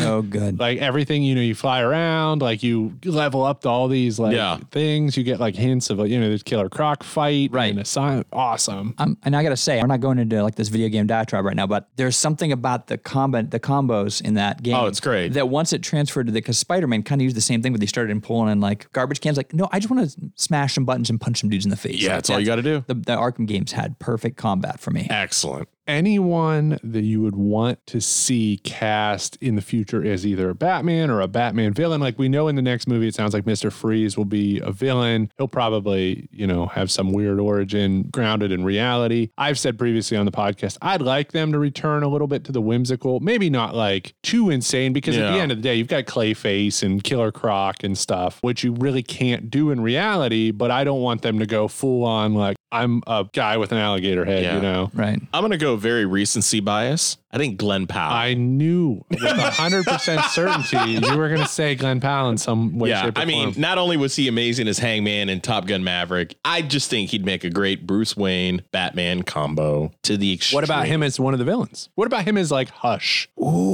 [SPEAKER 5] dark. So good.
[SPEAKER 3] Like everything, you know, you fly around, like you level up to all these like
[SPEAKER 5] Yeah.
[SPEAKER 3] things. You get like hints of like, you know, there's Killer Croc fight, right? And a sign, awesome.
[SPEAKER 5] I'm, and I gotta say, I'm not going into like this video game diatribe right now, but there's something about the combat, the combos in that game.
[SPEAKER 4] Oh, it's great.
[SPEAKER 5] That once it transferred to the, because Spider-Man kind of used the same thing, but they started in pulling in like garbage cans. Like, no, I just want to smash some buttons and punch some dudes in the face.
[SPEAKER 4] Yeah,
[SPEAKER 5] Like,
[SPEAKER 4] that's all you gotta do.
[SPEAKER 5] The, the Arkham games had perfect combat for me.
[SPEAKER 4] Excellent.
[SPEAKER 3] anyone that you would want to see cast in the future as either a Batman or a Batman villain. Like we know in the next movie, it sounds like Mr. Freeze will be a villain. He'll probably, you know, have some weird origin grounded in reality. I've said previously on the podcast, I'd like them to return a little bit to the whimsical, maybe not like too insane, because at the
[SPEAKER 4] Yeah.
[SPEAKER 3] end of the day, you've got Clayface and Killer Croc and stuff, which you really can't do in reality. But I don't want them to go full on like, I'm a guy with an alligator head,
[SPEAKER 4] Yeah.
[SPEAKER 3] you know?
[SPEAKER 5] Right.
[SPEAKER 4] I'm gonna go very recency bias. I think Glenn Powell.
[SPEAKER 3] I knew with 100% certainty you were going to say Glenn Powell in some way,
[SPEAKER 4] yeah,
[SPEAKER 3] shape, or
[SPEAKER 4] I mean,
[SPEAKER 3] form.
[SPEAKER 4] not only was he amazing as Hangman and Top Gun Maverick, I just think he'd make a great Bruce Wayne Batman combo to the extreme.
[SPEAKER 3] What about him as one of the villains? What about him as like Hush?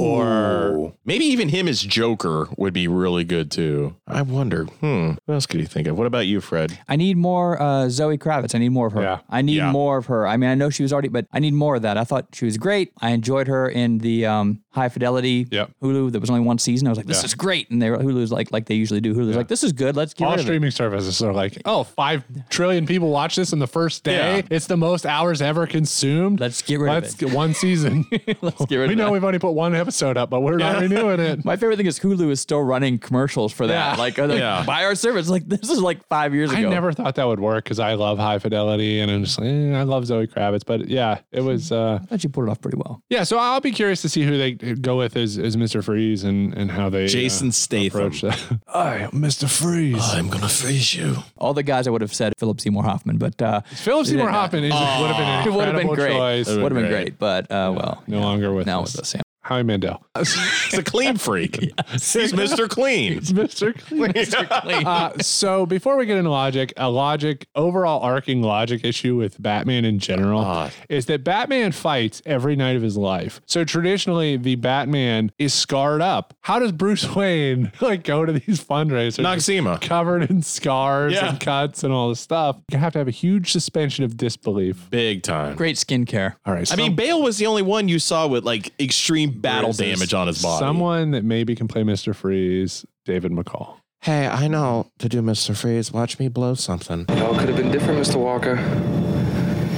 [SPEAKER 3] Or
[SPEAKER 4] Maybe even him as Joker would be really good too. I wonder. Hmm. What else could he think of? What about you, Fred?
[SPEAKER 5] I need more uh, Zoe Kravitz. I need more of her. I need
[SPEAKER 4] Yeah.
[SPEAKER 5] more of her. I mean, I know she was already, but I need more of that. I thought she was great. I enjoyed her in the um, High Fidelity Hulu. That was only one season. I was like, this
[SPEAKER 3] Yeah.
[SPEAKER 5] is great. And they were, Hulu's like, like they usually do. Hulu's like, this is good. Let's get
[SPEAKER 3] all
[SPEAKER 5] rid of it.
[SPEAKER 3] streaming services are like, oh, five trillion people watch this in the first day.
[SPEAKER 5] Yeah.
[SPEAKER 3] It's the most hours ever consumed.
[SPEAKER 5] Let's get rid of
[SPEAKER 3] Let's
[SPEAKER 5] it.
[SPEAKER 3] get one season.
[SPEAKER 5] Let's get rid
[SPEAKER 3] we
[SPEAKER 5] of
[SPEAKER 3] know
[SPEAKER 5] that.
[SPEAKER 3] we've only put one episode up, but we're not renewing it.
[SPEAKER 5] My favorite thing is Hulu is still running commercials for that.
[SPEAKER 3] Yeah.
[SPEAKER 5] Like, they're like,
[SPEAKER 3] Yeah.
[SPEAKER 5] buy our service. Like, this is like five years
[SPEAKER 3] I
[SPEAKER 5] ago.
[SPEAKER 3] never thought that would work because I love High Fidelity and I'm just like, eh, I love Zoe Kravitz. But yeah, it was. Uh, I
[SPEAKER 5] thought you pulled it off pretty well.
[SPEAKER 3] Yeah, so I'll be curious to see who they go with as, as Mr. Freeze and, and how they uh,
[SPEAKER 4] Jason Statham.
[SPEAKER 3] approach that. I, Mr. Freeze.
[SPEAKER 4] I'm gonna freeze you.
[SPEAKER 5] All the guys I would have said Philip Seymour Hoffman, but uh,
[SPEAKER 3] Philip Seymour Hoffman is, would have been an
[SPEAKER 5] It would have been
[SPEAKER 3] incredible
[SPEAKER 5] great.
[SPEAKER 3] choice.
[SPEAKER 5] Would have been great, but uh, well,
[SPEAKER 3] no longer with
[SPEAKER 5] now
[SPEAKER 3] us.
[SPEAKER 5] with us. Yeah.
[SPEAKER 3] Howie Mandel.
[SPEAKER 4] He's a clean freak. He's Mr. Clean.
[SPEAKER 3] He's Mr. Clean.
[SPEAKER 4] Mr. Clean.
[SPEAKER 3] Uh, so before we get into logic, a logic overall arcing logic issue with Batman in general
[SPEAKER 4] Uh,
[SPEAKER 3] is that Batman fights every night of his life. So traditionally, the Batman is scarred up. How does Bruce Wayne like go to these fundraisers?
[SPEAKER 4] Noxema.
[SPEAKER 3] covered in scars
[SPEAKER 4] Yeah.
[SPEAKER 3] and cuts and all this stuff. You have to have a huge suspension of disbelief.
[SPEAKER 4] Big time.
[SPEAKER 5] Great skincare.
[SPEAKER 3] All right.
[SPEAKER 4] I mean, Bale was the only one you saw with like extreme battle
[SPEAKER 3] There's this
[SPEAKER 4] damage on his body.
[SPEAKER 3] Someone that maybe can play Mister Freeze, David McCall.
[SPEAKER 4] Hey, I know to do Mr. Freeze. Watch me blow something.
[SPEAKER 17] It all could have been different, Mr. Walker.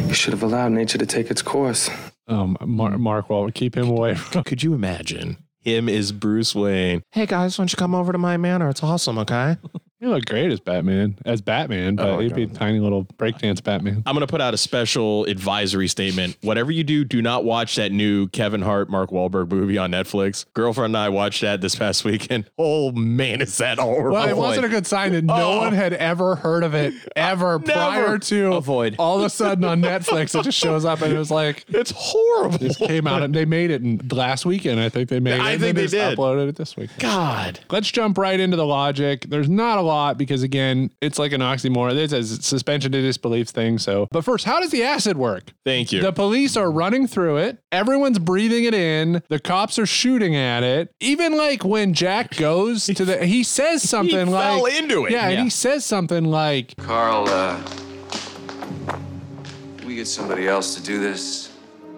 [SPEAKER 17] You should have allowed nature to take its course.
[SPEAKER 3] Um, Mar- Mark Wahlberg, keep him away. From-
[SPEAKER 4] Could you imagine him is Bruce Wayne?
[SPEAKER 16] Hey guys, why don't you come over to my manor? It's awesome, okay?
[SPEAKER 3] You look great as Batman, as Batman, but
[SPEAKER 4] Oh my
[SPEAKER 3] he'd be a tiny little breakdance Batman.
[SPEAKER 4] I'm going to put out a special advisory statement. Whatever you do, do not watch that new Kevin Hart, Mark Wahlberg movie on Netflix. Girlfriend and I watched that this past weekend. Oh man, is that horrible?
[SPEAKER 3] Well, it wasn't a good sign that no
[SPEAKER 4] Oh.
[SPEAKER 3] one had ever heard of it ever prior to
[SPEAKER 5] avoid.
[SPEAKER 3] All of a sudden on Netflix, it just shows up and it was like
[SPEAKER 4] it's horrible.
[SPEAKER 3] This came out and they made it in, last weekend. I think they made.
[SPEAKER 4] I
[SPEAKER 3] it, and then
[SPEAKER 4] think they
[SPEAKER 3] just
[SPEAKER 4] did.
[SPEAKER 3] Uploaded it this week.
[SPEAKER 4] God.
[SPEAKER 3] Let's jump right into the logic. There's not a lot because again, it's like an oxymoron. There's a suspension to disbelief thing. So, but first, how does the acid work?
[SPEAKER 4] Thank you.
[SPEAKER 3] The police are running through it. Everyone's breathing it in. The cops are shooting at it. Even like when Jack goes to the, he says something
[SPEAKER 16] fell
[SPEAKER 3] like,
[SPEAKER 16] into it.
[SPEAKER 3] Yeah, and
[SPEAKER 16] Yeah.
[SPEAKER 3] he says something like,
[SPEAKER 16] Carl, uh, can we get somebody else to do this?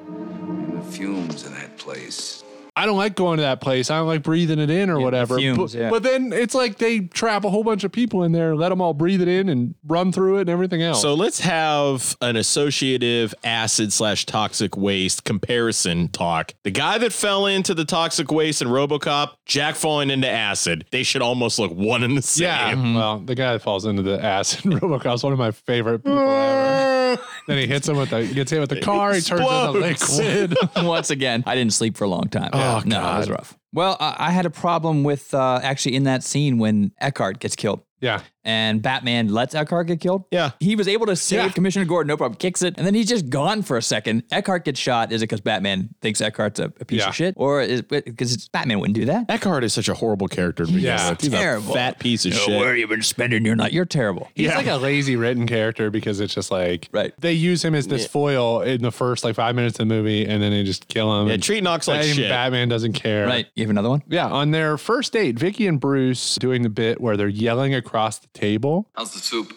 [SPEAKER 14] And the fumes in that place.
[SPEAKER 3] I don't like going to that place. I don't like breathing it in or whatever.
[SPEAKER 5] fumes,
[SPEAKER 3] but,
[SPEAKER 5] yeah.
[SPEAKER 3] but then it's like they trap a whole bunch of people in there, let them all breathe it in and run through it and everything else.
[SPEAKER 4] So let's have an associative acid slash toxic waste comparison talk. The guy that fell into the toxic waste in Robocop, Jack falling into acid, they should almost look one and the same.
[SPEAKER 3] yeah, well, the guy that falls into the ass in Robocop's one of my favorite people ever. then he hits him with the gets hit with the car. He turns into liquid.
[SPEAKER 5] Once again, I didn't sleep for a long time.
[SPEAKER 3] Oh,
[SPEAKER 5] no, it was
[SPEAKER 3] God.
[SPEAKER 5] rough. Well, I, I had a problem with uh, actually in that scene when Eckhart gets killed.
[SPEAKER 3] Yeah.
[SPEAKER 5] And Batman lets Eckhart get killed. Yeah. He was able to save Commissioner Gordon, no problem, kicks it, and then he's just gone for a second. Eckhart gets shot. Is it because Batman thinks Eckhart's a, a piece
[SPEAKER 4] Yeah.
[SPEAKER 5] of shit? Or is because Batman wouldn't do that?
[SPEAKER 4] Eckhart is such a horrible character. to begin
[SPEAKER 5] Yeah,
[SPEAKER 4] with. He's a
[SPEAKER 5] terrible.
[SPEAKER 4] fat piece of
[SPEAKER 5] You know,
[SPEAKER 4] shit.
[SPEAKER 5] where you been spending your night? You're terrible.
[SPEAKER 3] He's like a lazy written character because it's just like right. they use him as this
[SPEAKER 4] Yeah.
[SPEAKER 3] foil in the first like five minutes of the movie, and then they just kill him.
[SPEAKER 4] Yeah,
[SPEAKER 3] And
[SPEAKER 4] treat Knox like
[SPEAKER 3] even
[SPEAKER 4] shit.
[SPEAKER 3] Batman doesn't care.
[SPEAKER 5] Right. You have another one?
[SPEAKER 3] Yeah. On their first date, Vicky and Bruce doing the bit where they're yelling across the table.
[SPEAKER 18] How's the soup?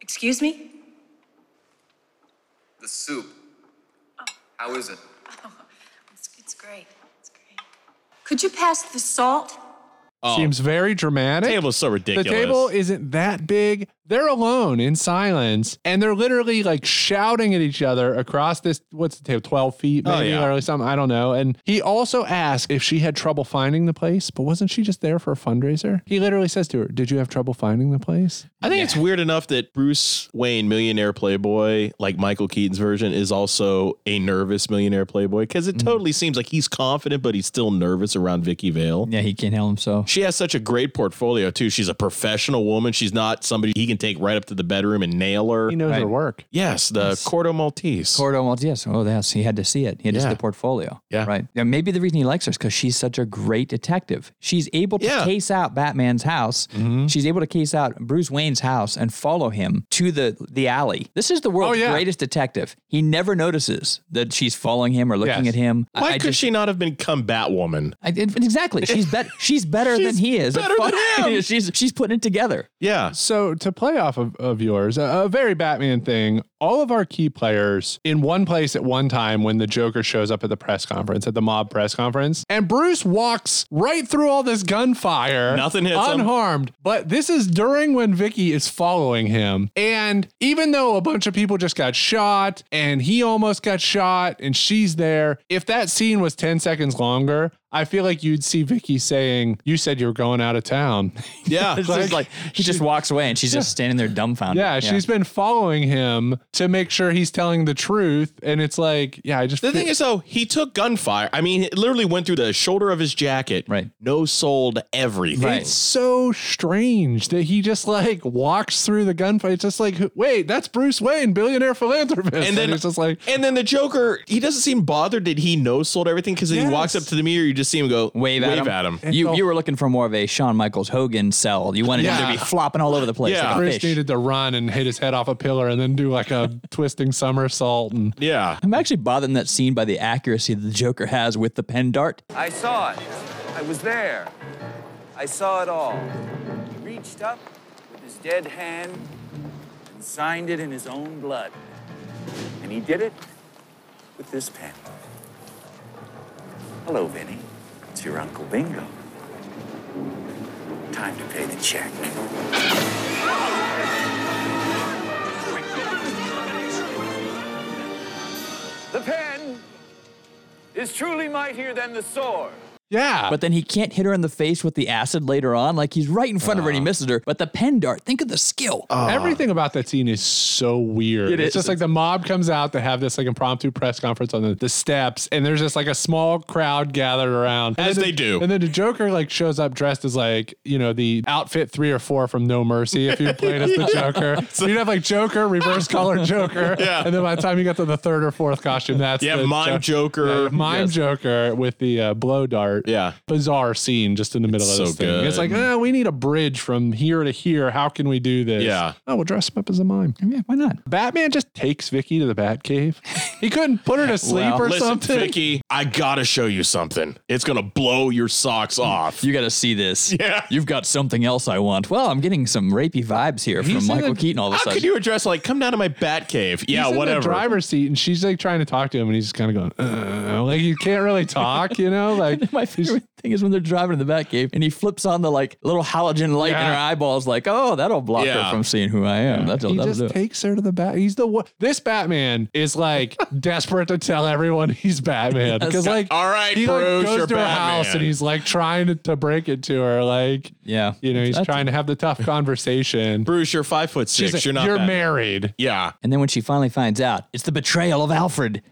[SPEAKER 7] Excuse me?
[SPEAKER 18] The soup. How is it?
[SPEAKER 7] It's, it's great. It's great. Could you pass the salt?
[SPEAKER 3] Seems very dramatic.
[SPEAKER 4] table is so ridiculous.
[SPEAKER 3] The table isn't that big. They're alone in silence, and they're literally like shouting at each other across this. What's the table? Twelve feet,
[SPEAKER 4] Oh,
[SPEAKER 3] maybe,
[SPEAKER 4] yeah.
[SPEAKER 3] or something. I don't know. And he also asked if she had trouble finding the place, but wasn't she just there for a fundraiser? He literally says to her, "Did you have trouble finding the place?"
[SPEAKER 4] I think it's weird enough that Bruce Wayne, millionaire playboy, like Michael Keaton's version, is also a nervous millionaire playboy because
[SPEAKER 5] Mm-hmm.
[SPEAKER 4] it totally seems like he's confident, but he's still nervous around Vicky Vale.
[SPEAKER 5] Yeah, he can't help himself.
[SPEAKER 4] She has such a great portfolio too. She's a professional woman. She's not somebody he can take right up to the bedroom and nail her.
[SPEAKER 3] He knows her work.
[SPEAKER 4] Yes, the Cordo Maltese.
[SPEAKER 5] Cordo Maltese. Oh, yes. He had to see it. He had to see
[SPEAKER 4] Yeah.
[SPEAKER 5] the portfolio. Yeah. Right. Now, maybe the reason he likes her is because she's such a great detective. She's able to case out Batman's house.
[SPEAKER 4] Mm-hmm.
[SPEAKER 5] She's able to case out Bruce Wayne's house and follow him to the, the alley. This is the
[SPEAKER 4] Oh,
[SPEAKER 5] world's greatest detective. He never notices that she's following him or looking at him.
[SPEAKER 4] Why could she not have become Batwoman?
[SPEAKER 5] I, exactly. She's bet. She's better than he is.
[SPEAKER 4] better than him.
[SPEAKER 5] she's she's putting it together.
[SPEAKER 4] Yeah.
[SPEAKER 3] So to play off of, of yours, a, a very Batman thing, all of our key players in one place at one time when the Joker shows up at the press conference, at the mob press conference, and Bruce walks right through all this gunfire.
[SPEAKER 4] Nothing hits him.
[SPEAKER 3] unharmed. But this is during when Vicky is following him. And even though a bunch of people just got shot and he almost got shot and she's there, if that scene was 10 seconds longer, I feel like you'd see Vicky saying, You said you were going out of town.
[SPEAKER 4] Yeah,
[SPEAKER 5] it's just like he just walks away and she's just standing there dumbfounded.
[SPEAKER 3] Yeah, she's been following him to make sure he's telling the truth. And it's like, yeah, I just
[SPEAKER 4] The thing is, though, he took gunfire. I mean, it literally went through the shoulder of his jacket. Right. No sold everything.
[SPEAKER 3] it's so strange that he just like walks through the gunfight. It's just like, wait, that's Bruce Wayne, billionaire philanthropist.
[SPEAKER 4] And then
[SPEAKER 3] it's just like,
[SPEAKER 4] and then the Joker, he doesn't seem bothered that he no sold everything because he walks up to the mirror, you just see him go
[SPEAKER 5] Wave at him. You you were looking for more of a Shawn Michaels Hogan cell. You wanted him to
[SPEAKER 3] Yeah.
[SPEAKER 5] be flopping all over the place like a
[SPEAKER 3] Bruce
[SPEAKER 5] fish.
[SPEAKER 3] needed to run and hit his head off a pillar and then do like a twisting somersault. And
[SPEAKER 4] yeah,
[SPEAKER 5] I'm actually bothered in that scene by the accuracy that the Joker has with the pen dart.
[SPEAKER 10] I saw it. I was there. I saw it all. He reached up with his dead hand and signed it in his own blood. And he did it with this pen. Hello, Vinny. It's your Uncle Bingo. Time to pay the check. The pen is truly mightier than the sword.
[SPEAKER 3] Yeah.
[SPEAKER 5] But then he can't hit her in the face with the acid later on. Like he's right in front of her and he
[SPEAKER 4] Uh.
[SPEAKER 5] misses her. But the pen dart, think of the skill.
[SPEAKER 3] Everything about that scene is so weird.
[SPEAKER 5] Ah. It
[SPEAKER 3] it's
[SPEAKER 5] is.
[SPEAKER 3] just like the mob comes out to have this like impromptu press conference on the, the steps, and there's just like a small crowd gathered around. And
[SPEAKER 4] As
[SPEAKER 3] then
[SPEAKER 4] they
[SPEAKER 3] the-
[SPEAKER 4] do.
[SPEAKER 3] And then the Joker like shows up dressed as like, you know, the outfit three or four from No Mercy if you played as the
[SPEAKER 4] Yeah.
[SPEAKER 3] Joker. So you'd have like Joker, reverse color Joker.
[SPEAKER 4] Yeah.
[SPEAKER 3] And then by the time you got to the third or fourth costume, that's
[SPEAKER 4] Yeah,
[SPEAKER 3] the
[SPEAKER 4] Mime
[SPEAKER 3] Jo-
[SPEAKER 4] Joker.
[SPEAKER 3] Yeah, you have Mime
[SPEAKER 4] Yes.
[SPEAKER 3] Joker with the uh, blow dart.
[SPEAKER 4] Yeah.
[SPEAKER 3] Bizarre scene just in the middle
[SPEAKER 4] It's
[SPEAKER 3] of
[SPEAKER 4] so
[SPEAKER 3] this thing. It's
[SPEAKER 4] good.
[SPEAKER 3] like, ah, we need a bridge from here to here. How can we do this?
[SPEAKER 4] Yeah.
[SPEAKER 3] Oh, we'll dress him up as a mime. Yeah, why not? Batman just takes Vicky to the Batcave. He couldn't put her to sleep or
[SPEAKER 4] Listen,
[SPEAKER 3] something.
[SPEAKER 4] Vicky, I gotta show you something. It's gonna blow your socks off.
[SPEAKER 5] You got to see this. Yeah. You've got something else I want. Well, I'm getting some rapey vibes here from
[SPEAKER 4] He's in
[SPEAKER 5] Michael
[SPEAKER 4] the-
[SPEAKER 5] Keaton all of a
[SPEAKER 4] How
[SPEAKER 5] sudden.
[SPEAKER 4] could you address like, come down to my bat cave? Yeah,
[SPEAKER 3] He's in
[SPEAKER 4] whatever.
[SPEAKER 3] the driver's seat, and she's like trying to talk to him, and he's just kind of going, uh, know, like you can't really talk, you know, like
[SPEAKER 5] my favorite thing is when they're driving in the back cave and he flips on the like little halogen light in her eyeballs, like, oh, that'll block her
[SPEAKER 3] Yeah.
[SPEAKER 5] from seeing who I am. That'll,
[SPEAKER 3] he
[SPEAKER 5] that'll do
[SPEAKER 3] just
[SPEAKER 5] it.
[SPEAKER 3] takes her to the bat. He's the one. This Batman is like desperate to tell everyone he's Batman
[SPEAKER 5] Yes.
[SPEAKER 3] because like
[SPEAKER 5] All right,
[SPEAKER 3] he like,
[SPEAKER 5] Bruce,
[SPEAKER 3] goes
[SPEAKER 5] you're
[SPEAKER 3] to her house
[SPEAKER 5] Batman.
[SPEAKER 3] and he's like trying to, to break it to her. Like
[SPEAKER 5] yeah,
[SPEAKER 3] you know, he's trying to have the tough conversation.
[SPEAKER 4] Bruce, you're five foot
[SPEAKER 3] She's
[SPEAKER 4] six.
[SPEAKER 3] like,
[SPEAKER 4] you're not.
[SPEAKER 3] You're
[SPEAKER 4] Batman."
[SPEAKER 3] married.
[SPEAKER 4] Yeah.
[SPEAKER 5] And then when she finally finds out, it's the betrayal of Alfred.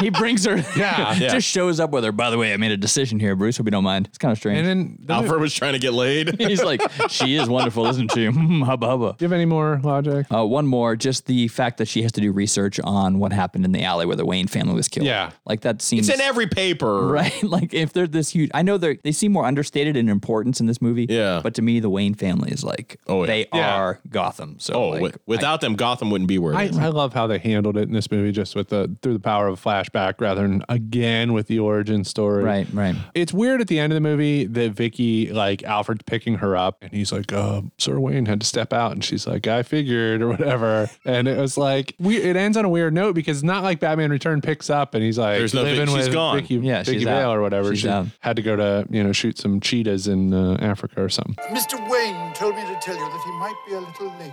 [SPEAKER 5] he brings her.
[SPEAKER 4] Yeah. Yeah.
[SPEAKER 5] Just shows up with her. By the way, I made a decision here, Bruce. Hope you don't mind. It's kind of strange.
[SPEAKER 3] And then
[SPEAKER 4] Alfred was trying to get laid.
[SPEAKER 5] He's like, she is wonderful, isn't she? Hmm, hubba hubba.
[SPEAKER 3] Do you have any more logic?
[SPEAKER 5] Uh, one more, just the fact that she has to do research on what happened in the alley where the Wayne family was killed.
[SPEAKER 4] Yeah.
[SPEAKER 5] like that seems
[SPEAKER 4] It's in every paper.
[SPEAKER 5] right? Like if they're this huge, I know they they seem more understated in importance in this movie. Yeah, but to me, the Wayne family is like oh, they
[SPEAKER 4] Yeah.
[SPEAKER 5] are Gotham. So
[SPEAKER 4] oh,
[SPEAKER 5] like,
[SPEAKER 4] wi- without them, Gotham wouldn't be where it
[SPEAKER 3] I,
[SPEAKER 4] is.
[SPEAKER 3] I love how they handled it in this movie, just with the through the power of a flashback, rather than again with the origin story.
[SPEAKER 5] Right, right.
[SPEAKER 3] It's weird at the end of the movie that Vicky, like Alfred's picking her up, and he's like, uh, "Sir Wayne had to step out," and she's like, "I figured" or whatever. and it was like, we, it ends on a weird note because it's not like Batman Return picks up and he's like,
[SPEAKER 4] There's no Vic-
[SPEAKER 3] living
[SPEAKER 4] she's
[SPEAKER 3] with
[SPEAKER 4] gone.
[SPEAKER 3] Vicky,
[SPEAKER 4] Yeah,
[SPEAKER 3] Vicky
[SPEAKER 4] she's
[SPEAKER 3] Vale
[SPEAKER 4] out.
[SPEAKER 3] or whatever.
[SPEAKER 4] She's
[SPEAKER 3] she
[SPEAKER 4] out.
[SPEAKER 3] had to go to you know shoot some cheetahs in uh, Africa or something.
[SPEAKER 19] Mr. Wayne told me to tell you that he might be a little late.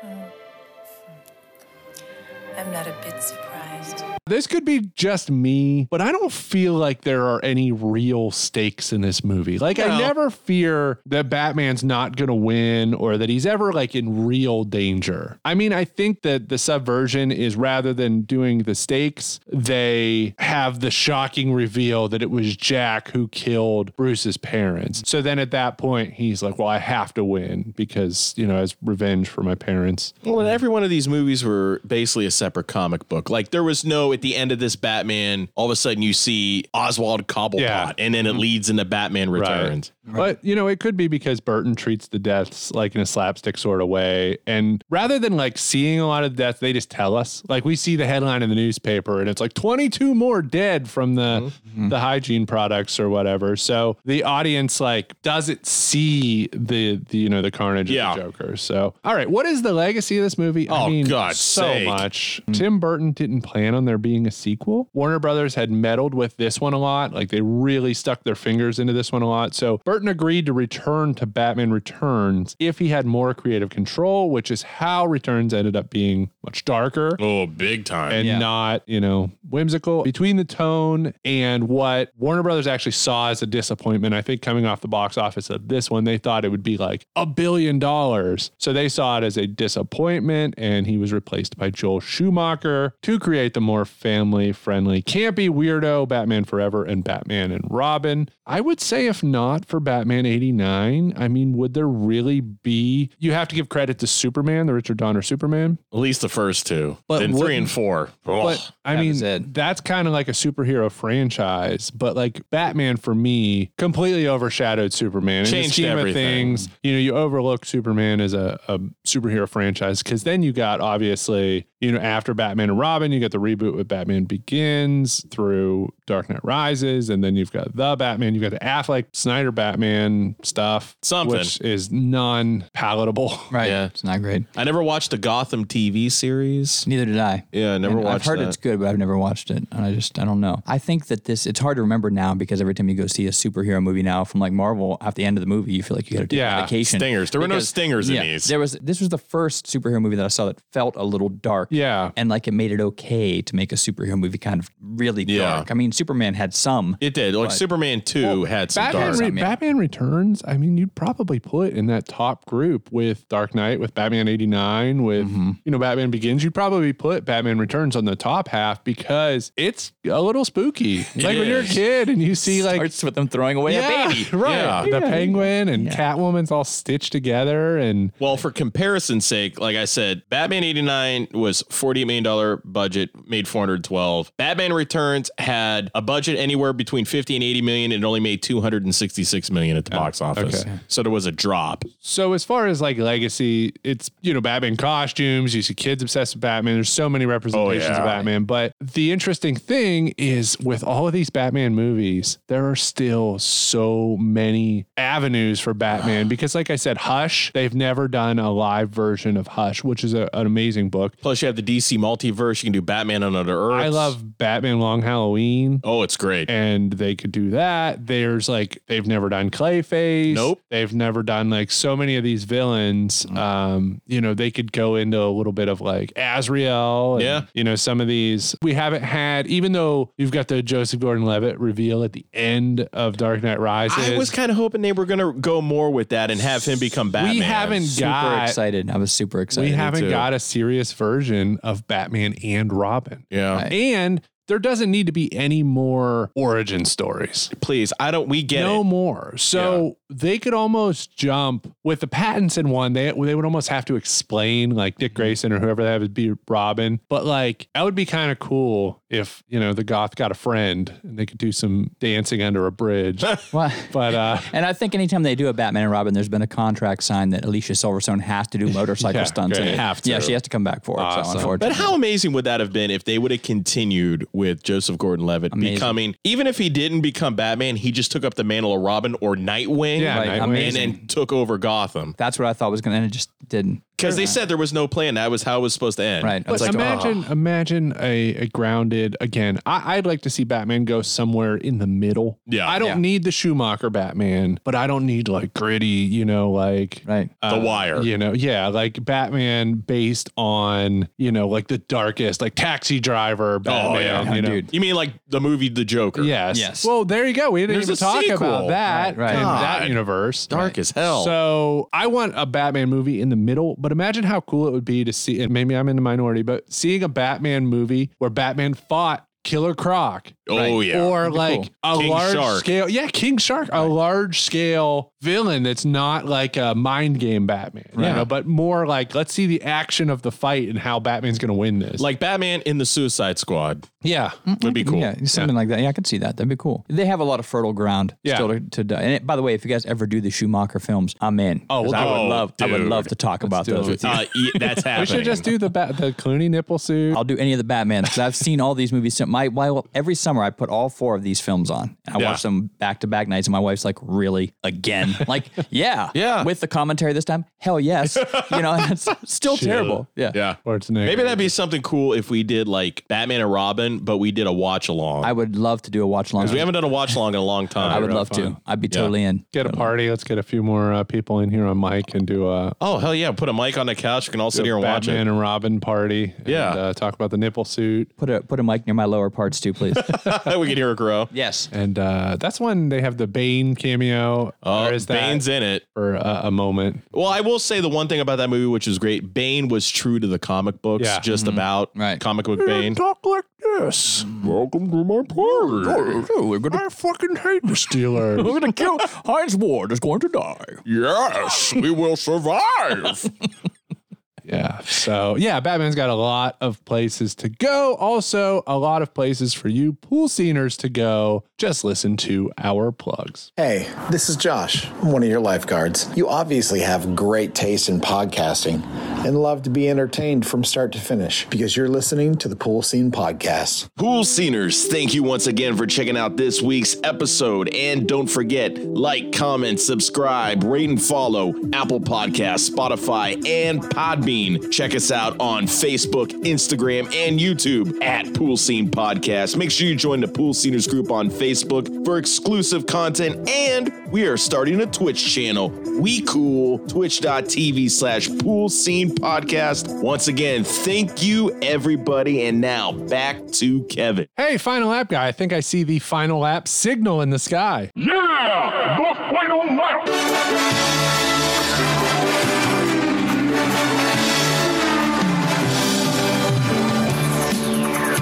[SPEAKER 7] Hmm. I'm not a bit surprised.
[SPEAKER 3] This could be just me, but I don't feel like there are any real stakes in this movie. Like, I
[SPEAKER 4] No.
[SPEAKER 3] never fear that Batman's not going to win or that he's ever like in real danger. I mean, I think that the subversion is rather than doing the stakes, they have the shocking reveal that it was Jack who killed Bruce's parents. So then at that point, he's like, well, I have to win because, you know, as revenge for my parents.
[SPEAKER 4] Well, and every one of these movies were basically a separate comic book. Like there was no at the end of this Batman, all of a sudden you see Oswald Cobblepot,
[SPEAKER 3] Yeah. Mm-hmm.
[SPEAKER 4] and then it leads into Batman Returns.
[SPEAKER 3] But you know, it could be because Burton treats the deaths like in a slapstick sort of way, and rather than like seeing a lot of deaths, they just tell us. Like we see the headline in the newspaper, and it's like 22 more dead from the the hygiene products or whatever. So the audience like doesn't see the, the you know the carnage of the Joker. So all right, what is the legacy of this movie?
[SPEAKER 4] Oh,
[SPEAKER 3] I mean,
[SPEAKER 4] God's
[SPEAKER 3] so
[SPEAKER 4] sake. Mm.
[SPEAKER 3] much. Tim Burton didn't plan on there being a sequel. Warner Brothers had meddled with this one a lot. Like they really stuck their fingers into this one a lot. So Burton agreed to return to Batman Returns if he had more creative control, which is how Returns ended up being much darker.
[SPEAKER 4] Oh, big time.
[SPEAKER 3] And
[SPEAKER 4] Yeah.
[SPEAKER 3] not, you know, whimsical. Between the tone and what Warner Brothers actually saw as a disappointment, I think coming off the box office of this one, they thought it would be like a billion dollars. So they saw it as a disappointment, and he was replaced by Joel Schumacher to create the more family friendly, campy weirdo Batman Forever and Batman and Robin. I would say, if not for Batman 89, I mean, would there really be? You have to give credit to Superman, the Richard Donner Superman.
[SPEAKER 4] At least the first two.
[SPEAKER 3] But
[SPEAKER 4] then three
[SPEAKER 3] wouldn't-
[SPEAKER 4] and four. Oh,
[SPEAKER 3] But I mean, that's kind of like a superhero franchise, but like Batman for me completely overshadowed Superman. In the
[SPEAKER 4] Changed
[SPEAKER 3] scheme of
[SPEAKER 4] everything.
[SPEAKER 3] things, you know, you overlook Superman as a, a superhero franchise because then you got obviously, you know, after Batman and Robin, you got the reboot with Batman Begins through Dark Knight Rises, and then you've got the Batman, you've got the Affleck Snyder Batman stuff,
[SPEAKER 4] Something.
[SPEAKER 3] which is non palatable.
[SPEAKER 5] Right. Yeah. It's not great.
[SPEAKER 4] I never watched the Gotham TV series.
[SPEAKER 5] Neither did I.
[SPEAKER 4] Yeah, I never
[SPEAKER 5] And I've
[SPEAKER 4] watched
[SPEAKER 5] heard
[SPEAKER 4] that.
[SPEAKER 5] it's good, but I've never watched it. And I just I don't know. I think that this it's hard to remember now because every time you go see a superhero movie now from like Marvel, at the end of the movie, you feel like you got to take
[SPEAKER 4] Yeah,
[SPEAKER 5] medication.
[SPEAKER 4] stingers. There were no stingers in these.
[SPEAKER 5] There was this was the first superhero movie that I saw that felt a little dark.
[SPEAKER 3] Yeah.
[SPEAKER 5] And like it made it okay to make a superhero movie kind of really dark. I mean, Superman had some.
[SPEAKER 4] It did. Like
[SPEAKER 5] But-
[SPEAKER 4] Superman 2 had some
[SPEAKER 3] Batman,
[SPEAKER 4] dark.
[SPEAKER 3] Re- Batman Returns. I mean, you'd probably put in that top group with Dark Knight, with Batman '89, with
[SPEAKER 5] Mm-hmm.
[SPEAKER 3] you know Batman Begins. You'd probably put Batman Returns on the top half because it's a little spooky.
[SPEAKER 5] It
[SPEAKER 3] like when you're a
[SPEAKER 5] is.
[SPEAKER 3] kid and you see like
[SPEAKER 5] starts with them throwing away
[SPEAKER 3] Yeah,
[SPEAKER 5] a baby.
[SPEAKER 3] right?
[SPEAKER 4] Yeah.
[SPEAKER 3] The
[SPEAKER 4] Yeah.
[SPEAKER 3] Penguin and Catwoman's all stitched together, and
[SPEAKER 4] Well, for comparison's sake, like I said, Batman 89 was $48 million budget, made 412. Batman Returns had a budget anywhere between 50 and 80 million and it only made 266 six million at the box office.
[SPEAKER 3] okay.
[SPEAKER 4] So there was a drop.
[SPEAKER 3] So as far as like legacy, it's you know Batman costumes. You see kids obsessed with Batman. There's so many representations
[SPEAKER 4] Oh, yeah.
[SPEAKER 3] of Batman. But the interesting thing is with all of these Batman movies, there are still so many avenues for Batman because, like I said, Hush. They've never done a live version of Hush, which is a, an amazing book.
[SPEAKER 4] Plus, you have the DC multiverse. You can do Batman on Other Earth.
[SPEAKER 3] I love Batman Long Halloween.
[SPEAKER 4] Oh, it's great.
[SPEAKER 3] And they could do that. There's like they've never done Clayface.
[SPEAKER 4] Nope. Mm.
[SPEAKER 3] They've never done like so many of these villains. Um, you know, they could go into a little bit of like Azrael. and,
[SPEAKER 4] Yeah.
[SPEAKER 3] You know, some of these we haven't had, even though you've got the Joseph Gordon Levitt reveal at the end of Dark Knight Rises.
[SPEAKER 4] I was kind of hoping they were going to go more with that and have him become Batman.
[SPEAKER 3] haven't Super got- excited.
[SPEAKER 5] I was super
[SPEAKER 3] we haven't got a serious version of Batman and Robin.
[SPEAKER 4] Yeah.
[SPEAKER 3] And there doesn't need to be any more origin stories.
[SPEAKER 4] Please, I don't. We get
[SPEAKER 3] no
[SPEAKER 4] it.
[SPEAKER 3] more. So they could almost jump with the Pattinson one. They they would almost have to explain like
[SPEAKER 4] Mm-hmm.
[SPEAKER 3] Dick Grayson or whoever that would be Robin. But like that would be kind of cool if you know the Goth got a friend and they could do some dancing under a bridge. but uh,
[SPEAKER 5] And I think anytime they do a Batman and Robin, there's been a contract signed that Alicia Silverstone has to do motorcycle
[SPEAKER 4] Yeah,
[SPEAKER 5] stunts.
[SPEAKER 4] great.
[SPEAKER 5] in it.
[SPEAKER 4] Have to.
[SPEAKER 5] Yeah, she has to come back for it. So
[SPEAKER 4] But
[SPEAKER 5] unfortunately.
[SPEAKER 4] how amazing would that have been if they would have continued with Joseph Gordon Levitt
[SPEAKER 5] Amazing.
[SPEAKER 4] becoming, even if he didn't become Batman, he just took up the mantle of Robin or Nightwing
[SPEAKER 5] Yeah, Right, Nightwing.
[SPEAKER 4] and
[SPEAKER 5] amazing.
[SPEAKER 4] then took over Gotham.
[SPEAKER 5] That's what I thought was going to end. It just didn't.
[SPEAKER 4] Because they said there was no plan. That was how it was supposed to end.
[SPEAKER 5] Right.
[SPEAKER 4] It's
[SPEAKER 3] But
[SPEAKER 4] like, "Oh, "Ah."
[SPEAKER 3] imagine, imagine a, a grounded again. I, I'd like to see Batman go somewhere in the middle.
[SPEAKER 4] Yeah.
[SPEAKER 3] I don't
[SPEAKER 4] Yeah.
[SPEAKER 3] need the Schumacher Batman, but I don't need like gritty, you know, like
[SPEAKER 5] right.
[SPEAKER 4] The Wire.
[SPEAKER 3] uh, You know, yeah, like Batman based on you know, like the darkest, like Taxi Driver
[SPEAKER 4] oh,
[SPEAKER 3] Batman.
[SPEAKER 4] yeah.
[SPEAKER 3] you know?
[SPEAKER 4] You mean like the movie The Joker?
[SPEAKER 3] Yes. Well, there you go. We didn't
[SPEAKER 4] There's
[SPEAKER 3] even
[SPEAKER 4] a
[SPEAKER 3] talk
[SPEAKER 4] sequel.
[SPEAKER 3] about that
[SPEAKER 4] Right, right.
[SPEAKER 3] in that
[SPEAKER 4] God.
[SPEAKER 3] universe.
[SPEAKER 4] Dark as hell.
[SPEAKER 3] So I want a Batman movie in the middle, but imagine how cool it would be to see, and maybe I'm in the minority, but seeing a Batman movie where Batman fought Killer Croc.
[SPEAKER 4] Oh, yeah.
[SPEAKER 3] Or
[SPEAKER 4] That'd be
[SPEAKER 3] like
[SPEAKER 4] cool.
[SPEAKER 3] a
[SPEAKER 4] King
[SPEAKER 3] large
[SPEAKER 4] Shark.
[SPEAKER 3] scale. Yeah, King Shark, a large scale villain that's not like a mind game Batman. You
[SPEAKER 4] Right.
[SPEAKER 3] know, but more like let's see the action of the fight and how Batman's gonna win this.
[SPEAKER 4] Like Batman in the Suicide Squad.
[SPEAKER 3] Yeah.
[SPEAKER 4] Would be cool.
[SPEAKER 5] Yeah, something like that. Yeah, I could see that. That'd be cool. They have a lot of fertile ground
[SPEAKER 4] Yeah.
[SPEAKER 5] still to, to die. And it- by the way, if you guys ever do the Schumacher films, I'm in.
[SPEAKER 3] Oh, we'll
[SPEAKER 5] 'Cause I
[SPEAKER 3] do
[SPEAKER 5] would
[SPEAKER 3] it.
[SPEAKER 5] love. I would
[SPEAKER 3] Dude.
[SPEAKER 5] love to talk about
[SPEAKER 3] do
[SPEAKER 5] those
[SPEAKER 3] it.
[SPEAKER 5] with you.
[SPEAKER 3] Uh, yeah, that's
[SPEAKER 5] happening.
[SPEAKER 3] we should just do the ba- the Clooney nipple suit.
[SPEAKER 5] I'll do any of the Batman because I've seen all these movies. So My, my every summer I put all four of these films on and I
[SPEAKER 4] Yeah.
[SPEAKER 5] watch them back to back nights. And my wife's like, "Really? Again? like, yeah, yeah." With the commentary this time, hell yes. You know, and it's still terrible. Yeah.
[SPEAKER 4] Yeah. Maybe that'd be something cool if we did like Batman and Robin, but we did a watch along.
[SPEAKER 5] I would love to do a watch along.
[SPEAKER 4] Because we haven't done a watch along in a long time.
[SPEAKER 5] I would love to. I'd be totally in.
[SPEAKER 3] Get a party. Let's get a few more uh, people in here on mic and do a
[SPEAKER 4] Oh, hell yeah. Put a mic on the couch. We can all sit here and watch
[SPEAKER 3] Batman
[SPEAKER 4] it.
[SPEAKER 3] and Robin party.
[SPEAKER 4] Yeah.
[SPEAKER 3] and, uh, talk about the nipple suit.
[SPEAKER 5] Put a put a mic near my lower parts too, please.
[SPEAKER 4] we can hear it grow.
[SPEAKER 5] Yes.
[SPEAKER 3] And uh, that's when they have the Bane cameo. Oh, is that
[SPEAKER 4] Bane's in it.
[SPEAKER 3] for uh, a moment.
[SPEAKER 4] Well, I will say the one thing about that movie, which is great, Bane was true to the comic books,
[SPEAKER 3] Yeah.
[SPEAKER 4] just
[SPEAKER 5] Mm-hmm.
[SPEAKER 4] about comic book Bane.
[SPEAKER 3] Talk like this. Welcome to my
[SPEAKER 5] Oh,
[SPEAKER 3] party. I fucking hate the Steelers.
[SPEAKER 5] We're gonna kill Heinz Ward. Is going to die.
[SPEAKER 4] Yes, we will survive.
[SPEAKER 3] Yeah. So yeah, Batman's got a lot of places to go. Also, a lot of places for you pool sceners to go. Just listen to our plugs.
[SPEAKER 2] Hey, this is Josh, I'm one of your lifeguards. You obviously have great taste in podcasting and love to be entertained from start to finish because you're listening to the Pool Scene Podcast.
[SPEAKER 4] Pool Sceners, thank you once again for checking out this week's episode. And don't forget, like, comment, subscribe, rate, and follow Apple Podcasts, Spotify, and Podbean. Check us out on Facebook, Instagram, and YouTube at Pool Scene Podcast. Make sure you join the Pool Sceners group on Facebook for exclusive content. And we are starting a Twitch channel. We cool, twitch.tv slash pool scene podcast. Once again, thank you, everybody. And now back to Kevin.
[SPEAKER 3] Hey, final app guy, I think I see the final app signal in the sky.
[SPEAKER 6] Yeah! The final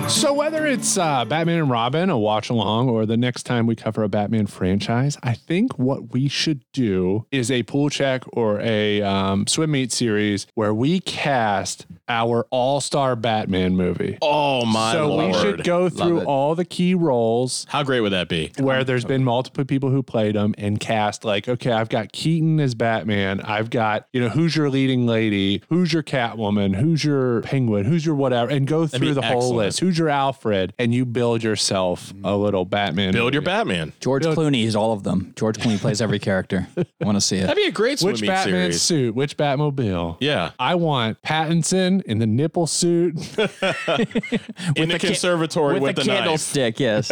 [SPEAKER 3] So Whether it's uh, Batman and Robin, a watch along, or the next time we cover a Batman franchise, I think what we should do is a pool check or a um, swim meet series where we cast our all star Batman movie.
[SPEAKER 4] Oh my
[SPEAKER 3] so
[SPEAKER 4] lord!
[SPEAKER 3] we should go
[SPEAKER 4] Love
[SPEAKER 3] through
[SPEAKER 4] it.
[SPEAKER 3] all the key roles.
[SPEAKER 4] How great would that be?
[SPEAKER 3] Where there's been multiple people who played them and cast like, okay, I've got Keaton as Batman. I've got, you know, who's your leading lady? Who's your Catwoman? Who's your Penguin? Who's your whatever? And go
[SPEAKER 4] That'd
[SPEAKER 3] through
[SPEAKER 4] be
[SPEAKER 3] the whole
[SPEAKER 4] excellent. Mm-hmm.
[SPEAKER 3] list. Who's your Alfred? And you build yourself a little Batman.
[SPEAKER 4] Build your
[SPEAKER 3] movie.
[SPEAKER 4] Batman.
[SPEAKER 5] George
[SPEAKER 3] Build-
[SPEAKER 5] Clooney is all of them. George Clooney plays every character. I want to see it.
[SPEAKER 4] That'd be a great swim
[SPEAKER 3] Which
[SPEAKER 4] meet
[SPEAKER 3] Batman
[SPEAKER 4] series.
[SPEAKER 3] suit? Which Batmobile?
[SPEAKER 4] Yeah.
[SPEAKER 3] I want Pattinson in the nipple suit.
[SPEAKER 4] in the
[SPEAKER 3] a ca-
[SPEAKER 4] conservatory
[SPEAKER 3] with
[SPEAKER 4] with,
[SPEAKER 3] a
[SPEAKER 4] the knife.
[SPEAKER 5] Candlestick, yes.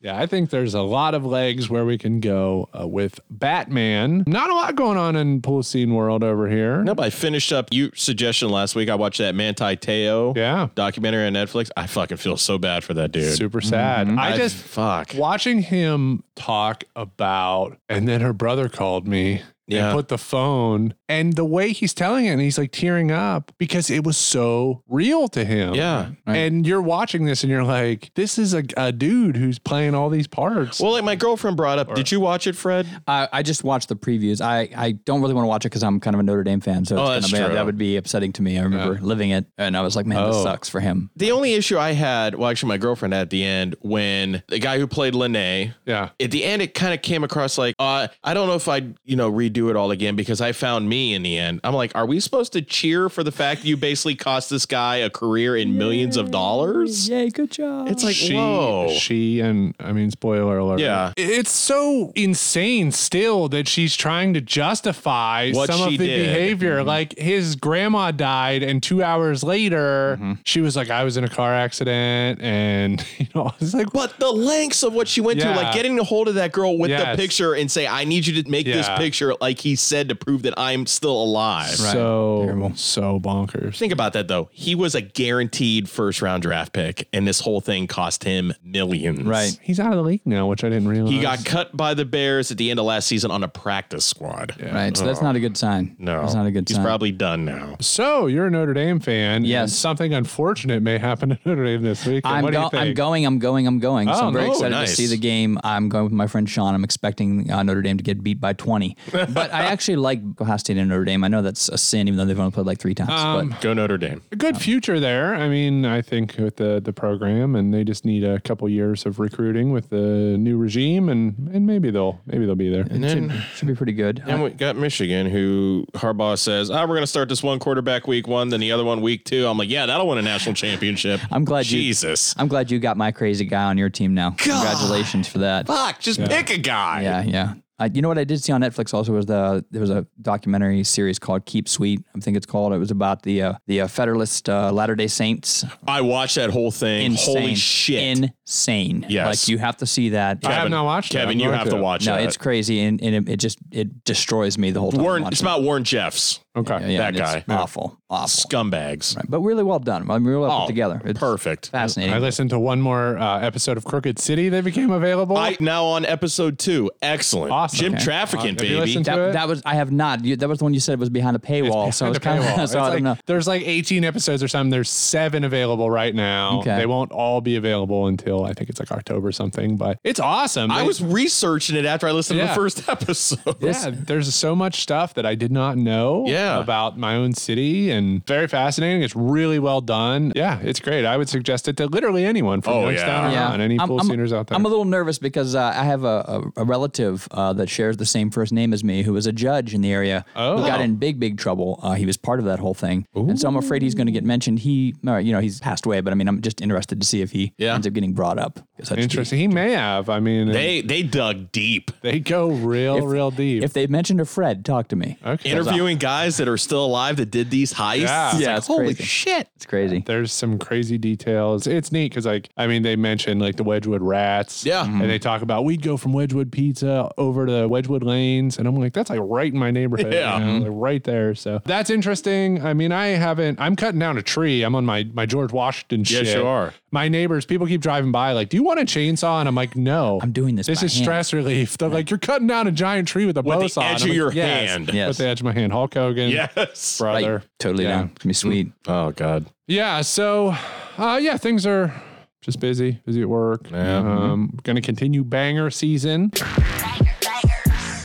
[SPEAKER 3] Yeah, I think there's a lot of legs where we can go uh, with Batman. Not a lot going on in pool scene world over here.
[SPEAKER 4] Nope, I finished up your suggestion last week. I watched that Manti Teo
[SPEAKER 3] yeah.
[SPEAKER 4] documentary on Netflix. I fucking feel so bad for that dude.
[SPEAKER 3] Super sad.
[SPEAKER 4] Mm-hmm.
[SPEAKER 3] I just
[SPEAKER 4] fuck
[SPEAKER 3] watching him talk about, and then her brother called me.
[SPEAKER 4] Yeah.
[SPEAKER 3] And put the phone and the way he's telling it, and he's like tearing up because it was so real to him.
[SPEAKER 4] Yeah.
[SPEAKER 3] And you're watching this and you're like, this is a, a dude who's playing all these parts.
[SPEAKER 4] Well, like my girlfriend brought up, did you watch it, Fred?
[SPEAKER 5] I, I just watched the previews. I, I don't really want to watch it because I'm kind of a Notre Dame fan. So
[SPEAKER 4] Oh,
[SPEAKER 5] it's
[SPEAKER 4] that's
[SPEAKER 5] gonna be,
[SPEAKER 4] true.
[SPEAKER 5] that would be upsetting to me. I remember living it and I was like, man, this
[SPEAKER 4] Oh.
[SPEAKER 5] sucks for him.
[SPEAKER 4] The only issue I had, well, actually, my girlfriend had at the end when the guy who played Lene,
[SPEAKER 3] yeah,
[SPEAKER 4] at the end it kind of came across like, uh, I don't know if I'd you know redo it all again because I found me in the end. I'm like, are we supposed to cheer for the fact that you basically cost this guy a career in millions of dollars?
[SPEAKER 5] Yay, good job.
[SPEAKER 4] It's like,
[SPEAKER 3] she,
[SPEAKER 4] whoa.
[SPEAKER 3] she, and I mean, spoiler alert.
[SPEAKER 4] Yeah.
[SPEAKER 3] it's so insane still that she's trying to justify
[SPEAKER 4] What
[SPEAKER 3] some
[SPEAKER 4] she
[SPEAKER 3] of the
[SPEAKER 4] did. Mm-hmm.
[SPEAKER 3] behavior. Like his grandma died, and two hours later,
[SPEAKER 4] Mm-hmm.
[SPEAKER 3] she was like, "I was in a car accident," and you know, it's like,
[SPEAKER 4] But the lengths of what she went
[SPEAKER 3] Yeah.
[SPEAKER 4] to, like getting a hold of that girl with
[SPEAKER 3] Yes.
[SPEAKER 4] the picture and say, I need you to make this
[SPEAKER 3] Yeah.
[SPEAKER 4] picture like he said to prove that I'm still alive.
[SPEAKER 3] so so bonkers.
[SPEAKER 4] Think about that though. He was a guaranteed first round draft pick, and this whole thing cost him millions.
[SPEAKER 3] he's out of the league now, which I didn't realize.
[SPEAKER 4] He got cut by the Bears at the end of last season on a practice squad. Uh-huh.
[SPEAKER 5] Right. So that's not a good sign.
[SPEAKER 4] No.
[SPEAKER 5] That's not a good
[SPEAKER 4] He's
[SPEAKER 5] sign.
[SPEAKER 4] probably done now.
[SPEAKER 3] So you're a Notre Dame fan. and
[SPEAKER 5] Yes.
[SPEAKER 3] something unfortunate may happen to Notre Dame this week.
[SPEAKER 5] I'm,
[SPEAKER 3] what do
[SPEAKER 5] go-
[SPEAKER 3] you think?
[SPEAKER 5] I'm going, I'm going, I'm going. so
[SPEAKER 3] Oh,
[SPEAKER 5] I'm very
[SPEAKER 3] no,
[SPEAKER 5] excited
[SPEAKER 3] nice.
[SPEAKER 5] to see the game. I'm going with my friend Sean. I'm expecting uh, Notre Dame to get beat by 20. but I actually like Ohio State and Notre Dame. I know that's a sin, even though they've only played like three times.
[SPEAKER 3] Um,
[SPEAKER 5] but
[SPEAKER 4] Go Notre Dame.
[SPEAKER 3] a
[SPEAKER 5] Um,
[SPEAKER 3] good future there. I mean, I think with the the program, and they just need a couple years of recruiting with the new regime, and and maybe they'll maybe they'll be there.
[SPEAKER 4] And then
[SPEAKER 5] should be pretty good.
[SPEAKER 4] And we got Michigan, who Harbaugh says, ah, we're going to start this one quarterback week one, then the other one week two. I'm like, yeah, that'll win a national championship.
[SPEAKER 5] I'm glad you.
[SPEAKER 4] Jesus.
[SPEAKER 5] I'm glad you got my crazy guy on your team now. Congratulations for that.
[SPEAKER 4] Fuck, just pick a guy.
[SPEAKER 5] Yeah, yeah. I, Uh, you know what I did see on Netflix also was the there was a documentary series called Keep Sweet. I think it's called. It was about the uh, the uh, Federalist uh, Latter Day Saints.
[SPEAKER 4] I watched that whole thing.
[SPEAKER 5] Insane.
[SPEAKER 4] Holy shit.
[SPEAKER 5] Insane.
[SPEAKER 4] Yes.
[SPEAKER 5] Like you have to see that.
[SPEAKER 3] I have not watched.
[SPEAKER 4] Kevin, you have to watch
[SPEAKER 5] No,
[SPEAKER 4] that.
[SPEAKER 5] it's crazy, and, and it, it just it destroys me the whole time.
[SPEAKER 4] Warren,
[SPEAKER 5] I'm
[SPEAKER 4] it's
[SPEAKER 5] watching
[SPEAKER 4] about Warren Jeffs.
[SPEAKER 3] Okay,
[SPEAKER 5] it. Yeah, and
[SPEAKER 4] that
[SPEAKER 5] it's
[SPEAKER 4] guy.
[SPEAKER 5] awful, awful.
[SPEAKER 4] Scumbags.
[SPEAKER 5] But really well done. I mean, really well
[SPEAKER 4] Oh,
[SPEAKER 5] put together. It's
[SPEAKER 4] Perfect.
[SPEAKER 5] fascinating.
[SPEAKER 3] I listened to one more uh, episode of Crooked City that became available.
[SPEAKER 4] I now on episode two. Excellent.
[SPEAKER 3] Awesome.
[SPEAKER 4] Jim
[SPEAKER 3] Okay. Uh,
[SPEAKER 4] Trafficant,
[SPEAKER 3] have you
[SPEAKER 4] baby.
[SPEAKER 3] listened to it?
[SPEAKER 5] That, that was I have not. You, that was the one you said was behind a paywall. so it's kind
[SPEAKER 3] Paywall.
[SPEAKER 5] of
[SPEAKER 3] It's
[SPEAKER 5] so I
[SPEAKER 3] like-
[SPEAKER 5] don't know.
[SPEAKER 3] There's like 18 episodes or something. There's seven available right now.
[SPEAKER 5] Okay.
[SPEAKER 3] They won't all be available until I think it's like October or something, but it's awesome.
[SPEAKER 4] I
[SPEAKER 3] They-
[SPEAKER 4] was researching it after I listened to
[SPEAKER 3] Yeah.
[SPEAKER 4] the first episode.
[SPEAKER 3] Yeah, there's so much stuff that I did not know
[SPEAKER 4] Yeah.
[SPEAKER 3] about my own city and very fascinating. It's really well done. Yeah, it's great. I would suggest it to literally anyone from
[SPEAKER 4] Oh,
[SPEAKER 3] Youngstown
[SPEAKER 4] yeah.
[SPEAKER 3] on, any pool sceners out there.
[SPEAKER 5] I'm a little nervous because uh, I have a, a, a relative uh, that shares the same first name as me who was a judge in the area
[SPEAKER 3] Oh.
[SPEAKER 5] who got in big, big trouble. Uh, he was part of that whole thing. And so I'm afraid he's going to get mentioned. He, or, you know, he's passed away, but I mean, I'm just interested to see if he
[SPEAKER 4] Yeah.
[SPEAKER 5] ends up getting brought up. 'Cause that'd be-
[SPEAKER 3] Interesting. He may have. I mean, they,
[SPEAKER 4] They they dug deep.
[SPEAKER 3] go real,
[SPEAKER 5] If-
[SPEAKER 3] real deep.
[SPEAKER 5] If they mentioned a Fred, talk to me.
[SPEAKER 3] okay.
[SPEAKER 4] Interviewing guys that are still alive that did these heists.
[SPEAKER 3] Yeah.
[SPEAKER 4] It's
[SPEAKER 5] Yeah,
[SPEAKER 4] like,
[SPEAKER 5] it's
[SPEAKER 4] holy
[SPEAKER 5] crazy.
[SPEAKER 4] shit.
[SPEAKER 5] It's crazy.
[SPEAKER 3] there's some crazy details. It's neat because, like, I mean, they mentioned like the Wedgwood rats.
[SPEAKER 4] Yeah.
[SPEAKER 3] And they talk about we'd go from Wedgwood Pizza over to Wedgwood Lanes. And I'm like, that's like right in my neighborhood.
[SPEAKER 4] Yeah.
[SPEAKER 3] you know, like, right there. So that's interesting. I mean, I haven't, I'm cutting down a tree. I'm on my, my George Washington
[SPEAKER 4] Yes,
[SPEAKER 3] shit.
[SPEAKER 4] you are.
[SPEAKER 3] my neighbors, people keep driving by, like, "Do you want a chainsaw?" And I'm like, "No, I'm doing this. This
[SPEAKER 4] by
[SPEAKER 3] is
[SPEAKER 4] hand."
[SPEAKER 3] stress relief." They're like, "You're cutting down a giant tree with a
[SPEAKER 4] With
[SPEAKER 3] bow
[SPEAKER 4] the
[SPEAKER 3] saw." And
[SPEAKER 4] edge
[SPEAKER 3] I'm
[SPEAKER 4] of
[SPEAKER 3] like,
[SPEAKER 4] your
[SPEAKER 3] "Yes,
[SPEAKER 4] hand."
[SPEAKER 3] With
[SPEAKER 4] Yes.
[SPEAKER 3] the edge of my hand, Hulk Hogan.
[SPEAKER 4] Yes.
[SPEAKER 3] brother,
[SPEAKER 5] totally
[SPEAKER 3] Yeah.
[SPEAKER 5] down. It's gonna be sweet.
[SPEAKER 4] Oh God.
[SPEAKER 3] Yeah. So, uh, yeah, things are just busy, busy at work.
[SPEAKER 4] mm-hmm.
[SPEAKER 3] Um, going to continue banger season.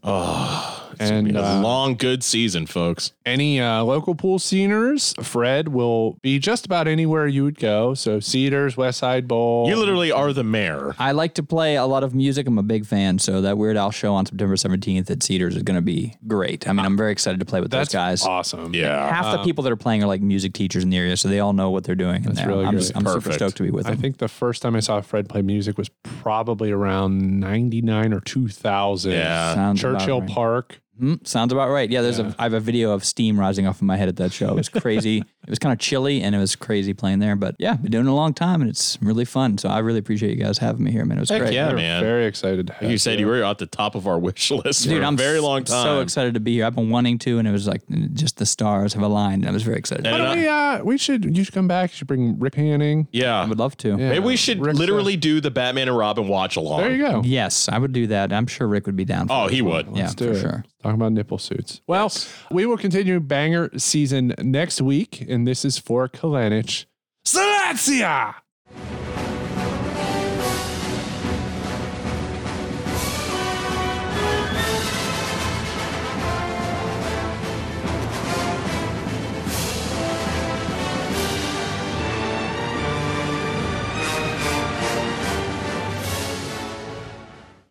[SPEAKER 4] Oh, it's
[SPEAKER 3] And,
[SPEAKER 4] and a
[SPEAKER 3] uh,
[SPEAKER 4] long good season, folks.
[SPEAKER 3] Any uh, local pool sceners, Fred will be just about anywhere you would go. So, Cedars, West Side Bowl.
[SPEAKER 4] You literally are the mayor.
[SPEAKER 5] I like to play a lot of music. I'm a big fan, so that Weird Al show on September 17th at Cedars is going to be great. I mean, I'm very excited to play with those
[SPEAKER 3] That's
[SPEAKER 5] guys.
[SPEAKER 3] awesome.
[SPEAKER 4] Yeah.
[SPEAKER 5] Half the
[SPEAKER 3] Um,
[SPEAKER 5] people that are playing are like music teachers in the area, so they all know what they're doing. in
[SPEAKER 3] That's
[SPEAKER 5] there.
[SPEAKER 3] really
[SPEAKER 5] I'm,
[SPEAKER 3] great.
[SPEAKER 5] I'm super stoked to be with them.
[SPEAKER 3] I think the first time I saw Fred play music was probably around 99 or 2000.
[SPEAKER 5] Yeah. Sounds about
[SPEAKER 3] Churchill
[SPEAKER 5] right.
[SPEAKER 3] Park.
[SPEAKER 5] Mm, sounds about right. Yeah, there's a I have a video of steam rising off of my head at that show. It was crazy. it was kind of chilly and it was crazy playing there, but yeah, been doing it a long time and it's really fun. So I really appreciate you guys having me here, man. It was
[SPEAKER 4] Heck
[SPEAKER 5] great.
[SPEAKER 4] yeah, man.
[SPEAKER 3] Very excited.
[SPEAKER 4] Like you said, you were at the top of our wish list for
[SPEAKER 5] Dude,
[SPEAKER 4] a
[SPEAKER 5] I'm
[SPEAKER 4] very
[SPEAKER 5] s-
[SPEAKER 4] long time.
[SPEAKER 5] So excited to be here. I've been wanting to, and it was like just the stars have aligned, and I was very excited.
[SPEAKER 3] Why don't we, uh, we should, you should come back. You should bring Rick Hanning.
[SPEAKER 4] Yeah. I
[SPEAKER 5] would love to.
[SPEAKER 4] Maybe we should literally do the Batman and Robin watch along.
[SPEAKER 5] Yes, I would do that. I'm sure Rick would be down. For
[SPEAKER 4] Oh,
[SPEAKER 5] it.
[SPEAKER 4] he would.
[SPEAKER 5] yeah, for sure.
[SPEAKER 3] Talking about nipple suits. Well, we will continue banger season next week, and this is for Kalanich. Silencia!